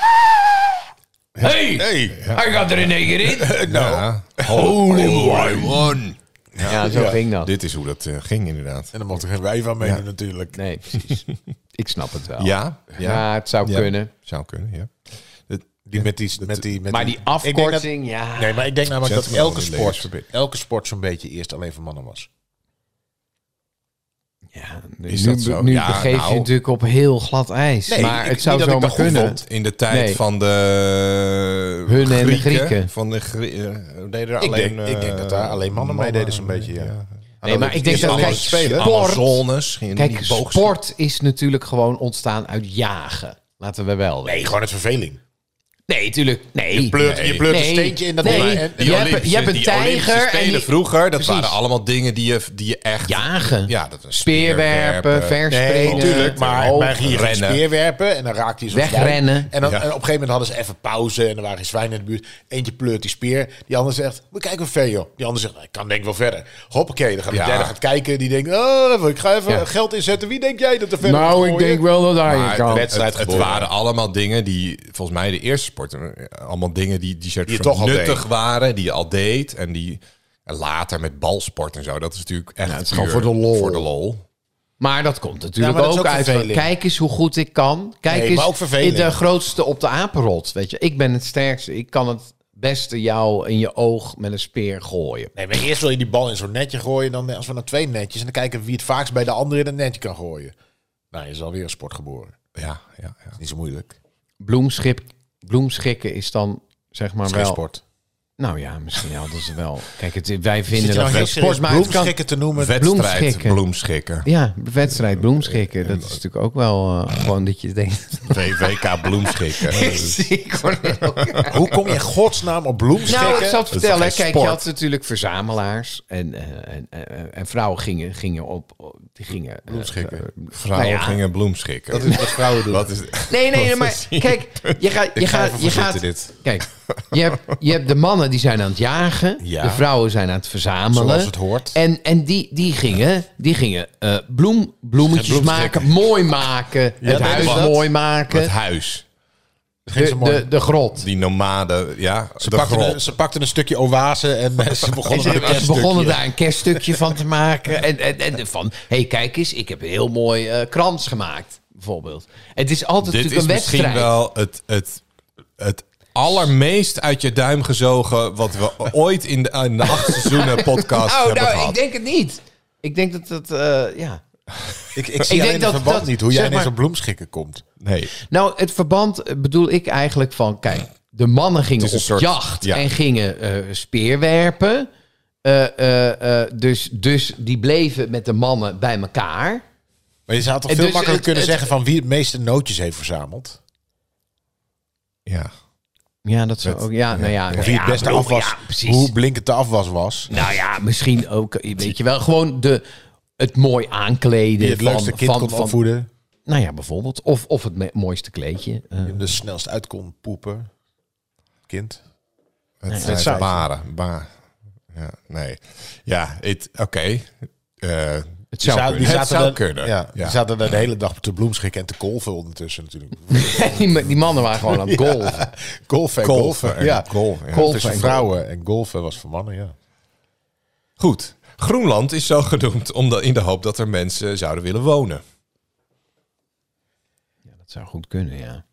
[SPEAKER 3] Hey,
[SPEAKER 4] Hey.
[SPEAKER 3] hij gaat er in één keer in.
[SPEAKER 4] Nou.
[SPEAKER 2] Ja. Holy one.
[SPEAKER 3] Ja, zo ging dat.
[SPEAKER 2] Dit is hoe dat eh, ging inderdaad.
[SPEAKER 4] En dan mocht er geen wij van meedoen natuurlijk.
[SPEAKER 3] Nee,
[SPEAKER 4] (laughs)
[SPEAKER 3] precies. Ik snap het wel.
[SPEAKER 2] Ja,
[SPEAKER 3] Ja, het zou
[SPEAKER 2] Ja.
[SPEAKER 3] kunnen.
[SPEAKER 2] Zou kunnen, ja.
[SPEAKER 4] Die met die... Met die met
[SPEAKER 3] Maar
[SPEAKER 4] die-
[SPEAKER 3] die
[SPEAKER 4] Ik denk dat-
[SPEAKER 3] afkorting, ja.
[SPEAKER 4] Nee, maar ik denk namelijk
[SPEAKER 2] Zet
[SPEAKER 4] dat
[SPEAKER 2] me wel
[SPEAKER 4] elke
[SPEAKER 2] in de
[SPEAKER 4] sport, elke sport zo'n beetje eerst alleen voor mannen was.
[SPEAKER 3] ja
[SPEAKER 2] Is
[SPEAKER 3] nu
[SPEAKER 2] dat zo?
[SPEAKER 3] nu
[SPEAKER 2] Ja,
[SPEAKER 3] begeef
[SPEAKER 2] nou.
[SPEAKER 3] je natuurlijk op heel glad ijs.
[SPEAKER 4] Nee,
[SPEAKER 3] maar
[SPEAKER 4] ik-
[SPEAKER 3] het
[SPEAKER 4] niet
[SPEAKER 3] zou
[SPEAKER 4] dat ik
[SPEAKER 3] zomaar
[SPEAKER 4] dat goed
[SPEAKER 3] kunnen.
[SPEAKER 4] vond.
[SPEAKER 2] In de tijd
[SPEAKER 3] Nee.
[SPEAKER 2] van de eh,
[SPEAKER 3] Hun en de Grieken.
[SPEAKER 2] Van de Grie- eh, deden er
[SPEAKER 4] Ik
[SPEAKER 2] alleen, eh,
[SPEAKER 4] denk- ik denk dat daar alleen eh, mannen meededen zo'n beetje, ja.
[SPEAKER 3] Nee, maar ik denk
[SPEAKER 2] Eerst
[SPEAKER 3] dat
[SPEAKER 2] alle
[SPEAKER 3] kijk,
[SPEAKER 2] spelen.
[SPEAKER 3] sport,
[SPEAKER 2] Amazones. gingen
[SPEAKER 3] kijk,
[SPEAKER 2] die boog-
[SPEAKER 3] sport is natuurlijk gewoon ontstaan uit jagen. Laten we wel.
[SPEAKER 4] Nee,
[SPEAKER 3] weten.
[SPEAKER 4] gewoon het verveling.
[SPEAKER 3] nee, tuurlijk. Nee.
[SPEAKER 4] Je pleurt, je pleurt een
[SPEAKER 3] Nee.
[SPEAKER 4] steentje in dat
[SPEAKER 3] Nee.
[SPEAKER 4] ding en- en-
[SPEAKER 3] Je hebt-
[SPEAKER 2] Olympische-
[SPEAKER 3] je hebt een
[SPEAKER 2] die
[SPEAKER 3] tijger
[SPEAKER 2] Olympische
[SPEAKER 3] en
[SPEAKER 2] Spelen
[SPEAKER 3] die-
[SPEAKER 2] vroegen, dat
[SPEAKER 3] Precies.
[SPEAKER 2] waren allemaal dingen die je, die je echt...
[SPEAKER 3] Jagen.
[SPEAKER 2] Ja, dat was
[SPEAKER 3] Speerwerpen, verspringen.
[SPEAKER 2] Nee,
[SPEAKER 4] Tuurlijk, maar
[SPEAKER 3] Oh,
[SPEAKER 4] wij gingen geen
[SPEAKER 2] rennen.
[SPEAKER 4] speerwerpen en dan raakte hij zo'n
[SPEAKER 3] Wegrennen.
[SPEAKER 4] zwijn. En, dan,
[SPEAKER 2] Ja.
[SPEAKER 4] en op een gegeven moment hadden ze even pauze en er waren geen zwijnen in de buurt. Eentje pleurt die speer, die ander zegt, we kijken hoe ver joh. Die ander zegt, ik kan denk ik wel verder. Hoppakee, dan gaat de
[SPEAKER 2] Ja.
[SPEAKER 4] derde gaat kijken, die denkt, oh, ik ga even
[SPEAKER 3] Ja.
[SPEAKER 4] geld inzetten. Wie denk jij dat er verder moet
[SPEAKER 3] nou, ik
[SPEAKER 4] gooien?
[SPEAKER 3] denk wel dat hij
[SPEAKER 2] Maar
[SPEAKER 3] kan.
[SPEAKER 2] het,
[SPEAKER 4] wedstrijd
[SPEAKER 2] het, het
[SPEAKER 4] geboren.
[SPEAKER 2] waren allemaal dingen die, volgens mij de eerste sporten, eh, allemaal dingen die, die, soort
[SPEAKER 4] Die je
[SPEAKER 2] van
[SPEAKER 4] toch al
[SPEAKER 2] nuttig
[SPEAKER 4] deed.
[SPEAKER 2] waren, die je al deed. En die en later met balsport en zo, dat is natuurlijk echt
[SPEAKER 3] het is gewoon
[SPEAKER 2] puur
[SPEAKER 3] voor de lol.
[SPEAKER 2] Voor de lol.
[SPEAKER 3] Maar dat komt natuurlijk
[SPEAKER 4] Ja, maar dat
[SPEAKER 3] ook,
[SPEAKER 4] is ook
[SPEAKER 3] uit. van,
[SPEAKER 4] verveling.
[SPEAKER 3] Kijk eens hoe goed ik kan. Kijk
[SPEAKER 4] Nee,
[SPEAKER 3] eens
[SPEAKER 4] maar ook verveling.
[SPEAKER 3] de grootste op de apenrot. Weet je, ik ben het sterkste. Ik kan het beste jou in je oog met een speer gooien.
[SPEAKER 4] Nee, maar eerst wil je die bal in zo'n netje gooien. Dan eh, als we naar twee netjes. En dan kijken wie het vaakst bij de andere in het netje kan gooien. Nou, je is alweer een sport geboren.
[SPEAKER 2] Ja, ja, ja.
[SPEAKER 4] Niet zo moeilijk.
[SPEAKER 3] Bloemschip, bloemschikken is dan zeg maar
[SPEAKER 4] Het is geen
[SPEAKER 3] wel.
[SPEAKER 4] sport.
[SPEAKER 3] Nou ja, misschien hadden ze wel. Kijk, het, wij vinden
[SPEAKER 4] Zit je
[SPEAKER 3] dat
[SPEAKER 4] nou
[SPEAKER 3] geen
[SPEAKER 4] heel
[SPEAKER 3] sport,
[SPEAKER 4] serieus
[SPEAKER 3] maar het kan-
[SPEAKER 4] bloemschikken te noemen?
[SPEAKER 2] Wedstrijd,
[SPEAKER 3] Bloemschikken.
[SPEAKER 2] bloemschikken.
[SPEAKER 3] (laughs) Ja, wedstrijd bloemschikken. Dat is natuurlijk ook wel eh, gewoon dat je denkt.
[SPEAKER 2] VVK bloemschikken.
[SPEAKER 3] (laughs)
[SPEAKER 4] Hoe kom je in godsnaam op bloemschikken?
[SPEAKER 3] Nou, ik zal het
[SPEAKER 2] Dat is toch
[SPEAKER 3] vertellen.
[SPEAKER 2] geen
[SPEAKER 3] Kijk, je
[SPEAKER 2] sport?
[SPEAKER 3] had natuurlijk verzamelaars. En, eh, en, eh, en vrouwen gingen, gingen op... Die gingen, eh, eh,
[SPEAKER 2] Bloemschikken. Vrouwen
[SPEAKER 3] Nou ja.
[SPEAKER 2] gingen bloemschikken.
[SPEAKER 4] Dat is wat vrouwen doen.
[SPEAKER 2] Wat is,
[SPEAKER 3] nee, nee, nee, maar kijk. Je gaat... Je
[SPEAKER 2] ik ga
[SPEAKER 3] gaat,
[SPEAKER 2] even
[SPEAKER 3] je
[SPEAKER 2] verzitten
[SPEAKER 3] gaat
[SPEAKER 2] dit.
[SPEAKER 3] kijk, je hebt, je hebt de mannen die zijn aan het jagen.
[SPEAKER 4] Ja.
[SPEAKER 3] De vrouwen zijn aan het verzamelen.
[SPEAKER 4] Zoals het hoort.
[SPEAKER 3] En, en die, die gingen, die gingen eh, bloem, bloemetjes maken. Mooi maken. het
[SPEAKER 4] deden
[SPEAKER 3] huis
[SPEAKER 4] ze dat?
[SPEAKER 3] mooi maken.
[SPEAKER 2] Het huis.
[SPEAKER 4] Geen zo
[SPEAKER 3] De,
[SPEAKER 4] mooi.
[SPEAKER 3] de, de grot.
[SPEAKER 2] Die nomaden, ja.
[SPEAKER 4] ze,
[SPEAKER 2] de
[SPEAKER 4] pakten
[SPEAKER 2] grot.
[SPEAKER 4] een, ze pakten een stukje oase en eh, ze begonnen met
[SPEAKER 3] En (laughs) ze
[SPEAKER 4] een kerststukje.
[SPEAKER 3] begonnen daar een kerststukje van te maken. En, en, en van, hé, hey, kijk eens, ik heb een heel mooi eh, krans gemaakt, bijvoorbeeld. Het is altijd
[SPEAKER 2] Dit is
[SPEAKER 3] natuurlijk een wedstrijd.
[SPEAKER 2] misschien wel het, het, het allermeest uit je duim gezogen... wat we ooit in de, in de acht
[SPEAKER 3] (laughs)
[SPEAKER 2] seizoenen podcast
[SPEAKER 3] oh,
[SPEAKER 2] hebben
[SPEAKER 3] nou,
[SPEAKER 2] gehad.
[SPEAKER 3] ik denk het niet. Ik denk dat dat, eh, ja.
[SPEAKER 4] Ik, ik zie
[SPEAKER 3] Ik
[SPEAKER 4] alleen
[SPEAKER 3] denk
[SPEAKER 4] dat,
[SPEAKER 3] dat-
[SPEAKER 4] verband
[SPEAKER 3] dat-
[SPEAKER 4] niet. Hoe jij
[SPEAKER 3] zeg
[SPEAKER 4] ineens
[SPEAKER 3] maar-
[SPEAKER 4] op bloemschikken komt.
[SPEAKER 2] Nee,
[SPEAKER 3] Nou, het verband eh, bedoel ik eigenlijk van, kijk, de mannen gingen op
[SPEAKER 2] Het is een soort-
[SPEAKER 3] jacht
[SPEAKER 2] ja.
[SPEAKER 3] en gingen eh speerwerpen. Eh, eh, eh, dus, dus die bleven met de mannen bij elkaar.
[SPEAKER 4] Maar je zou toch
[SPEAKER 3] En
[SPEAKER 4] veel
[SPEAKER 3] dus
[SPEAKER 4] makkelijker
[SPEAKER 3] het-
[SPEAKER 4] kunnen
[SPEAKER 3] het-
[SPEAKER 4] zeggen van wie het meeste nootjes heeft verzameld.
[SPEAKER 2] ja.
[SPEAKER 3] Ja, dat zou
[SPEAKER 2] Met-
[SPEAKER 3] ook. Ja, nou ja.
[SPEAKER 4] Of wie
[SPEAKER 3] ja,
[SPEAKER 4] het beste
[SPEAKER 3] bedoel,
[SPEAKER 4] afwas,
[SPEAKER 3] ja, precies.
[SPEAKER 4] hoe blinkend de afwas was.
[SPEAKER 3] Nou ja, misschien ook, weet je wel, gewoon de, het mooi aankleden.
[SPEAKER 4] Wie het
[SPEAKER 3] van,
[SPEAKER 4] leukste kind
[SPEAKER 3] van,
[SPEAKER 4] kon
[SPEAKER 3] van-
[SPEAKER 4] opvoeden.
[SPEAKER 3] Nou ja, bijvoorbeeld. Of, of het me- mooiste kleedje.
[SPEAKER 4] (laughs)
[SPEAKER 3] Eh,
[SPEAKER 4] Die hem er snelst uit kon poepen. Kind.
[SPEAKER 2] Het
[SPEAKER 4] Het
[SPEAKER 2] zijn
[SPEAKER 4] zou-
[SPEAKER 2] baren. Ba ja, nee. Ja, het- oké. Eh,
[SPEAKER 3] het zou
[SPEAKER 4] Zou-
[SPEAKER 3] kunnen.
[SPEAKER 2] Het
[SPEAKER 4] zaten
[SPEAKER 2] zou
[SPEAKER 4] daar-
[SPEAKER 2] kunnen.
[SPEAKER 4] Ja,
[SPEAKER 2] Ja.
[SPEAKER 4] Die zaten daar de hele dag te bloemschikken en te kolven
[SPEAKER 2] (laughs)
[SPEAKER 4] ondertussen natuurlijk.
[SPEAKER 3] Die, ma- die mannen waren gewoon aan het golven.
[SPEAKER 4] Golfen
[SPEAKER 2] Golfen
[SPEAKER 4] en golfen.
[SPEAKER 2] en
[SPEAKER 4] ja.
[SPEAKER 2] golfen, ja.
[SPEAKER 4] Golf
[SPEAKER 3] Golfen
[SPEAKER 4] is voor
[SPEAKER 3] en
[SPEAKER 4] vrouwen en golfen was voor mannen, ja.
[SPEAKER 2] goed. Groenland is zo genoemd omdat, in de hoop dat er mensen zouden willen wonen.
[SPEAKER 3] Ja, dat zou goed kunnen, ja.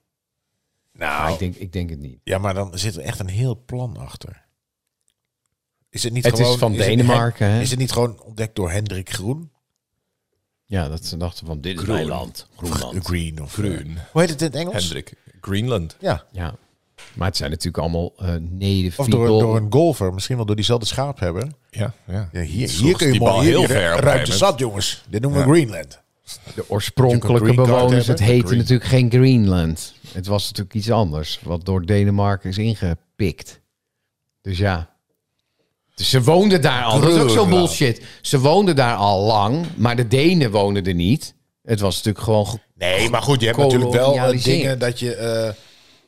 [SPEAKER 3] Maar ik
[SPEAKER 4] Nou.
[SPEAKER 3] denk, ik denk het niet.
[SPEAKER 4] Ja, maar dan zit er echt een heel plan achter. Is het niet
[SPEAKER 3] Het is
[SPEAKER 4] gewoon...
[SPEAKER 3] van
[SPEAKER 4] het-
[SPEAKER 3] Denemarken, hè?
[SPEAKER 4] Is het niet gewoon ontdekt door Hendrik Groen?
[SPEAKER 3] Ja, dat ze dachten van, dit is
[SPEAKER 2] Groen.
[SPEAKER 3] mijn land. Groenland.
[SPEAKER 4] Green of eh,
[SPEAKER 2] Groen.
[SPEAKER 4] Hoe heet het in het Engels?
[SPEAKER 2] Hendrik. Greenland.
[SPEAKER 4] Ja.
[SPEAKER 3] Ja. Maar het zijn natuurlijk allemaal eh native
[SPEAKER 4] Of door,
[SPEAKER 3] people.
[SPEAKER 4] door een golfer, misschien wel door diezelfde schaaphebber.
[SPEAKER 2] Ja, ja.
[SPEAKER 4] Ja, hier,
[SPEAKER 2] Sloegen
[SPEAKER 4] hier kun
[SPEAKER 2] ze
[SPEAKER 4] je
[SPEAKER 2] die
[SPEAKER 4] mooi
[SPEAKER 2] bal
[SPEAKER 4] heel
[SPEAKER 2] heel
[SPEAKER 4] ver
[SPEAKER 2] ver op een
[SPEAKER 4] ruimte
[SPEAKER 2] gegeven
[SPEAKER 4] zat, jongens. Dit noemen we Greenland.
[SPEAKER 3] De oorspronkelijke
[SPEAKER 4] Natuurlijk een green card
[SPEAKER 3] bewoners, het
[SPEAKER 4] hebben.
[SPEAKER 3] heette
[SPEAKER 4] Green.
[SPEAKER 3] natuurlijk geen Greenland. Het was natuurlijk iets anders, wat door Denemarken is ingepikt. Dus ja. Dus ze woonden daar al. Dat is ook zo'n
[SPEAKER 4] Greenland.
[SPEAKER 3] bullshit. Ze woonden daar al lang, maar de Denen woonden er niet. Het was natuurlijk gewoon... ge-
[SPEAKER 4] Nee, maar goed, je hebt natuurlijk wel eh,
[SPEAKER 3] Kolonialisering.
[SPEAKER 4] dingen dat je... eh,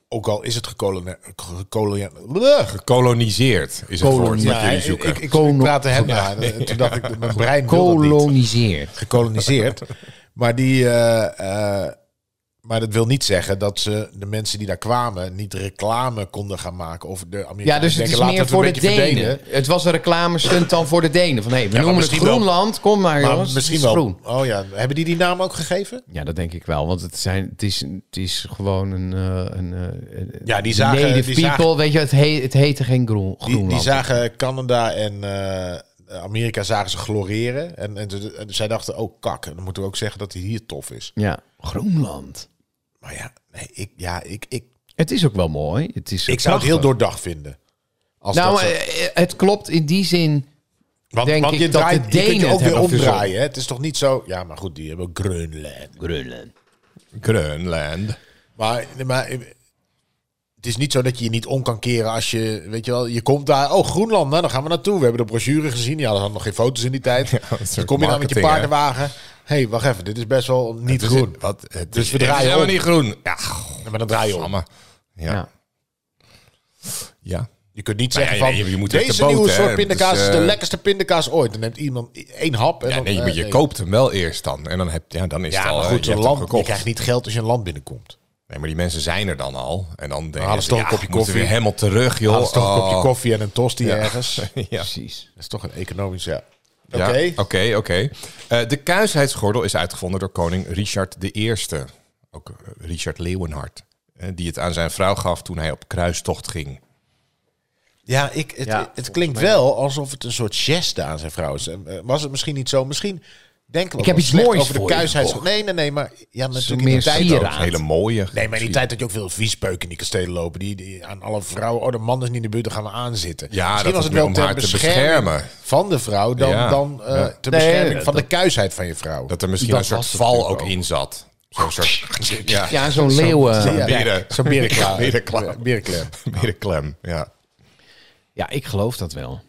[SPEAKER 4] ook al is het gekolone- gekolone- bleh,
[SPEAKER 2] Gekoloniseerd is het woord wat jullie
[SPEAKER 4] ik,
[SPEAKER 2] zoeken.
[SPEAKER 4] ik, ik, ik praatte hem na. En Toen dacht ik, mijn brein wil dat niet.
[SPEAKER 3] Koloniseerd.
[SPEAKER 4] Gekoloniseerd. Maar die... eh, eh, maar dat wil niet zeggen dat ze de mensen die daar kwamen niet reclame konden gaan maken. Of de Amerikanen
[SPEAKER 3] Ja, dus het
[SPEAKER 4] denken,
[SPEAKER 3] is
[SPEAKER 4] laten we
[SPEAKER 3] meer voor
[SPEAKER 4] een
[SPEAKER 3] de
[SPEAKER 4] beetje
[SPEAKER 3] Denen. Het was een reclame stunt dan voor de Denen. Van hé, hey, we
[SPEAKER 4] maar
[SPEAKER 3] noemen het
[SPEAKER 4] misschien wel-
[SPEAKER 3] Groenland. Kom maar,
[SPEAKER 4] Maar
[SPEAKER 3] jongens.
[SPEAKER 4] misschien
[SPEAKER 3] het is
[SPEAKER 4] wel.
[SPEAKER 3] groen.
[SPEAKER 4] Oh ja, hebben die die naam ook gegeven?
[SPEAKER 3] Ja, dat denk ik wel. Want het, zijn, het, is, het is gewoon een... eh, een eh, een-
[SPEAKER 4] Ja, die zagen-
[SPEAKER 3] Native
[SPEAKER 4] die
[SPEAKER 3] people,
[SPEAKER 4] zagen-
[SPEAKER 3] weet je, het, he, het heette geen groen,
[SPEAKER 4] Die,
[SPEAKER 3] Groenland.
[SPEAKER 4] die zagen Canada en eh, Amerika zagen ze gloreren. En, en, ze- en zij dachten, oh kak, dan moeten we ook zeggen dat hij hier tof is.
[SPEAKER 3] Ja, Groenland.
[SPEAKER 4] Maar ja, nee, ik, ja, ik, ik,
[SPEAKER 3] Het is ook wel mooi. Het is
[SPEAKER 4] ik zou het heel
[SPEAKER 3] prachtig.
[SPEAKER 4] doordacht vinden. Als
[SPEAKER 3] Nou,
[SPEAKER 4] dat zo-
[SPEAKER 3] eh, het klopt in die zin...
[SPEAKER 4] want,
[SPEAKER 3] denk
[SPEAKER 4] want je,
[SPEAKER 3] ik dat
[SPEAKER 4] draait,
[SPEAKER 3] de
[SPEAKER 4] je kunt je
[SPEAKER 3] Denen
[SPEAKER 4] ook
[SPEAKER 3] het
[SPEAKER 4] weer
[SPEAKER 3] hebben
[SPEAKER 4] omdraaien. Hè? Het is toch niet zo... Ja, maar goed, die hebben Groenland.
[SPEAKER 5] Grunlen.
[SPEAKER 2] Groenland.
[SPEAKER 4] Maar, maar eh, het is niet zo dat je je niet om kan keren als je, weet je wel, je komt daar, oh Groenland, nou, dan gaan we naartoe. We hebben de brochure gezien, ja, er hadden nog geen foto's in die
[SPEAKER 2] (laughs)
[SPEAKER 4] tijd.
[SPEAKER 2] dat is
[SPEAKER 4] dan kom je daar met je
[SPEAKER 2] marketing, hè?
[SPEAKER 4] paardenwagen. Hé, hey, wacht even, dit is best wel niet
[SPEAKER 2] Dus
[SPEAKER 4] groen.
[SPEAKER 2] het- Wat, het
[SPEAKER 4] Dus
[SPEAKER 2] is-
[SPEAKER 4] we
[SPEAKER 2] het is
[SPEAKER 4] draaien
[SPEAKER 2] helemaal
[SPEAKER 4] om.
[SPEAKER 2] niet groen. Ja,
[SPEAKER 4] Ja, maar dan draai je om.
[SPEAKER 2] godsamme. Ja.
[SPEAKER 3] Ja.
[SPEAKER 2] ja.
[SPEAKER 4] Je kunt niet
[SPEAKER 2] Nou
[SPEAKER 4] zeggen
[SPEAKER 2] ja,
[SPEAKER 4] van,
[SPEAKER 2] je- je moet met de
[SPEAKER 4] deze
[SPEAKER 2] boot,
[SPEAKER 4] nieuwe
[SPEAKER 2] hè.
[SPEAKER 4] soort
[SPEAKER 2] Het is,
[SPEAKER 4] pindakaas is, de
[SPEAKER 2] eh,
[SPEAKER 4] lekkerste pindakaas ooit. Dan neemt iemand i- één hap. En
[SPEAKER 2] Ja,
[SPEAKER 4] dan,
[SPEAKER 2] nee, maar
[SPEAKER 4] eh,
[SPEAKER 2] je
[SPEAKER 4] nee.
[SPEAKER 2] koopt hem wel eerst dan. En dan, heb, ja, dan is
[SPEAKER 4] Ja,
[SPEAKER 2] het al
[SPEAKER 4] maar
[SPEAKER 2] eh,
[SPEAKER 4] goed,
[SPEAKER 2] je
[SPEAKER 4] een
[SPEAKER 2] hebt hem
[SPEAKER 4] land, je
[SPEAKER 2] gekocht.
[SPEAKER 4] krijgt niet geld als je een land binnenkomt.
[SPEAKER 2] Nee, maar die mensen zijn er dan al. En dan denken
[SPEAKER 4] halen ze
[SPEAKER 2] ze,
[SPEAKER 4] toch
[SPEAKER 2] ja,
[SPEAKER 4] een kopje
[SPEAKER 2] moeten we weer
[SPEAKER 4] koffie.
[SPEAKER 2] helemaal terug, joh.
[SPEAKER 4] Dan is toch een kopje
[SPEAKER 2] Oh.
[SPEAKER 4] koffie en een
[SPEAKER 2] (laughs)
[SPEAKER 4] tosti ergens. Dat
[SPEAKER 2] Ja.
[SPEAKER 3] Precies.
[SPEAKER 4] is toch een economisch, ja. Oké.
[SPEAKER 2] Ja, Oké, oké. Eh, de kuisheidsgordel is uitgevonden door koning Richard I. Ook eh, Richard Leeuwenhard. eh, die het aan zijn vrouw gaf toen hij op kruistocht ging.
[SPEAKER 4] Ja, ik, het,
[SPEAKER 3] Ja,
[SPEAKER 4] het klinkt wel alsof het een soort geste aan zijn vrouw is. En, eh, Was het misschien niet zo? Misschien denken we
[SPEAKER 3] Ik
[SPEAKER 4] wel
[SPEAKER 3] heb iets
[SPEAKER 4] slecht
[SPEAKER 3] moois
[SPEAKER 4] over de
[SPEAKER 3] voor je
[SPEAKER 4] kuisheid.
[SPEAKER 3] gekocht.
[SPEAKER 4] Nee, nee, nee, maar ja, natuurlijk in
[SPEAKER 3] meer
[SPEAKER 4] de tijd
[SPEAKER 3] sieraad.
[SPEAKER 4] ook.
[SPEAKER 2] Ook een hele mooie.
[SPEAKER 4] Nee, maar in die tijd dat je ook veel viespeuken in die kastelen lopen. Die, die aan alle vrouwen, oh, de man is niet in de buurt, dan gaan we aanzitten.
[SPEAKER 2] Ja,
[SPEAKER 4] Misschien
[SPEAKER 2] dat
[SPEAKER 4] was
[SPEAKER 2] is
[SPEAKER 4] het
[SPEAKER 2] meer
[SPEAKER 4] wel
[SPEAKER 2] om
[SPEAKER 4] ter
[SPEAKER 2] haar te beschermen.
[SPEAKER 4] van de vrouw dan,
[SPEAKER 2] Ja,
[SPEAKER 4] dan eh
[SPEAKER 2] ja.
[SPEAKER 4] ter
[SPEAKER 3] Nee,
[SPEAKER 4] bescherming
[SPEAKER 3] dat-
[SPEAKER 4] van de kuisheid van je vrouw.
[SPEAKER 2] Dat er misschien
[SPEAKER 3] Dat
[SPEAKER 2] een soort
[SPEAKER 3] was het
[SPEAKER 2] val ook
[SPEAKER 3] natuurlijk
[SPEAKER 2] in zat. Zo'n
[SPEAKER 4] (laughs)
[SPEAKER 2] soort... Ja,
[SPEAKER 3] Ja, zo'n eh, leeuwen...
[SPEAKER 4] Oh, ja,
[SPEAKER 2] beren-
[SPEAKER 4] Zo'n
[SPEAKER 2] (laughs)
[SPEAKER 4] berenklaar.
[SPEAKER 2] berenklaar.
[SPEAKER 4] Ja,
[SPEAKER 2] (laughs)
[SPEAKER 4] berenklem.
[SPEAKER 2] weer een klem. Ja.
[SPEAKER 3] Ja, ik geloof dat wel.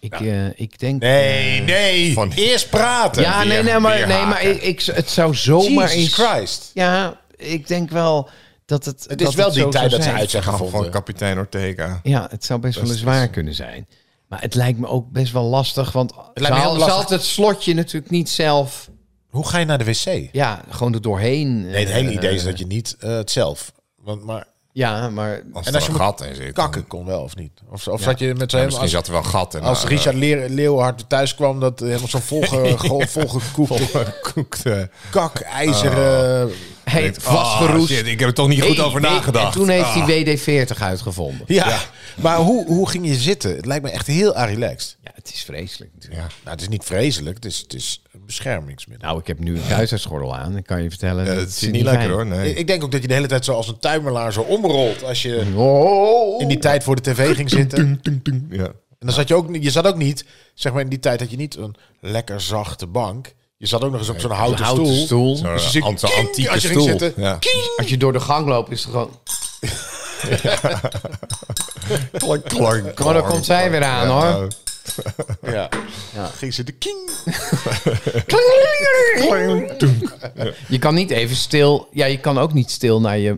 [SPEAKER 3] Ik, eh, ik denk...
[SPEAKER 4] Nee, nee.
[SPEAKER 2] Van-
[SPEAKER 4] Eerst praten.
[SPEAKER 3] Ja, nee, nee, maar, nee, maar ik, ik, het zou zomaar
[SPEAKER 4] Jesus
[SPEAKER 3] eens...
[SPEAKER 4] Christ.
[SPEAKER 3] Ja, ik denk wel dat het...
[SPEAKER 4] Het
[SPEAKER 3] dat
[SPEAKER 4] is wel
[SPEAKER 3] het
[SPEAKER 4] die
[SPEAKER 3] zo zou
[SPEAKER 4] tijd dat ze
[SPEAKER 3] zijn.
[SPEAKER 4] uit zijn
[SPEAKER 2] Van, van
[SPEAKER 4] gevonden.
[SPEAKER 2] kapitein Ortega.
[SPEAKER 3] Ja, het zou best wel eens waar kunnen zijn. Maar het lijkt me ook best wel lastig, want ze,
[SPEAKER 4] heel
[SPEAKER 3] haal- ze
[SPEAKER 4] lastig.
[SPEAKER 3] had het slotje natuurlijk niet zelf...
[SPEAKER 4] Hoe ga je naar de wc? Nee,
[SPEAKER 3] Ja, gewoon er doorheen.
[SPEAKER 4] het
[SPEAKER 3] eh,
[SPEAKER 4] hele idee is dat je niet eh, het zelf. Want, maar
[SPEAKER 3] Ja, maar...
[SPEAKER 2] Als
[SPEAKER 4] En
[SPEAKER 2] en als
[SPEAKER 4] als je
[SPEAKER 2] een
[SPEAKER 4] moet
[SPEAKER 2] gat in zit. dan-
[SPEAKER 4] kakken kon wel of niet? Of, of zat je met
[SPEAKER 2] Ja,
[SPEAKER 4] zo'n helemaal-
[SPEAKER 2] misschien
[SPEAKER 4] als,
[SPEAKER 2] zat nou, eh, er wel een gat in.
[SPEAKER 4] als
[SPEAKER 2] maar,
[SPEAKER 4] Richard Leer, Leeuwhard thuis kwam, dat helemaal zo'n
[SPEAKER 2] (laughs)
[SPEAKER 4] volge, ge- volgekoekte
[SPEAKER 2] eh, (laughs) koekte.
[SPEAKER 4] kak ijzeren.
[SPEAKER 3] Hij heeft
[SPEAKER 2] Oh,
[SPEAKER 3] vastgeroest.
[SPEAKER 2] shit, ik heb er toch niet goed
[SPEAKER 3] Nee,
[SPEAKER 2] over
[SPEAKER 3] nee,
[SPEAKER 2] nagedacht. Ah.
[SPEAKER 3] En toen heeft hij WD-40 uitgevonden.
[SPEAKER 4] Ja. maar hoe, hoe ging je zitten? Het lijkt me echt heel aan relaxed.
[SPEAKER 3] Ja, het is vreselijk natuurlijk.
[SPEAKER 2] Ja.
[SPEAKER 4] Nou, het is niet vreselijk, het is, het is een beschermingsmiddel.
[SPEAKER 3] Nou, ik heb nu een kruisartsgordel aan. Ik kan je vertellen.
[SPEAKER 2] Eh,
[SPEAKER 3] dat
[SPEAKER 2] het zit
[SPEAKER 3] zit
[SPEAKER 2] niet lekker
[SPEAKER 3] fijn.
[SPEAKER 2] hoor, nee.
[SPEAKER 4] Ik- Ik denk ook dat je de hele tijd zo als een tuimelaar zo omrolt als
[SPEAKER 2] Mm.
[SPEAKER 4] je
[SPEAKER 3] Oh.
[SPEAKER 4] in die tijd voor de tv ging zitten.
[SPEAKER 2] Ja.
[SPEAKER 4] En dan zat je ook, niet- je zat ook niet, zeg maar in die tijd had je niet een lekker zachte bank. Je zat ook nog eens op zo'n
[SPEAKER 3] Een
[SPEAKER 4] houten,
[SPEAKER 3] houten stoel.
[SPEAKER 4] stoel.
[SPEAKER 2] Zo'n
[SPEAKER 4] Dus je
[SPEAKER 2] ant-
[SPEAKER 4] ging-
[SPEAKER 2] antieke
[SPEAKER 4] als je ging
[SPEAKER 2] stoel.
[SPEAKER 4] zitten,
[SPEAKER 2] ja.
[SPEAKER 3] Als je door de gang loopt, is het gewoon.
[SPEAKER 2] Klank, klank,
[SPEAKER 3] Maar dan
[SPEAKER 2] klank.
[SPEAKER 3] Oh, komt zij weer aan hoor.
[SPEAKER 4] Ja. Ging ze de king.
[SPEAKER 3] Je kan niet even stil. Ja, je kan ook niet stil naar je.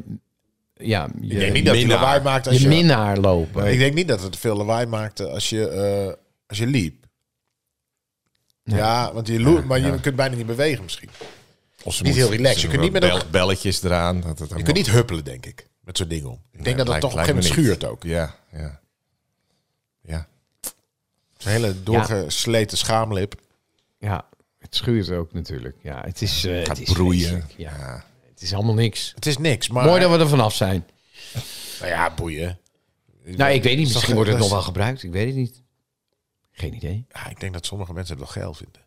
[SPEAKER 3] Ja, je,
[SPEAKER 4] Ik denk niet dat het
[SPEAKER 2] minnaar.
[SPEAKER 4] lawaai maakt als
[SPEAKER 3] je
[SPEAKER 4] je...
[SPEAKER 3] minnaar lopen.
[SPEAKER 4] Ik denk niet dat het veel lawaai maakte als je, eh, als je liep. Ja, want je loert, maar je kunt bijna niet bewegen misschien.
[SPEAKER 2] Of ze
[SPEAKER 4] Niet
[SPEAKER 2] moet-
[SPEAKER 4] heel relaxed.
[SPEAKER 2] ze
[SPEAKER 4] Je kunt niet
[SPEAKER 2] moet
[SPEAKER 4] met
[SPEAKER 2] bel- belletjes eraan. Dat het
[SPEAKER 4] Je kunt niet huppelen, denk ik, met zo'n ding om. Ik denk dat dat toch op een gegeven moment schuurt ook.
[SPEAKER 2] Ja, ja. Ja.
[SPEAKER 4] Zo'n hele doorgesleten schaamlip.
[SPEAKER 3] Ja, het schuurt ook natuurlijk. Ja, het is. eh, het
[SPEAKER 2] Gaat
[SPEAKER 3] is
[SPEAKER 2] broeien.
[SPEAKER 3] vreselijk. Ja,
[SPEAKER 2] Ja.
[SPEAKER 3] het is allemaal niks.
[SPEAKER 4] Het is niks, maar...
[SPEAKER 3] Mooi dat we er vanaf zijn.
[SPEAKER 4] Nou ja, boeien.
[SPEAKER 3] Nou, ik weet niet.
[SPEAKER 4] Is
[SPEAKER 3] Misschien
[SPEAKER 4] dat-
[SPEAKER 3] wordt het
[SPEAKER 4] dat
[SPEAKER 3] nog
[SPEAKER 4] is-
[SPEAKER 3] wel gebruikt. Ik weet het niet. Geen idee.
[SPEAKER 4] Ja, ik denk dat sommige mensen het wel geil vinden.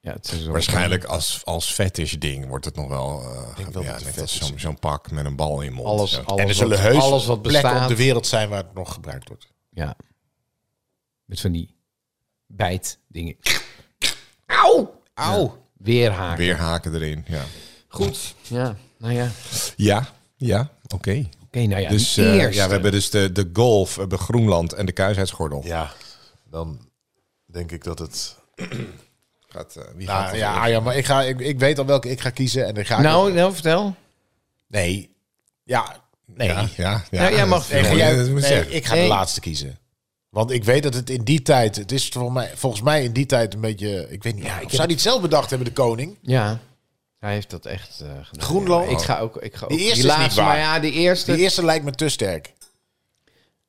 [SPEAKER 3] Ja, het is
[SPEAKER 2] Waarschijnlijk als, als fetish ding wordt het nog wel... eh,
[SPEAKER 4] denk wel
[SPEAKER 2] ja,
[SPEAKER 4] dat het
[SPEAKER 2] net als
[SPEAKER 4] fetish
[SPEAKER 2] zo'n zo'n pak met een bal in je mond.
[SPEAKER 3] alles,
[SPEAKER 2] Ja.
[SPEAKER 3] alles,
[SPEAKER 4] en er zullen
[SPEAKER 3] wat,
[SPEAKER 4] heus
[SPEAKER 3] alles wat
[SPEAKER 4] plekken op
[SPEAKER 3] bestaat.
[SPEAKER 4] de wereld zijn waar het nog gebruikt wordt.
[SPEAKER 3] Ja. Met van die bijt dingen. Auw!
[SPEAKER 4] Auw.
[SPEAKER 3] Weer haken.
[SPEAKER 2] Weer haken erin, ja.
[SPEAKER 3] Goed. Ja, nou ja. Oké,
[SPEAKER 2] Ja, ja, oké.
[SPEAKER 3] nou ja.
[SPEAKER 2] Dus
[SPEAKER 3] die
[SPEAKER 2] eh,
[SPEAKER 3] eerste.
[SPEAKER 2] ja, we hebben dus de, de golf, we hebben Groenland en de kuisheidsgordel.
[SPEAKER 4] Ja, dan denk ik dat het...
[SPEAKER 2] Gaat, eh, wie gaat
[SPEAKER 4] Nou,
[SPEAKER 2] er
[SPEAKER 4] ja, ah, ja, maar ik, ga, ik, ik weet al welke ik ga kiezen en dan ga ik...
[SPEAKER 3] Nou, nou, vertel.
[SPEAKER 4] Nee. Ja, Nee.
[SPEAKER 2] Ja, ja, ja.
[SPEAKER 3] Ja,
[SPEAKER 4] Nou,
[SPEAKER 3] jij mag-
[SPEAKER 2] Nee, ga jij- dat moet ik
[SPEAKER 4] nee,
[SPEAKER 2] zeggen.
[SPEAKER 4] ik ga
[SPEAKER 3] Nee.
[SPEAKER 4] de laatste kiezen. Want ik weet dat het in die tijd, het is volgens mij, volgens mij in die tijd een beetje, ik weet niet, ja, ik zou niet zelf bedacht hebben, de koning.
[SPEAKER 3] Ja. Hij heeft dat echt eh, gedaan.
[SPEAKER 4] Groenland.
[SPEAKER 3] Ja, ik ga ook. Ik ga ook.
[SPEAKER 4] Die eerste is
[SPEAKER 3] laatste,
[SPEAKER 4] niet waar.
[SPEAKER 3] Maar
[SPEAKER 4] e-
[SPEAKER 3] ja, die eerste.
[SPEAKER 4] De eerste lijkt me te sterk.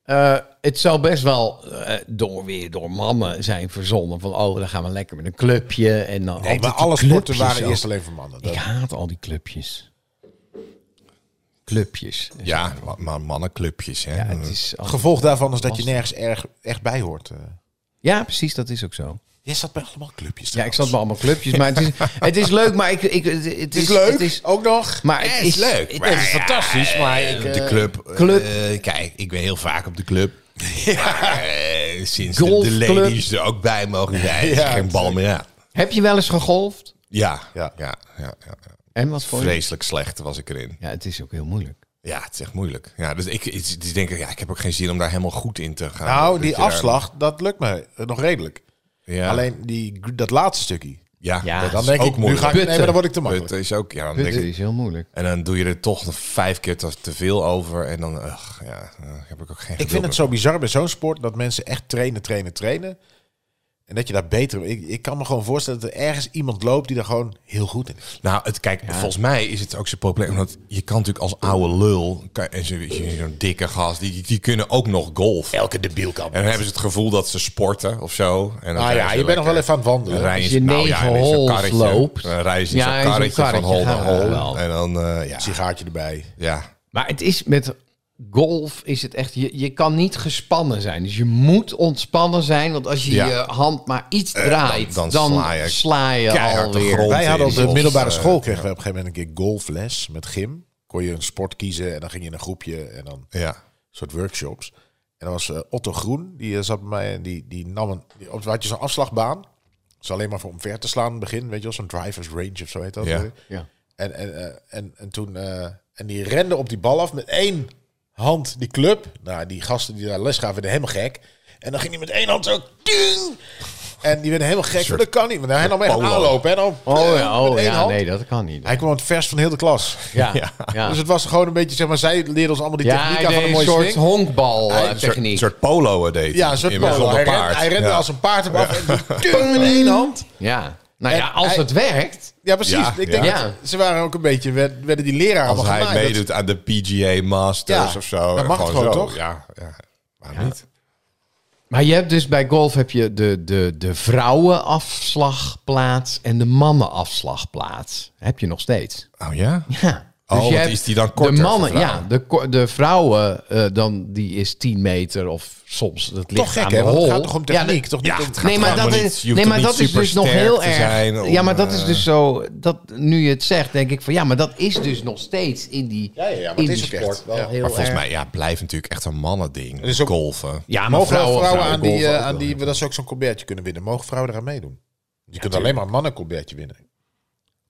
[SPEAKER 3] eh, het zou best wel eh, door, weer door mannen zijn verzonnen. Van oh, dan gaan we lekker met een clubje. En dan
[SPEAKER 4] Nee,
[SPEAKER 3] altijd
[SPEAKER 4] maar
[SPEAKER 3] die
[SPEAKER 4] alle sporten
[SPEAKER 3] clubjes
[SPEAKER 4] waren
[SPEAKER 3] ook.
[SPEAKER 4] eerst alleen voor mannen.
[SPEAKER 3] Ik
[SPEAKER 4] Dat-
[SPEAKER 3] haat al die clubjes. Clubjes.
[SPEAKER 2] Ja, ma- maar mannenclubjes. Hè.
[SPEAKER 3] Ja, het is al-
[SPEAKER 4] Gevolg daarvan is dat je
[SPEAKER 3] Lastig.
[SPEAKER 4] nergens erg, echt bij hoort. eh.
[SPEAKER 3] ja, precies, dat is ook zo.
[SPEAKER 4] Jij zat bij allemaal clubjes.
[SPEAKER 3] Ja, ik
[SPEAKER 4] trouwens.
[SPEAKER 3] zat bij allemaal clubjes, maar het
[SPEAKER 4] (laughs)
[SPEAKER 3] is, het is leuk, maar ik, ik, het, het
[SPEAKER 4] Het is leuk,
[SPEAKER 3] Het is,
[SPEAKER 4] ook nog.
[SPEAKER 3] maar het
[SPEAKER 2] Ja,
[SPEAKER 3] is
[SPEAKER 2] leuk.
[SPEAKER 3] Het is
[SPEAKER 2] fantastisch, maar ik, de club. eh,
[SPEAKER 3] club.
[SPEAKER 2] eh, kijk, ik ben heel vaak op de club. Eh, sinds de,
[SPEAKER 3] Golfclub.
[SPEAKER 2] de ladies er ook bij mogen zijn, is er
[SPEAKER 4] Ja,
[SPEAKER 2] geen bal meer aan.
[SPEAKER 3] Heb je wel eens gegolfd?
[SPEAKER 2] Ja, ja,
[SPEAKER 4] Ja.
[SPEAKER 2] ja, ja, ja.
[SPEAKER 3] En wat voor?
[SPEAKER 2] Vreselijk slecht was ik erin.
[SPEAKER 3] Ja, het is ook heel moeilijk.
[SPEAKER 2] Ja, het is echt moeilijk. Ja, dus ik, ik, ik denk, ja, ik heb ook geen zin om daar helemaal goed in te gaan.
[SPEAKER 4] Nou,
[SPEAKER 2] Dat
[SPEAKER 4] die
[SPEAKER 2] je daar-
[SPEAKER 4] afslag, dat lukt me eh, nog redelijk.
[SPEAKER 2] Ja.
[SPEAKER 4] Alleen die, dat laatste stukje.
[SPEAKER 2] Ja,
[SPEAKER 3] Ja,
[SPEAKER 2] dat
[SPEAKER 3] dan
[SPEAKER 2] is
[SPEAKER 4] denk
[SPEAKER 2] ook
[SPEAKER 4] ik, nu
[SPEAKER 2] moeilijk.
[SPEAKER 4] ga ik- nee, maar dan word ik te
[SPEAKER 2] Putten
[SPEAKER 4] makkelijk.
[SPEAKER 2] is ook, ja, dan denk
[SPEAKER 3] Het
[SPEAKER 2] ik,
[SPEAKER 3] is heel moeilijk.
[SPEAKER 2] en dan doe je er toch nog vijf keer te, te veel over. En dan ugh, ja, eh, heb ik ook geen
[SPEAKER 4] Ik vind het zo bizar bij zo'n sport dat mensen echt trainen, trainen, trainen. En dat je daar beter... Ik, ik kan me gewoon voorstellen dat er ergens iemand loopt die daar gewoon heel goed in is.
[SPEAKER 2] Nou, het, kijk, volgens mij is het ook zo populair. Omdat je kan natuurlijk als oude lul... kan- en zo- zo'n dikke gast, die, die kunnen ook nog golf. En
[SPEAKER 4] Elke debiel kan.
[SPEAKER 2] dan hebben ze het gevoel dat ze sporten of zo. En dan
[SPEAKER 4] Nou ja, je bent nog wel even aan het wandelen.
[SPEAKER 2] Rij
[SPEAKER 3] Als je negen holes loopt.
[SPEAKER 2] Dan rijden ze in
[SPEAKER 3] Ja,
[SPEAKER 2] zo'n
[SPEAKER 3] in zo'n
[SPEAKER 2] karretje, van
[SPEAKER 3] karretje
[SPEAKER 2] hol naar
[SPEAKER 3] gaan we
[SPEAKER 2] hol.
[SPEAKER 3] wel.
[SPEAKER 2] En dan, eh, ja,
[SPEAKER 4] Sigaartje erbij.
[SPEAKER 2] ja.
[SPEAKER 3] Maar het is met golf is het echt. Je, je kan niet gespannen zijn. Dus je moet ontspannen zijn. Want als je
[SPEAKER 2] Ja.
[SPEAKER 3] je hand maar iets draait,
[SPEAKER 2] dan
[SPEAKER 3] Eh, dan,
[SPEAKER 2] sla je
[SPEAKER 3] sla je,
[SPEAKER 2] keihard de
[SPEAKER 3] alweer.
[SPEAKER 2] grond.
[SPEAKER 4] Wij hadden op de
[SPEAKER 2] Rond-
[SPEAKER 4] middelbare
[SPEAKER 2] eh,
[SPEAKER 4] school kregen we op een gegeven moment een keer golfles met gym. Kon je een sport kiezen en dan ging je in een groepje en dan
[SPEAKER 2] ja.
[SPEAKER 4] soort workshops. En dan was eh, Otto Groen, die eh, zat bij mij en die, die nam een... Die, op- had je zo'n afslagbaan. Dat is alleen maar voor omver te slaan in het begin. Weet je wel, zo'n driver's range of zo heet dat.
[SPEAKER 2] Ja.
[SPEAKER 3] Ja.
[SPEAKER 4] En, en, eh, en, en toen... eh, en die rende op die bal af met één hand die club. Nou, die gasten die daar les gaven, werden helemaal gek. En dan ging hij met één hand zo... Ding! En die werden helemaal gek.
[SPEAKER 2] soort-
[SPEAKER 4] dat kan niet. Want hij nam echt
[SPEAKER 2] polo.
[SPEAKER 4] aanlopen. En dan,
[SPEAKER 3] Oh ja,
[SPEAKER 4] met
[SPEAKER 3] oh,
[SPEAKER 4] één
[SPEAKER 3] ja
[SPEAKER 4] hand.
[SPEAKER 3] nee, dat kan niet.
[SPEAKER 4] Hij kwam het vers van heel de klas.
[SPEAKER 3] Ja,
[SPEAKER 2] Ja.
[SPEAKER 3] ja. ja.
[SPEAKER 4] Dus het was gewoon een beetje, zeg maar, zij leerden ons allemaal die techniek aan
[SPEAKER 3] nee,
[SPEAKER 4] van een mooie
[SPEAKER 3] soort
[SPEAKER 4] swing.
[SPEAKER 3] honkbal eh,
[SPEAKER 2] Een soort,
[SPEAKER 3] techniek.
[SPEAKER 2] soort polo deed hij.
[SPEAKER 4] Ja, een soort
[SPEAKER 2] In mijn
[SPEAKER 4] polo. Hij,
[SPEAKER 2] zonder
[SPEAKER 4] rent-
[SPEAKER 2] paard.
[SPEAKER 4] hij rende
[SPEAKER 2] Ja.
[SPEAKER 4] als een paard eraf en die pung in één hand.
[SPEAKER 3] ja. Nou
[SPEAKER 4] En
[SPEAKER 3] ja, als
[SPEAKER 4] hij-
[SPEAKER 3] het werkt.
[SPEAKER 4] Ja, precies.
[SPEAKER 2] Ja,
[SPEAKER 4] ik denk
[SPEAKER 3] ja.
[SPEAKER 4] dat ze waren ook een beetje, werd- werden die leraar
[SPEAKER 2] Als
[SPEAKER 4] allemaal
[SPEAKER 2] hij
[SPEAKER 4] genaaid.
[SPEAKER 2] meedoet aan de PGA Masters
[SPEAKER 4] Ja,
[SPEAKER 2] of zo.
[SPEAKER 4] dat mag gewoon,
[SPEAKER 2] zo.
[SPEAKER 4] toch?
[SPEAKER 2] Ja, ja. Maar niet.
[SPEAKER 3] Maar je hebt dus bij golf heb je de, de, de vrouwenafslagplaats en de mannenafslagplaats. Heb je nog steeds.
[SPEAKER 2] Oh ja?
[SPEAKER 3] Ja.
[SPEAKER 2] Oh,
[SPEAKER 3] je
[SPEAKER 2] want
[SPEAKER 3] hebt
[SPEAKER 2] is die dan korter
[SPEAKER 3] De
[SPEAKER 2] voor
[SPEAKER 3] mannen,
[SPEAKER 2] vrouwen?
[SPEAKER 3] ja. De, ko- de vrouwen, eh, dan, die is 10 meter of soms. Dat ligt
[SPEAKER 4] Toch gek,
[SPEAKER 3] aan
[SPEAKER 4] hè?
[SPEAKER 3] de
[SPEAKER 4] Want
[SPEAKER 3] hol.
[SPEAKER 4] het gaat toch om techniek? toch niet
[SPEAKER 2] ja,
[SPEAKER 4] om-
[SPEAKER 2] het gaat
[SPEAKER 3] Nee, maar
[SPEAKER 2] helemaal
[SPEAKER 3] dat
[SPEAKER 2] niet.
[SPEAKER 3] is,
[SPEAKER 2] Je hoeft
[SPEAKER 3] nee,
[SPEAKER 2] er
[SPEAKER 3] maar
[SPEAKER 2] niet
[SPEAKER 3] dat is dus nog
[SPEAKER 2] supersterk
[SPEAKER 3] heel
[SPEAKER 2] te
[SPEAKER 3] erg.
[SPEAKER 2] zijn om,
[SPEAKER 3] ja, maar dat is
[SPEAKER 2] eh,
[SPEAKER 3] dus zo. Dat, nu je het zegt, denk ik van ja, maar dat is dus nog steeds in die,
[SPEAKER 4] Ja, ja, ja, maar
[SPEAKER 3] in die
[SPEAKER 4] het is ook
[SPEAKER 3] sport
[SPEAKER 4] echt,
[SPEAKER 3] wel
[SPEAKER 4] ja.
[SPEAKER 3] heel
[SPEAKER 2] Maar volgens
[SPEAKER 3] erg.
[SPEAKER 2] mij ja, blijft natuurlijk echt een mannending.
[SPEAKER 4] is ook-
[SPEAKER 2] golven.
[SPEAKER 3] ja, maar
[SPEAKER 4] Mogen vrouwen, aan, die,
[SPEAKER 3] golven
[SPEAKER 4] eh,
[SPEAKER 3] ook
[SPEAKER 4] aan
[SPEAKER 3] wel.
[SPEAKER 4] die, dat ze ook zo'n colbertje kunnen winnen. Mogen vrouwen eraan meedoen? Je kunt alleen maar een mannen colbertje winnen.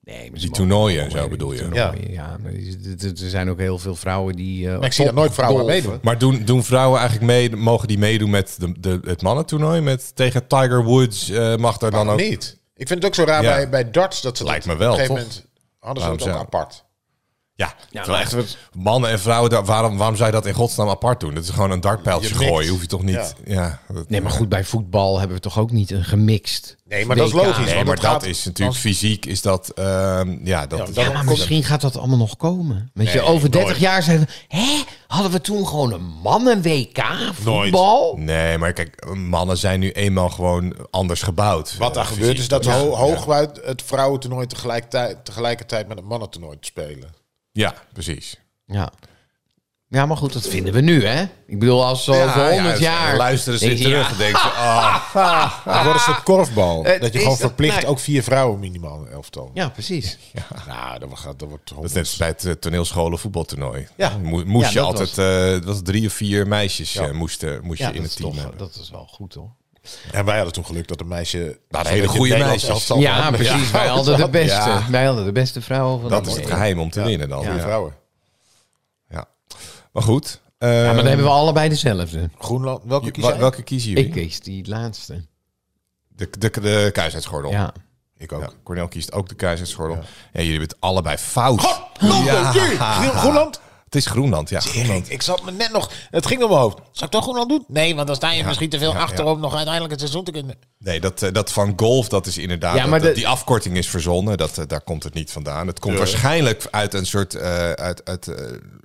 [SPEAKER 3] Nee, maar ze
[SPEAKER 2] Die
[SPEAKER 3] mogen-
[SPEAKER 2] toernooien en zo
[SPEAKER 3] mogen-
[SPEAKER 2] bedoel je.
[SPEAKER 4] Ja.
[SPEAKER 3] Ja, maar er- er er zijn ook heel veel vrouwen die. eh,
[SPEAKER 4] Maar ik zie dat nooit vrouwen aan meedoen.
[SPEAKER 2] Maar doen, doen vrouwen eigenlijk mee? Mogen die meedoen met de, de, het mannentoernooi? Met, tegen Tiger Woods eh, mag daar dan
[SPEAKER 4] Waarom
[SPEAKER 2] ook...
[SPEAKER 4] niet? Ik vind het ook zo raar
[SPEAKER 2] Ja.
[SPEAKER 4] bij, bij darts dat ze
[SPEAKER 2] Lijkt
[SPEAKER 4] dat
[SPEAKER 2] me wel,
[SPEAKER 4] op een gegeven
[SPEAKER 2] toch?
[SPEAKER 4] moment hadden ze het ook
[SPEAKER 2] Waarom zo?
[SPEAKER 4] apart.
[SPEAKER 2] Ja, terwijl echt mannen en vrouwen, daar- waarom, waarom zou je dat in godsnaam apart doen? Dat is gewoon een dartpijltje
[SPEAKER 4] Je
[SPEAKER 2] gooien,
[SPEAKER 4] mixt.
[SPEAKER 2] hoef je toch niet... Ja. dat-
[SPEAKER 3] Nee, maar goed, bij voetbal hebben we toch ook niet een gemixt.
[SPEAKER 4] Nee, maar dat is
[SPEAKER 3] WK.
[SPEAKER 4] logisch.
[SPEAKER 2] Nee,
[SPEAKER 4] want
[SPEAKER 2] maar
[SPEAKER 4] het
[SPEAKER 2] dat
[SPEAKER 4] gaat-
[SPEAKER 2] is natuurlijk fysiek, is dat... ehm, ja, dat,
[SPEAKER 4] Ja,
[SPEAKER 2] is-
[SPEAKER 4] dat-
[SPEAKER 3] Ja, maar misschien gaat dat allemaal nog komen. Weet je, over 30 jaar zijn we. Hè? Hadden we toen gewoon een mannen-WK voetbal?
[SPEAKER 2] Nee, maar kijk, mannen zijn nu eenmaal gewoon anders gebouwd.
[SPEAKER 4] Wat daar
[SPEAKER 2] Eh,
[SPEAKER 4] gebeurt is
[SPEAKER 2] fysiek.
[SPEAKER 4] dat ze ho- hooguit het vrouwentoernooi tegelijkertijd, tegelijkertijd met het mannentoernooi te spelen.
[SPEAKER 2] Ja, precies.
[SPEAKER 3] Ja. Ja, maar goed, dat vinden we nu, hè? Ik bedoel, als zo
[SPEAKER 2] Ja,
[SPEAKER 3] over
[SPEAKER 2] ja,
[SPEAKER 3] 100 jaar...
[SPEAKER 2] Luisteren ze weer
[SPEAKER 3] Denk je,
[SPEAKER 2] terug en denken
[SPEAKER 3] (laughs)
[SPEAKER 2] ze... ah, Eh,
[SPEAKER 4] Het wordt een soort korfbal.
[SPEAKER 3] Het
[SPEAKER 4] dat je
[SPEAKER 3] is
[SPEAKER 4] gewoon
[SPEAKER 3] dat-
[SPEAKER 4] verplicht
[SPEAKER 3] nee.
[SPEAKER 4] ook vier vrouwen minimaal een elftal.
[SPEAKER 3] Ja, precies.
[SPEAKER 4] Nou, dat wordt, dat wordt
[SPEAKER 2] dat is net als bij het eh, toneelscholen voetbaltoernooi.
[SPEAKER 4] Ja.
[SPEAKER 2] Mo- moest
[SPEAKER 3] Ja,
[SPEAKER 2] je
[SPEAKER 3] dat
[SPEAKER 2] altijd... eh, dat was drie of vier meisjes eh, moesten, moest
[SPEAKER 3] Ja,
[SPEAKER 2] je in
[SPEAKER 3] dat,
[SPEAKER 2] het
[SPEAKER 3] is
[SPEAKER 2] team
[SPEAKER 3] toch,
[SPEAKER 2] hebben.
[SPEAKER 3] dat is wel goed, hoor.
[SPEAKER 4] En wij hadden toen geluk dat een meisje...
[SPEAKER 2] Nou,
[SPEAKER 4] een
[SPEAKER 2] een hele goede meisjes.
[SPEAKER 3] Ja, precies. Wij hadden de beste.
[SPEAKER 2] Ja.
[SPEAKER 3] Wij hadden de beste vrouwen van
[SPEAKER 2] Dat
[SPEAKER 3] de
[SPEAKER 2] is het
[SPEAKER 3] wereld.
[SPEAKER 2] geheim om te winnen dan.
[SPEAKER 4] Goede
[SPEAKER 2] Ja.
[SPEAKER 4] vrouwen.
[SPEAKER 2] Ja. Maar goed. ehm,
[SPEAKER 3] Ja, maar dan hebben we allebei dezelfde.
[SPEAKER 4] Groenland, welke kies jij?
[SPEAKER 2] welke kiezen jullie?
[SPEAKER 3] Ik kies die laatste.
[SPEAKER 2] De, de, de kuisheidsgordel.
[SPEAKER 3] Ja.
[SPEAKER 4] Ik ook.
[SPEAKER 2] Ja, Cornel kiest ook de kuisheidsgordel. Ja. jullie hebben het allebei fout. (laughs)
[SPEAKER 4] Groenland, jee! Groenland?
[SPEAKER 2] Het is Groenland, ja.
[SPEAKER 4] Tering, ik zat me net nog... Het ging door mijn hoofd. Zal ik toch Groenland doen? Nee, want dan sta je misschien te veel
[SPEAKER 2] ja,
[SPEAKER 4] achter
[SPEAKER 2] ja.
[SPEAKER 4] om nog uiteindelijk het seizoen te kunnen...
[SPEAKER 2] Nee, dat, eh, dat van golf, dat is inderdaad...
[SPEAKER 3] Ja,
[SPEAKER 2] dat-
[SPEAKER 3] maar
[SPEAKER 2] dat,
[SPEAKER 3] de-
[SPEAKER 2] die afkorting is verzonnen, dat, eh, daar komt het niet vandaan. Het komt waarschijnlijk uit een soort... eh, uit uit eh,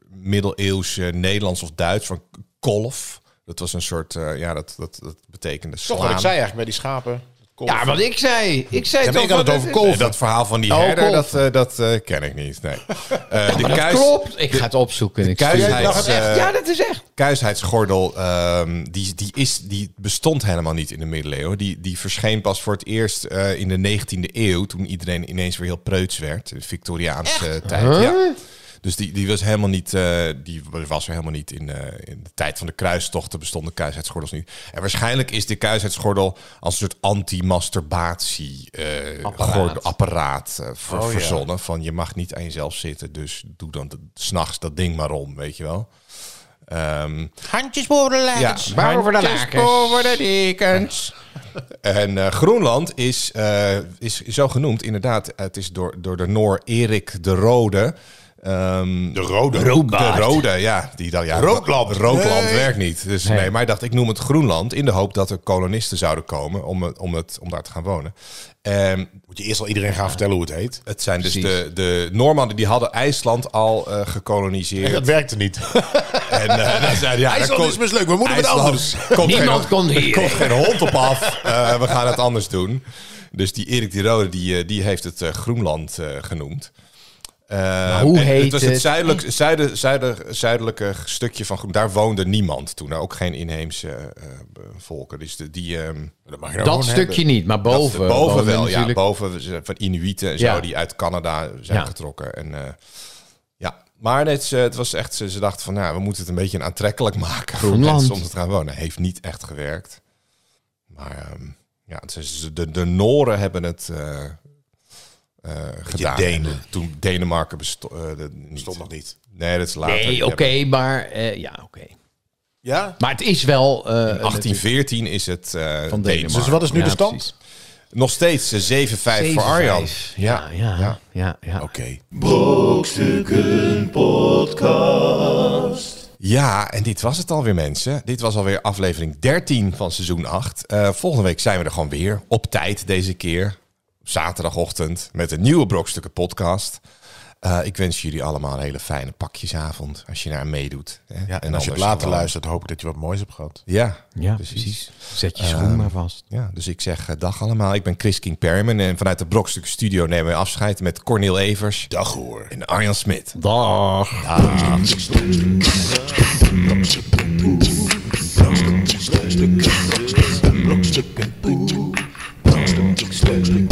[SPEAKER 2] middeleeuws eh, Nederlands of Duits, van kolf. Dat was een soort... eh, ja, dat, dat, dat betekende
[SPEAKER 4] Toch
[SPEAKER 2] slaan.
[SPEAKER 4] wat ik zei eigenlijk bij die schapen.
[SPEAKER 3] Ja, wat ik zei. Ik zei
[SPEAKER 4] Oh. Ja, maar
[SPEAKER 3] toch eh,
[SPEAKER 4] ik had het
[SPEAKER 3] wat
[SPEAKER 4] over
[SPEAKER 3] is.
[SPEAKER 4] kolf.
[SPEAKER 2] Nee, dat verhaal van die
[SPEAKER 4] Oh,
[SPEAKER 2] herder,
[SPEAKER 4] kolf.
[SPEAKER 2] dat, eh, dat eh, ken ik niet,
[SPEAKER 3] (laughs)
[SPEAKER 2] nee. Eh, de
[SPEAKER 3] Dat
[SPEAKER 2] kuis-
[SPEAKER 3] klopt. Ik ga het opzoeken. Ik stuur het.
[SPEAKER 2] Kuisheids,
[SPEAKER 4] dacht het echt?
[SPEAKER 2] eh,
[SPEAKER 3] Ja, dat is echt.
[SPEAKER 2] kuisheidsgordel, ehm, die, die, is, die bestond helemaal niet in de middeleeuwen. Die, die verscheen pas voor het eerst eh, in de 19e eeuw, toen iedereen ineens weer heel preuts werd. De Victoriaanse tijd. Ja. Dus die, die was helemaal niet, eh, die was er helemaal niet in, eh, in de tijd van de kruistochten bestonden kuisheidsgordels niet. En waarschijnlijk is de kuisheidsgordel als een soort anti-masturbatie eh, gordel- apparaat eh, ver-
[SPEAKER 4] Oh, ja.
[SPEAKER 2] verzonnen. Van je mag niet aan jezelf zitten, dus doe dan de- s'nachts dat ding maar om, weet je wel. Ehm,
[SPEAKER 4] Handjes voor de
[SPEAKER 2] ja,
[SPEAKER 4] leiders.
[SPEAKER 3] Waarom voor de lakens?
[SPEAKER 2] voor de dekens. En eh, Groenland is, eh, is zo genoemd, inderdaad. Het is door, door de Noor Erik de Rode. ehm,
[SPEAKER 4] De rode.
[SPEAKER 2] de Rode, ja. Die dacht, ja
[SPEAKER 4] Rookland.
[SPEAKER 2] Rookland
[SPEAKER 4] Nee.
[SPEAKER 2] werkt niet. Dus nee. maar hij dacht, ik noem het Groenland. In de hoop dat er kolonisten zouden komen om, het- om, het, om daar te gaan wonen. Ehm,
[SPEAKER 4] Moet je eerst al iedereen gaan vertellen hoe het heet.
[SPEAKER 2] het zijn dus
[SPEAKER 3] Precies.
[SPEAKER 2] de, de Normannen die hadden IJsland al eh, gekoloniseerd.
[SPEAKER 4] dat werkte niet.
[SPEAKER 2] En, eh, (laughs) dan zeiden, ja,
[SPEAKER 4] IJsland
[SPEAKER 2] dan
[SPEAKER 4] is mislukt, we moeten wat
[SPEAKER 2] IJsland
[SPEAKER 4] anders.
[SPEAKER 2] Komt
[SPEAKER 3] Niemand
[SPEAKER 2] geen,
[SPEAKER 3] komt hier.
[SPEAKER 2] komt geen hond op
[SPEAKER 4] (laughs)
[SPEAKER 2] af. Eh, we gaan het anders doen. Dus die Erik die Rode, die, eh, die heeft het eh, Groenland eh, genoemd. Eh,
[SPEAKER 3] hoe
[SPEAKER 2] en
[SPEAKER 3] heet
[SPEAKER 2] het? was het
[SPEAKER 3] het?
[SPEAKER 2] zuidelijk, zuiden, zuiden- zuidelijke stukje van Groenland. Daar woonde niemand toen. Ook geen inheemse eh, volken. Dus de, die... ehm,
[SPEAKER 4] Dat, mag je nou
[SPEAKER 3] Dat
[SPEAKER 4] gewoon
[SPEAKER 3] stukje
[SPEAKER 4] hebben.
[SPEAKER 3] niet, maar
[SPEAKER 2] dat-
[SPEAKER 3] boven.
[SPEAKER 2] boven wel,
[SPEAKER 3] natuurlijk.
[SPEAKER 2] ja. Boven ze- van Inuiten en zo,
[SPEAKER 3] Ja.
[SPEAKER 2] die uit Canada zijn
[SPEAKER 3] Ja.
[SPEAKER 2] getrokken. En, eh, ja. Maar het, is, eh, het was echt, ze, ze dachten van, nou, we moeten het een beetje aantrekkelijk (laughs) maken voor
[SPEAKER 3] Groenland.
[SPEAKER 2] mensen om te gaan wonen. Heeft niet echt gewerkt. Maar ehm, ja, het is- de, de Noren hebben het eh, eh, gedaan.
[SPEAKER 4] Denen.
[SPEAKER 2] En eh, Toen Denemarken besto- eh, dat niet.
[SPEAKER 4] Stond nog niet.
[SPEAKER 2] Nee, dat is later. Die
[SPEAKER 3] Nee, oké,
[SPEAKER 2] hebben-
[SPEAKER 3] maar eh, ja, oké.
[SPEAKER 4] Ja?
[SPEAKER 3] Maar het is wel... eh, natuurlijk
[SPEAKER 2] 1814 is het eh
[SPEAKER 3] van
[SPEAKER 2] Denemarken.
[SPEAKER 3] Denemarken.
[SPEAKER 4] Dus wat is nu
[SPEAKER 3] Ja,
[SPEAKER 4] de stand?
[SPEAKER 3] precies.
[SPEAKER 2] Nog steeds eh, 7-5 voor Arjan.
[SPEAKER 3] 7-5. Ja, ja, ja. ja,
[SPEAKER 4] Oké.
[SPEAKER 1] Brokstukken Podcast.
[SPEAKER 2] Ja, en dit was het alweer, mensen. Dit was alweer aflevering 13 van seizoen 8. Eh, volgende week zijn we er gewoon weer. Op tijd deze keer. Op zaterdagochtend. Met een nieuwe Brokstukken podcast. Eh, ik wens jullie allemaal een hele fijne pakjesavond. Als je naar meedoet. hè.
[SPEAKER 4] Ja, en als
[SPEAKER 2] anders
[SPEAKER 4] je het later
[SPEAKER 2] gewoon-
[SPEAKER 4] luistert, hoop ik dat je wat moois hebt gehad.
[SPEAKER 2] Ja,
[SPEAKER 3] Ja,
[SPEAKER 2] precies.
[SPEAKER 3] precies. Zet je schoen maar vast.
[SPEAKER 2] Ja, dus ik zeg eh, dag allemaal. Ik ben Chris King Perman. En vanuit de Brokstukken studio nemen we afscheid met Cornel Evers.
[SPEAKER 4] Dag hoor.
[SPEAKER 2] En Arjan Smit.
[SPEAKER 3] Dag.
[SPEAKER 1] Brokstukken Brokstukken Brokstukken